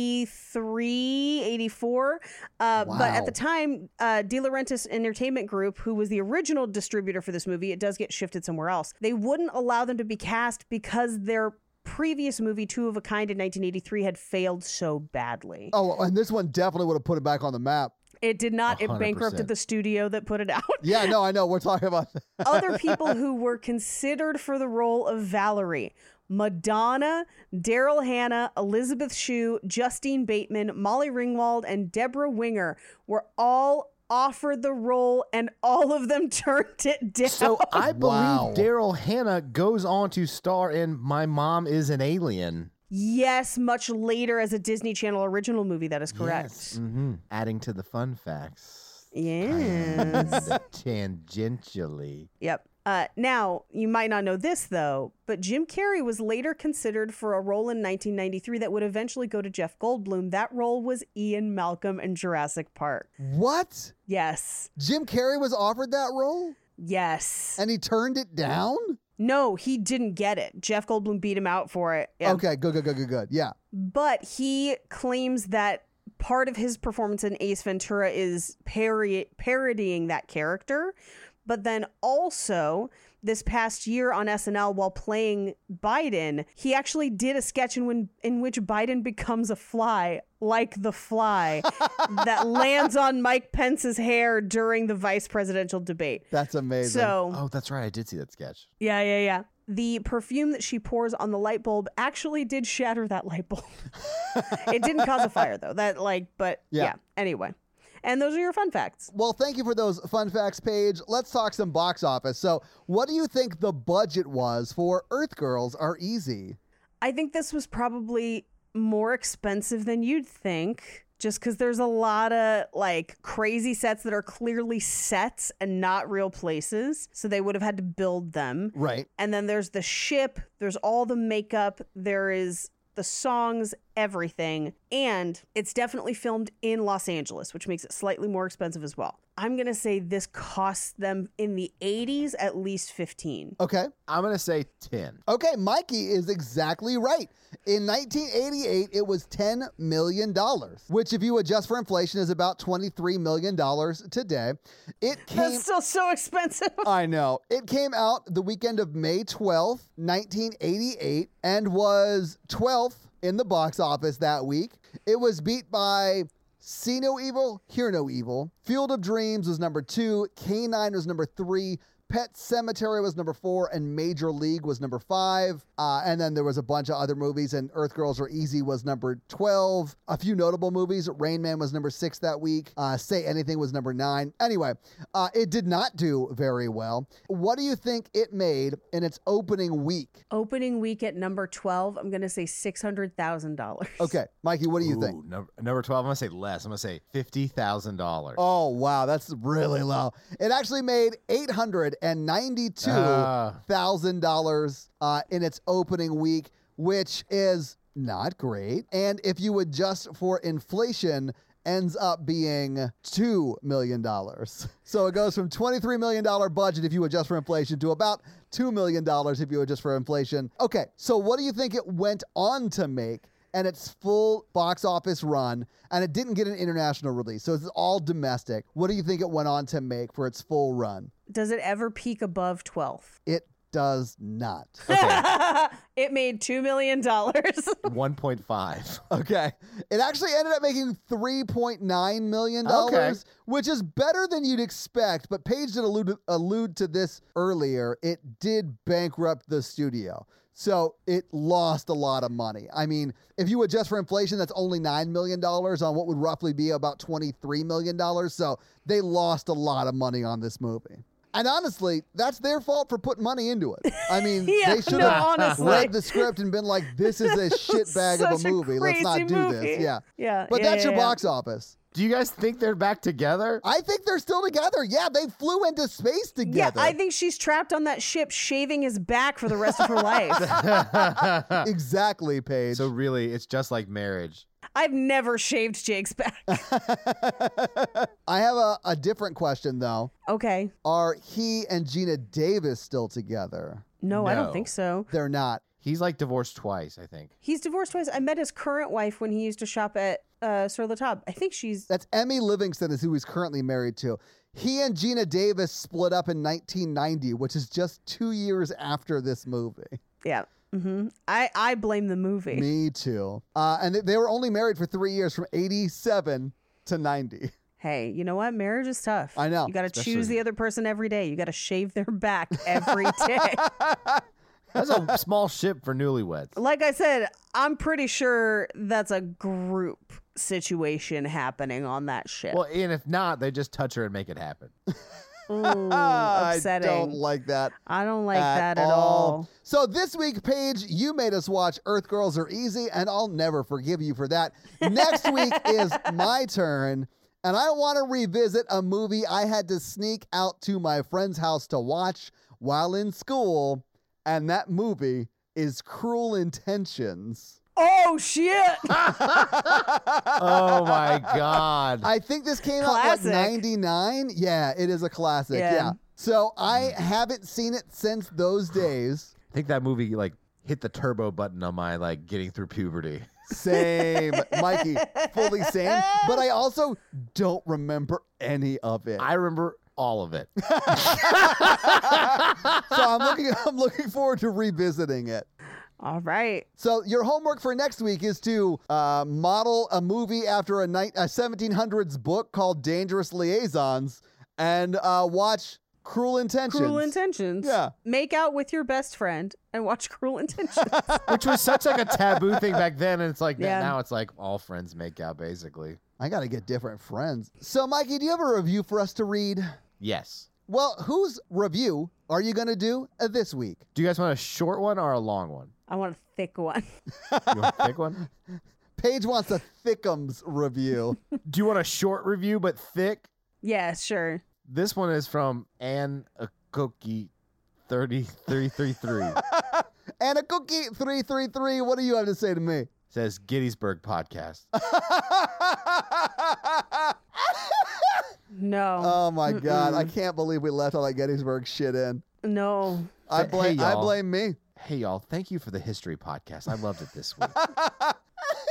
Speaker 4: 1983, 84. Uh, But at
Speaker 5: Wow.
Speaker 4: the time, uh, De Laurentiis Entertainment Group, who was the original distributor for this movie, it does get shifted somewhere else. They wouldn't allow them to be cast because their previous movie, Two of a Kind in 1983, had failed so badly.
Speaker 5: Oh, and this one definitely would have put it back on the map.
Speaker 4: It did not. It
Speaker 6: 100%.
Speaker 4: bankrupted the studio that put it out.
Speaker 5: Yeah, no, I know. We're talking about
Speaker 4: Other people who were considered for the role of Valerie Madonna, Daryl Hannah, Elizabeth Shue, Justine Bateman, Molly Ringwald, and Deborah Winger were all offered the role and all of them turned it down.
Speaker 6: So I believe
Speaker 5: Wow.
Speaker 6: Daryl Hannah goes on to star in My Mom is an Alien.
Speaker 4: yes, much later as a Disney Channel original movie. That is correct.
Speaker 6: Mm-hmm. Adding to the fun facts. Mm.
Speaker 4: Yes.
Speaker 6: Tangentially.
Speaker 4: Yep. Uh, now, you might not know this, though, but Jim Carrey was later considered for a role in 1993 that would eventually go to Jeff Goldblum. That role was Ian Malcolm in Jurassic Park.
Speaker 5: what?
Speaker 4: Yes.
Speaker 5: Jim Carrey was offered that role
Speaker 4: Yes.
Speaker 5: and he turned it down?
Speaker 4: no, he didn't get it. Jeff Goldblum beat him out for it. Yeah.
Speaker 5: Okay, good, good, good, good, good. Yeah.
Speaker 4: But he claims that part of his performance in Ace Ventura is parody- parodying that character. But then also, this past year on SNL, while playing Biden, he actually did a sketch in, when, in which Biden becomes a fly, like the fly that lands on Mike Pence's hair during the vice presidential debate.
Speaker 5: That's amazing.
Speaker 4: So,
Speaker 6: Oh, that's right. I did see that sketch.
Speaker 4: yeah, yeah, yeah. The perfume that she pours on the light bulb actually did shatter that light bulb. it didn't cause a fire though. That like, but yeah.
Speaker 5: Yeah.
Speaker 4: Anyway, and those are your fun facts.
Speaker 5: Well, thank you for those fun facts, Paige. Let's talk some box office. So, what do you think the budget was for Earth Girls Are Easy?
Speaker 4: I think this was probably more expensive than you'd think, just because there's a lot of like crazy sets that are clearly sets and not real places. So they would have had to build them.
Speaker 5: Right.
Speaker 4: And then there's the ship, there's all the makeup, there is the songs, everything. And it's definitely filmed in Los Angeles, which makes it slightly more expensive as well. I'm going to say this cost them in the 80s at least 15.
Speaker 5: Okay.
Speaker 6: I'm going to say 10.
Speaker 5: Okay, Mikey is exactly right. In 1988, it was $10 million, which, if you adjust for inflation, is about $23 million today. It came.
Speaker 4: That's still so expensive.
Speaker 5: I know. It came out the weekend of May 12th, 1988, and was 12th in the box office that week. It was beat by See No Evil, Hear No Evil. Field of Dreams was number two, K9 was number three. Pet Cemetery was number four, and Major League was number five. Uh, and then there was a bunch of other movies, and Earth Girls Are Easy was number 12. A few notable movies Rain Man was number six that week, uh, Say Anything was number nine. Anyway, uh, it did not do very well. What do you think it made in its opening week?
Speaker 4: Opening week at number 12, I'm going to say $600,000.
Speaker 5: Okay, Mikey, what do you think?
Speaker 6: Ooh, number, number 12, I'm going to say less. I'm going to say $50,000.
Speaker 5: Oh, wow, that's really low. It actually made $892.
Speaker 6: Ah.
Speaker 5: thousand dollars uh, in its opening week, which is not great. And if you adjust for inflation, ends up being two million dollars. So it goes from twenty-three million dollar budget if you adjust for inflation to about two million dollars if you adjust for inflation. Okay, so what do you think it went on to make? And its full box office run, and it didn't get an international release, so it's all domestic. What do you think it went on to make for its full run?
Speaker 4: Does it ever peak above 12?
Speaker 5: It does not.
Speaker 4: it made $2 million.
Speaker 6: 1.5.
Speaker 5: Okay. It actually ended up making $3.9 million,
Speaker 6: Okay.
Speaker 5: which is better than you'd expect. But Paige did allude, allude to this earlier. It did bankrupt the studio. So it lost a lot of money. I mean, if you adjust for inflation, that's only $9 million on what would roughly be about $23 million. So they lost a lot of money on this movie. And honestly, that's their fault for putting money into it. I mean,
Speaker 4: Yeah,
Speaker 5: they should
Speaker 4: no,
Speaker 5: have
Speaker 4: honestly.
Speaker 5: read the script and been like, this is a shit bag of
Speaker 4: Such
Speaker 5: a movie. Let's not
Speaker 4: crazy
Speaker 5: do
Speaker 4: movie.
Speaker 5: this. Yeah.
Speaker 4: Yeah.
Speaker 5: But
Speaker 4: yeah,
Speaker 5: that's
Speaker 4: yeah,
Speaker 5: your
Speaker 4: yeah.
Speaker 5: box office.
Speaker 6: Do you guys think they're back together?
Speaker 5: I think they're still together. Yeah, they flew into space
Speaker 4: Yeah,
Speaker 5: together.
Speaker 4: I think she's trapped on that ship, shaving his back for the rest of her life.
Speaker 5: exactly, Paige.
Speaker 6: So really, it's just like marriage.
Speaker 4: I've never shaved Jake's back.
Speaker 5: I have a, a different question, though.
Speaker 4: Okay.
Speaker 5: Are he and Gina Davis still together?
Speaker 4: No, I don't
Speaker 6: No.
Speaker 4: think so.
Speaker 5: They're not.
Speaker 6: He's like divorced twice, I think.
Speaker 4: He's divorced twice. I met his current wife when he used to shop at uh, Sur La Table. I think she's.
Speaker 5: That's Emmy Livingston, is who he's currently married to. He and Gina Davis split up in 1990, which is just two years after this movie.
Speaker 4: Yeah. hmm I, I blame the movie.
Speaker 5: Me too. Uh, and they, they were only married for three years from 87 to 90.
Speaker 4: hey, you know what? Marriage is tough.
Speaker 5: I know,
Speaker 4: You got to choose
Speaker 6: especially-
Speaker 4: the other person every day. You got to shave their back every day.
Speaker 6: That's a small ship for newlyweds.
Speaker 4: like I said, I'm pretty sure that's a group situation happening on that ship.
Speaker 6: Well, and if not, they just touch her and make it happen.
Speaker 4: Ooh, upsetting.
Speaker 5: I don't like that.
Speaker 4: I don't like that at all.
Speaker 5: So this week, Paige, you made us watch Earth Girls Are Easy, and I'll never forgive you for that. Next week is my turn, and I want to revisit a movie I had to sneak out to my friend's house to watch while in school, and that movie is Cruel Intentions.
Speaker 4: Oh shit!
Speaker 6: oh my god.
Speaker 5: I think this came out
Speaker 4: Classic.
Speaker 5: like 99. Yeah, it is a classic.
Speaker 4: Yeah.
Speaker 5: yeah. So I haven't seen it since those days.
Speaker 6: I think that movie like hit the turbo button on my like getting through puberty.
Speaker 5: Same, Mikey, fully same. But I also don't remember any of it.
Speaker 6: I remember all of it.
Speaker 5: so I'm looking, I'm looking forward to revisiting it.
Speaker 4: all right.
Speaker 5: So your homework for next week is to uh, model a movie after a, night, a 1700s book called Dangerous Liaisons and uh, watch Cruel Intentions.
Speaker 4: Cruel intentions.
Speaker 5: Yeah.
Speaker 4: Make out with your best friend and watch Cruel Intentions.
Speaker 6: Which was such like a taboo thing back then, and it's like
Speaker 4: Yeah.
Speaker 6: now it's like all friends make out basically.
Speaker 5: I got to get different friends. So Mikey, do you have a review for us to read?
Speaker 6: Yes.
Speaker 5: Well, whose review are you going to do uh, this week?
Speaker 6: Do you guys want a short one or a long one?
Speaker 4: I want a thick one.
Speaker 6: You want a thick one?
Speaker 5: Paige wants a Thickums review.
Speaker 6: Do you want a short review but thick?
Speaker 4: Yeah, sure.
Speaker 6: This one is from Anne Akoki thirty three three three.
Speaker 5: And a cookie 333, what do you have to say to me?
Speaker 6: Says Gettysburg podcast.
Speaker 4: No.
Speaker 5: oh my god, I can't believe we left all that Gettysburg shit in.
Speaker 4: no.
Speaker 5: I
Speaker 6: Hey,
Speaker 5: blame I
Speaker 6: y'all.
Speaker 5: blame me.
Speaker 6: Hey y'all, thank you for the history podcast. I loved it this week.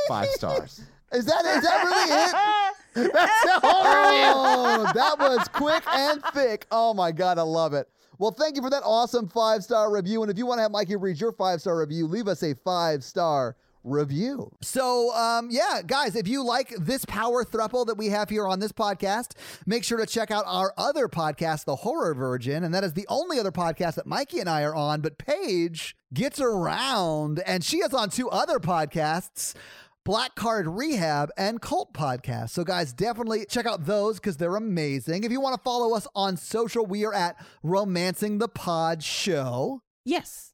Speaker 6: Five stars.
Speaker 5: Is that is that really it?
Speaker 6: That's the whole review.
Speaker 5: Oh, that was quick and thick. Oh my god, I love it. Well, thank you for that awesome five-star review. And if you want to have Mikey read your five-star review, leave us a five-star review. So, um, yeah, guys, if you like this power thruple that we have here on this podcast, make sure to check out our other podcast, The Horror Virgin, and that is the only other podcast that Mikey and I are on. But Paige gets around, and she is on two other podcasts. Black Card Rehab and Cult Podcast. So, guys, definitely check out those because they're amazing. If you want to follow us on social, we are at Romancing the Pod Show
Speaker 4: Yes.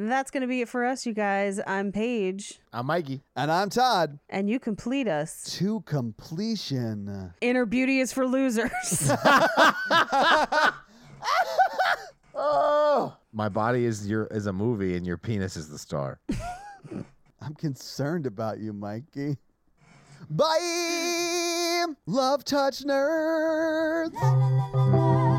Speaker 4: That's going to be it for us, you guys. I'm Paige,
Speaker 6: I'm Mikey.
Speaker 5: And I'm Todd.
Speaker 4: and you complete us.
Speaker 5: to completion.
Speaker 4: Inner beauty is for losers.
Speaker 6: My body is your is a movie and your penis is the star.
Speaker 5: I'm concerned about you, Mikey. Bye! Love touch nerds!
Speaker 2: la, la, la, la.